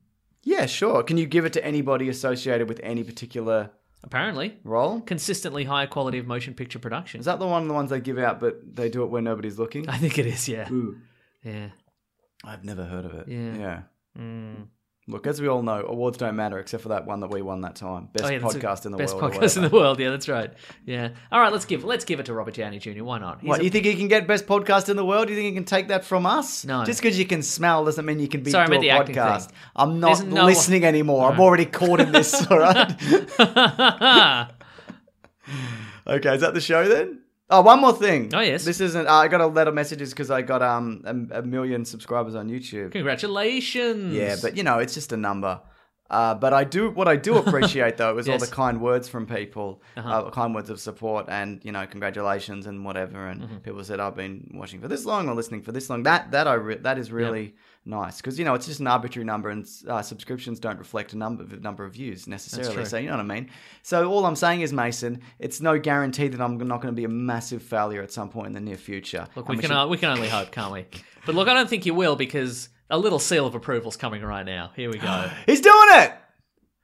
C: Yeah, sure. Can you give it to anybody associated with any particular
D: apparently,
C: role?
D: consistently high quality of motion picture production.
C: Is that the one of the ones they give out, but they do it where nobody's looking?
D: I think it is. Yeah.
C: Ooh,
D: Yeah.
C: I've never heard of it.
D: Yeah.
C: Yeah.
D: Mm.
C: Look, as we all know, awards don't matter except for that one that we won that time. Best
D: Oh, yeah, that's a-
C: podcast in the
D: best
C: world.
D: podcast in the world. Yeah, that's right. Yeah. All right, let's give let's give it to Robert Downey Jr. Why not? He's
C: What,
D: a-
C: you think he can get best podcast in the world? You think he can take that from us?
D: No.
C: Just because you can smell doesn't mean you can be
D: Sorry, I
C: to a
D: meant the acting
C: podcast.
D: thing.
C: I'm not
D: There's no-
C: listening anymore. I'm already caught in
D: [laughs]
C: this, all right?
D: oh
C: Okay, is that the show then? Oh, one more thing.
D: Oh, yes.
C: This isn't. Uh, I got a lot of messages because I got um a, a million subscribers on YouTube.
D: [laughs] congratulations!
C: Yeah, but you know, it's just a number. Uh, but I do what I do
D: [laughs]
C: appreciate though is all
D: Yes. Uh-huh.
C: the kind words from people, uh, kind words of support, and you know, congratulations and whatever. And
D: Mm-hmm.
C: people said I've been watching for this long or listening for this long. That that I re- that is really nice because you know it's just an arbitrary number, and uh, subscriptions don't reflect a number the number of views necessarily.
D: true.
C: So you know what I mean. So all I'm saying is, Mason, it's no guarantee that I'm not going to be a massive failure at some point in the near future.
D: look,
C: And
D: we can
C: should-
D: uh, we can only hope, can't we? But look, I don't think you will because a little seal of approval's coming right now. Here we
C: [sighs]
D: go.
C: He's doing it.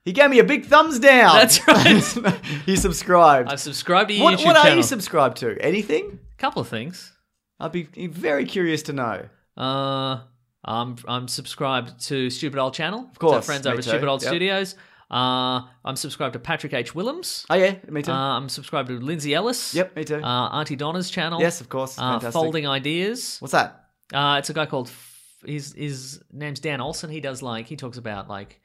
C: He gave me a big thumbs down.
D: That's right.
C: [laughs] he subscribed.
D: I've subscribed to your
C: what
D: YouTube
C: what are
D: channel.
C: you subscribed to? Anything?
D: couple of things.
C: I'd be very curious to know.
D: Uh, I'm I'm subscribed to Stupid Old Channel. Of
C: course,
D: friends
C: me
D: over at
C: too,
D: Stupid Old
C: yep.
D: Studios. Uh, I'm subscribed to Patrick H. Willems.
C: Oh yeah, me too.
D: Uh, I'm subscribed to Lindsay Ellis.
C: Yep, me too.
D: Uh, Auntie Donna's channel.
C: yes, of course.
D: Uh,
C: Fantastic.
D: Folding Ideas.
C: What's that?
D: Uh, it's a guy called. F- his his name's Dan Olson. He does like he talks about like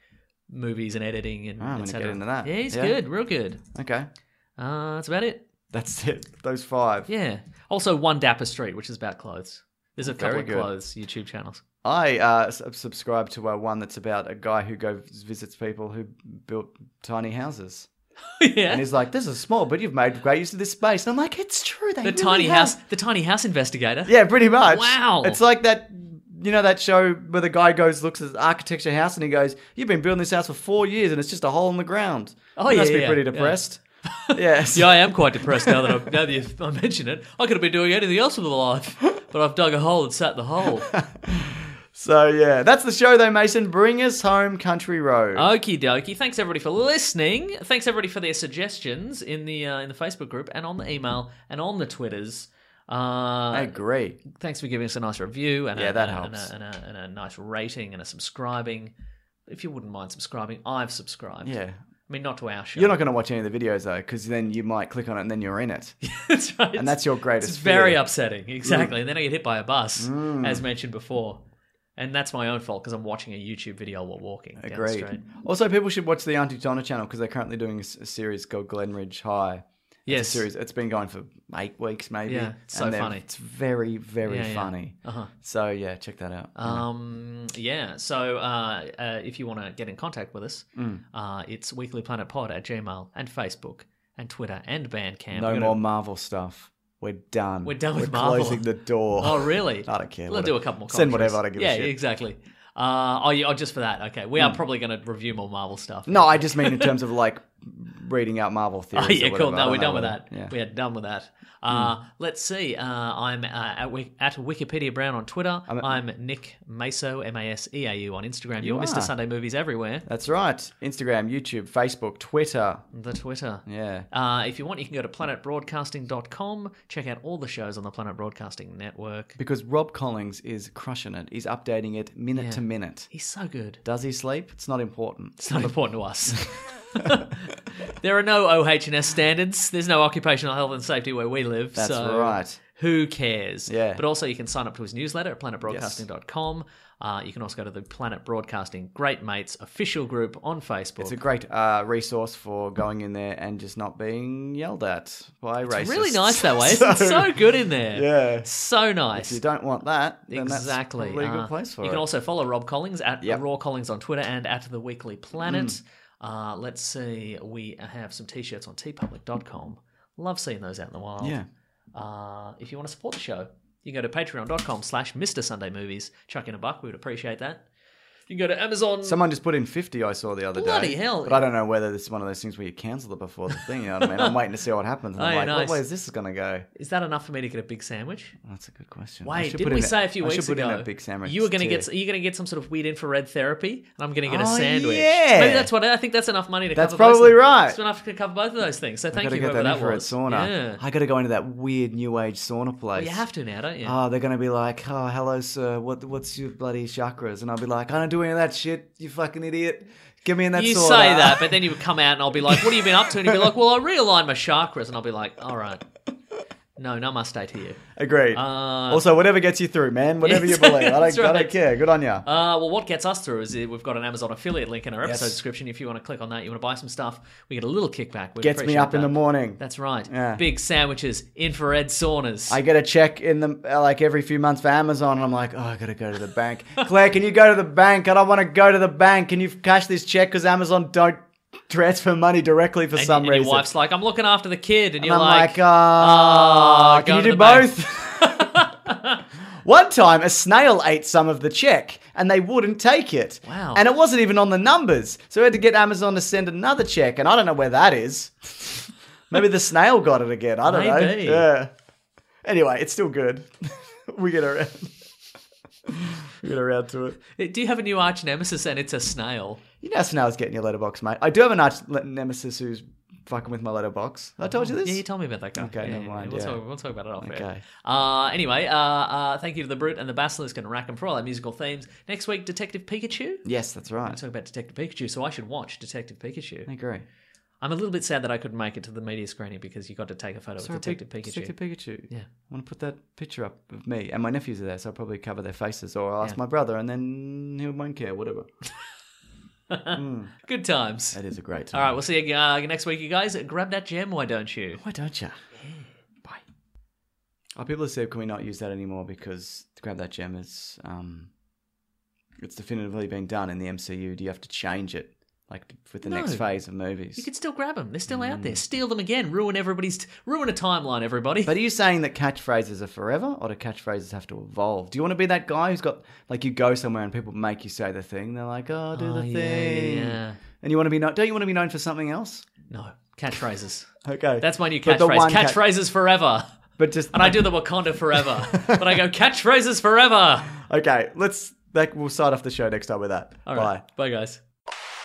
D: movies and editing and.
C: Oh, I'm gonna
D: et cetera.
C: get into that.
D: Yeah, he's
C: Yeah.
D: good, real good.
C: Okay,
D: Uh, that's about it.
C: that's it. Those five.
D: Yeah. Also, One Dapper Street, which is about clothes. There's a couple
C: Very
D: of
C: good.
D: clothes YouTube channels. [laughs]
C: I uh, s- subscribe to uh, one that's about a guy who goes visits people who built tiny houses,
D: yeah.
C: and he's like, "This is small, but you've made great use of this space." And I'm like, "It's true." They
D: the
C: really
D: tiny
C: have.
D: house, the tiny house investigator.
C: Yeah, pretty much.
D: Wow.
C: It's like that, you know, that show where the guy goes, looks at his architecture house and he goes, You've been building this house for four years and it's just a hole in the ground.
D: Oh,
C: You must
D: yeah,
C: be
D: yeah,
C: pretty
D: yeah. [laughs]
C: depressed. yes.
D: Yeah, I am quite depressed now that I, now that you've, I mention it. I could have been doing anything else with my
C: [laughs]
D: life, but I've dug a hole and sat in the hole.
C: So, yeah, that's the show, though, Mason. Bring us home, Country Road.
D: Okie dokie. Thanks everybody for listening. Thanks everybody for their suggestions in the uh, in the Facebook group and on the email and on the Twitters. Uh,
C: I agree.
D: thanks for giving us a nice review and,
C: Yeah,
D: a,
C: that
D: and a-
C: helps.
D: And, a, and, a, and a nice rating and a subscribing. If you wouldn't mind subscribing, I've subscribed.
C: Yeah.
D: I mean, not to our show. [laughs]
C: You're not going to watch any of the videos though, because then you might click on it and then you're in it,
D: that's right.
C: and that's your greatest.
D: It's very
C: fear. Mm.
D: upsetting, exactly. And then I get hit by a bus, as mentioned before, and that's my own fault because I'm watching a YouTube video while walking down the
C: Agreed.
D: street.
C: Also, people should watch the Auntie Donna channel because they're currently doing a, s- a series called Glenridge High.
D: Yes.
C: It's a series. It's been going for eight weeks, maybe.
D: Yeah, it's so
C: and they're-
D: funny.
C: It's very, very
D: Yeah, yeah.
C: funny. Uh-huh. So yeah, check that out.
D: Um, yeah. So uh, uh, if you want to get in contact with us,
C: Mm.
D: uh, it's weeklyplanetpod at Gmail and Facebook and Twitter and Bandcamp.
C: no
D: We're gonna-
C: more Marvel stuff. We're done.
D: We're done with
C: We're
D: Marvel.
C: Closing the door.
D: Oh, really?
C: I don't care.
D: We'll do
C: Whatever.
D: a couple more.
C: Send whatever. I don't give
D: commentaries. yeah,
C: a shit. Mm.
D: exactly. Uh, oh, yeah, oh, just for that. Okay, we are probably going to review more Marvel
C: [laughs]
D: stuff.
C: No, I just mean in terms of like reading out Marvel theories.
D: Oh
C: or
D: [laughs] yeah, cool.
C: whatever. I
D: No,
C: don't know
D: we're
C: Mm.
D: done with
C: whether-
D: that. We are done with that. Uh, Let's see. Uh, I'm uh, at, Wik- at Wikipedia Brown on Twitter. I'm, Nick Maso M A S E A U on Instagram. You're
C: are.
D: Mr. Sunday Movies everywhere.
C: That's right. Instagram, YouTube, Facebook, Twitter.
D: The Twitter.
C: Yeah.
D: Uh, if you want, you can go to planetbroadcasting.com. Check out all the shows on the Planet Broadcasting Network.
C: Because Rob Collins is crushing it. He's updating it minute to minute.
D: He's so good.
C: Does he sleep? It's not important.
D: It's not important
C: [laughs]
D: to us. there are no OH&S standards. There's no occupational health and safety where we live.
C: That's
D: so
C: right.
D: Who cares?
C: Yeah.
D: But also, you can sign up to his newsletter at planetbroadcasting.com. Uh, you can also go to the Planet Broadcasting Great Mates official group on Facebook.
C: It's a great uh, resource for going in there and just not being yelled at by racists.
D: really
C: [laughs]
D: nice that way. It's so good in there.
C: Yeah.
D: So
C: If you
D: nice.
C: don't want that, then
D: Exactly.
C: that's probably a
D: Uh,
C: good place for
D: you
C: it.
D: can also follow Rob Collins at
C: Yep. Mm.
D: Raw Collins on Twitter and at The Weekly Planet. Uh, let's see. We have some t shirts on tpublic.com. Love seeing those out in the wild.
C: yeah.
D: Uh, if you want to support the show, you can go to patreon.com slash Mr. Sunday Movies. Chuck in a buck. We would appreciate that. You can go to Amazon.
C: Someone just put in 50 I saw the other
D: Bloody
C: day.
D: hell.
C: But I don't know whether this is one of those things where you cancel it before the thing. You know what I mean? I'm waiting to see what happens. And I'm
D: [laughs] Oh,
C: like,
D: nice.
C: what way is this going to go?
D: Is that enough for me to get a big sandwich?
C: That's a good question. I
D: Wait,
C: should
D: did
C: put
D: we
C: in
D: say a few
C: I should
D: weeks
C: put in
D: ago
C: a big sandwich
D: you were going to
C: tier.
D: get are you going to get some sort of weird infrared therapy, and I'm going to get a
C: Oh,
D: sandwich?
C: yeah.
D: Maybe that's what I think. That's enough money to.
C: That's
D: cover both
C: probably
D: of-
C: right.
D: It's enough to cover both of those things. So
C: I
D: thank
C: gotta
D: you,
C: get
D: whoever
C: that
D: that
C: infrared
D: was.
C: sauna.
D: Yeah. Oh,
C: I got to go into that weird new age sauna place.
D: you have to now, don't you?
C: Oh, they're gonna be like, "Oh, hello, sir. What, what's your bloody chakras?" And I'll be like, "I don't do any of that shit. You fucking idiot. Give me in that."
D: you
C: sauna."
D: say that, but then you would come out and I'll be like, "What have you been up to?" And you'll be like, "Well, I realigned my chakras," and I'll be like, "All right, no, namaste to you."
C: [laughs] agreed. also, whatever gets you through, man.
D: [laughs]
C: Whatever you
D: Yes,
C: believe, I
D: Uh, that's
C: don't, I
D: right.
C: don't care. Good on ya.
D: Uh, well, what gets us through is that we've got an Amazon affiliate link in our episode
C: Yes.
D: description. If you want to click on that, you want to buy some stuff, we get a little kickback. We
C: Gets me
D: appreciate
C: up in
D: that.
C: the morning.
D: That's right.
C: Yeah.
D: Big sandwiches, infrared saunas.
C: I get a check in the uh, like every few months for Amazon, and I'm like, oh, I gotta go to the
D: [laughs]
C: bank. Claire, can you go to the bank? I don't want to go to the bank. Can you cash this check because Amazon don't transfer money directly for
D: and,
C: some
D: and
C: reason?
D: your wife's like, "I'm looking after the kid," and
C: And
D: you're
C: I'm like, uh,
D: like,
C: ah,
D: "Oh,
C: can
D: go
C: you
D: to
C: do
D: the bank."
C: both? [laughs] One time, a snail ate some of the check, and they wouldn't take it.
D: Wow.
C: And it wasn't even on the numbers, so we had to get Amazon to send another check, and I don't know where that
D: [laughs]
C: is. Maybe the snail got it again. I don't
D: Maybe.
C: know. Yeah. Anyway, it's still good. [laughs] we get around. [laughs] we get around to it.
D: "Do you have a new arch nemesis?" And it's a snail.
C: You know, how snails get in your letterbox, mate. I do have an arch nemesis who's fucking with my letterbox. I told you this.
D: Oh, Yeah, you told me about that guy.
C: Okay,
D: yeah,
C: never
D: yeah,
C: mind,
D: We'll,
C: yeah.
D: talk, we'll talk about it off air.
C: Okay.
D: Uh, anyway, uh, uh, thank you to the Brute and the Basilisk and Rackham for all our musical themes. Next week, Detective Pikachu.
C: yes, that's right.
D: Talk about Detective Pikachu, so I should watch Detective Pikachu.
C: I agree.
D: I'm a little bit sad that I couldn't make it to the media screening because you got to take a photo of Detective Pikachu.
C: Detective Pikachu.
D: Yeah.
C: I want to put that picture up of me and my nephews are there, so I'll probably cover their faces, or I'll ask my brother, and then he won't care. Whatever.
D: Good times.
C: That is a great time.
D: [laughs] All right, we'll see you uh, next week, you guys. Grab that gem, why don't you?
C: Why don't you? Bye. Our people have said, can we not use that anymore because grab that gem is um, it's definitively been done in the MCU. Do you have to change it like with the next
D: No.
C: phase of movies?
D: You can still grab them. They're still out there. Steal them again. Ruin everybody's. ruin a timeline, everybody.
C: Mm. But are you saying that catchphrases are forever, or do catchphrases have to evolve? Do you want to be that guy who's got like you go somewhere and people make you say the thing? They're like, "Oh, do
D: Oh,
C: the
D: yeah,
C: thing,"
D: yeah, yeah.
C: and you want to be known. Don't you want to be known for something else?
D: no.
C: [laughs]
D: Catchphrases.
C: Okay,
D: That's my new
C: But the
D: catchphrase.
C: one cat-
D: Catchphrases forever.
C: But just
D: And I do the Wakanda forever. but
C: [laughs]
D: I go, catchphrases forever.
C: okay. Let's like we'll start off the show next time with that.
D: All
C: Bye.
D: right. Bye, guys.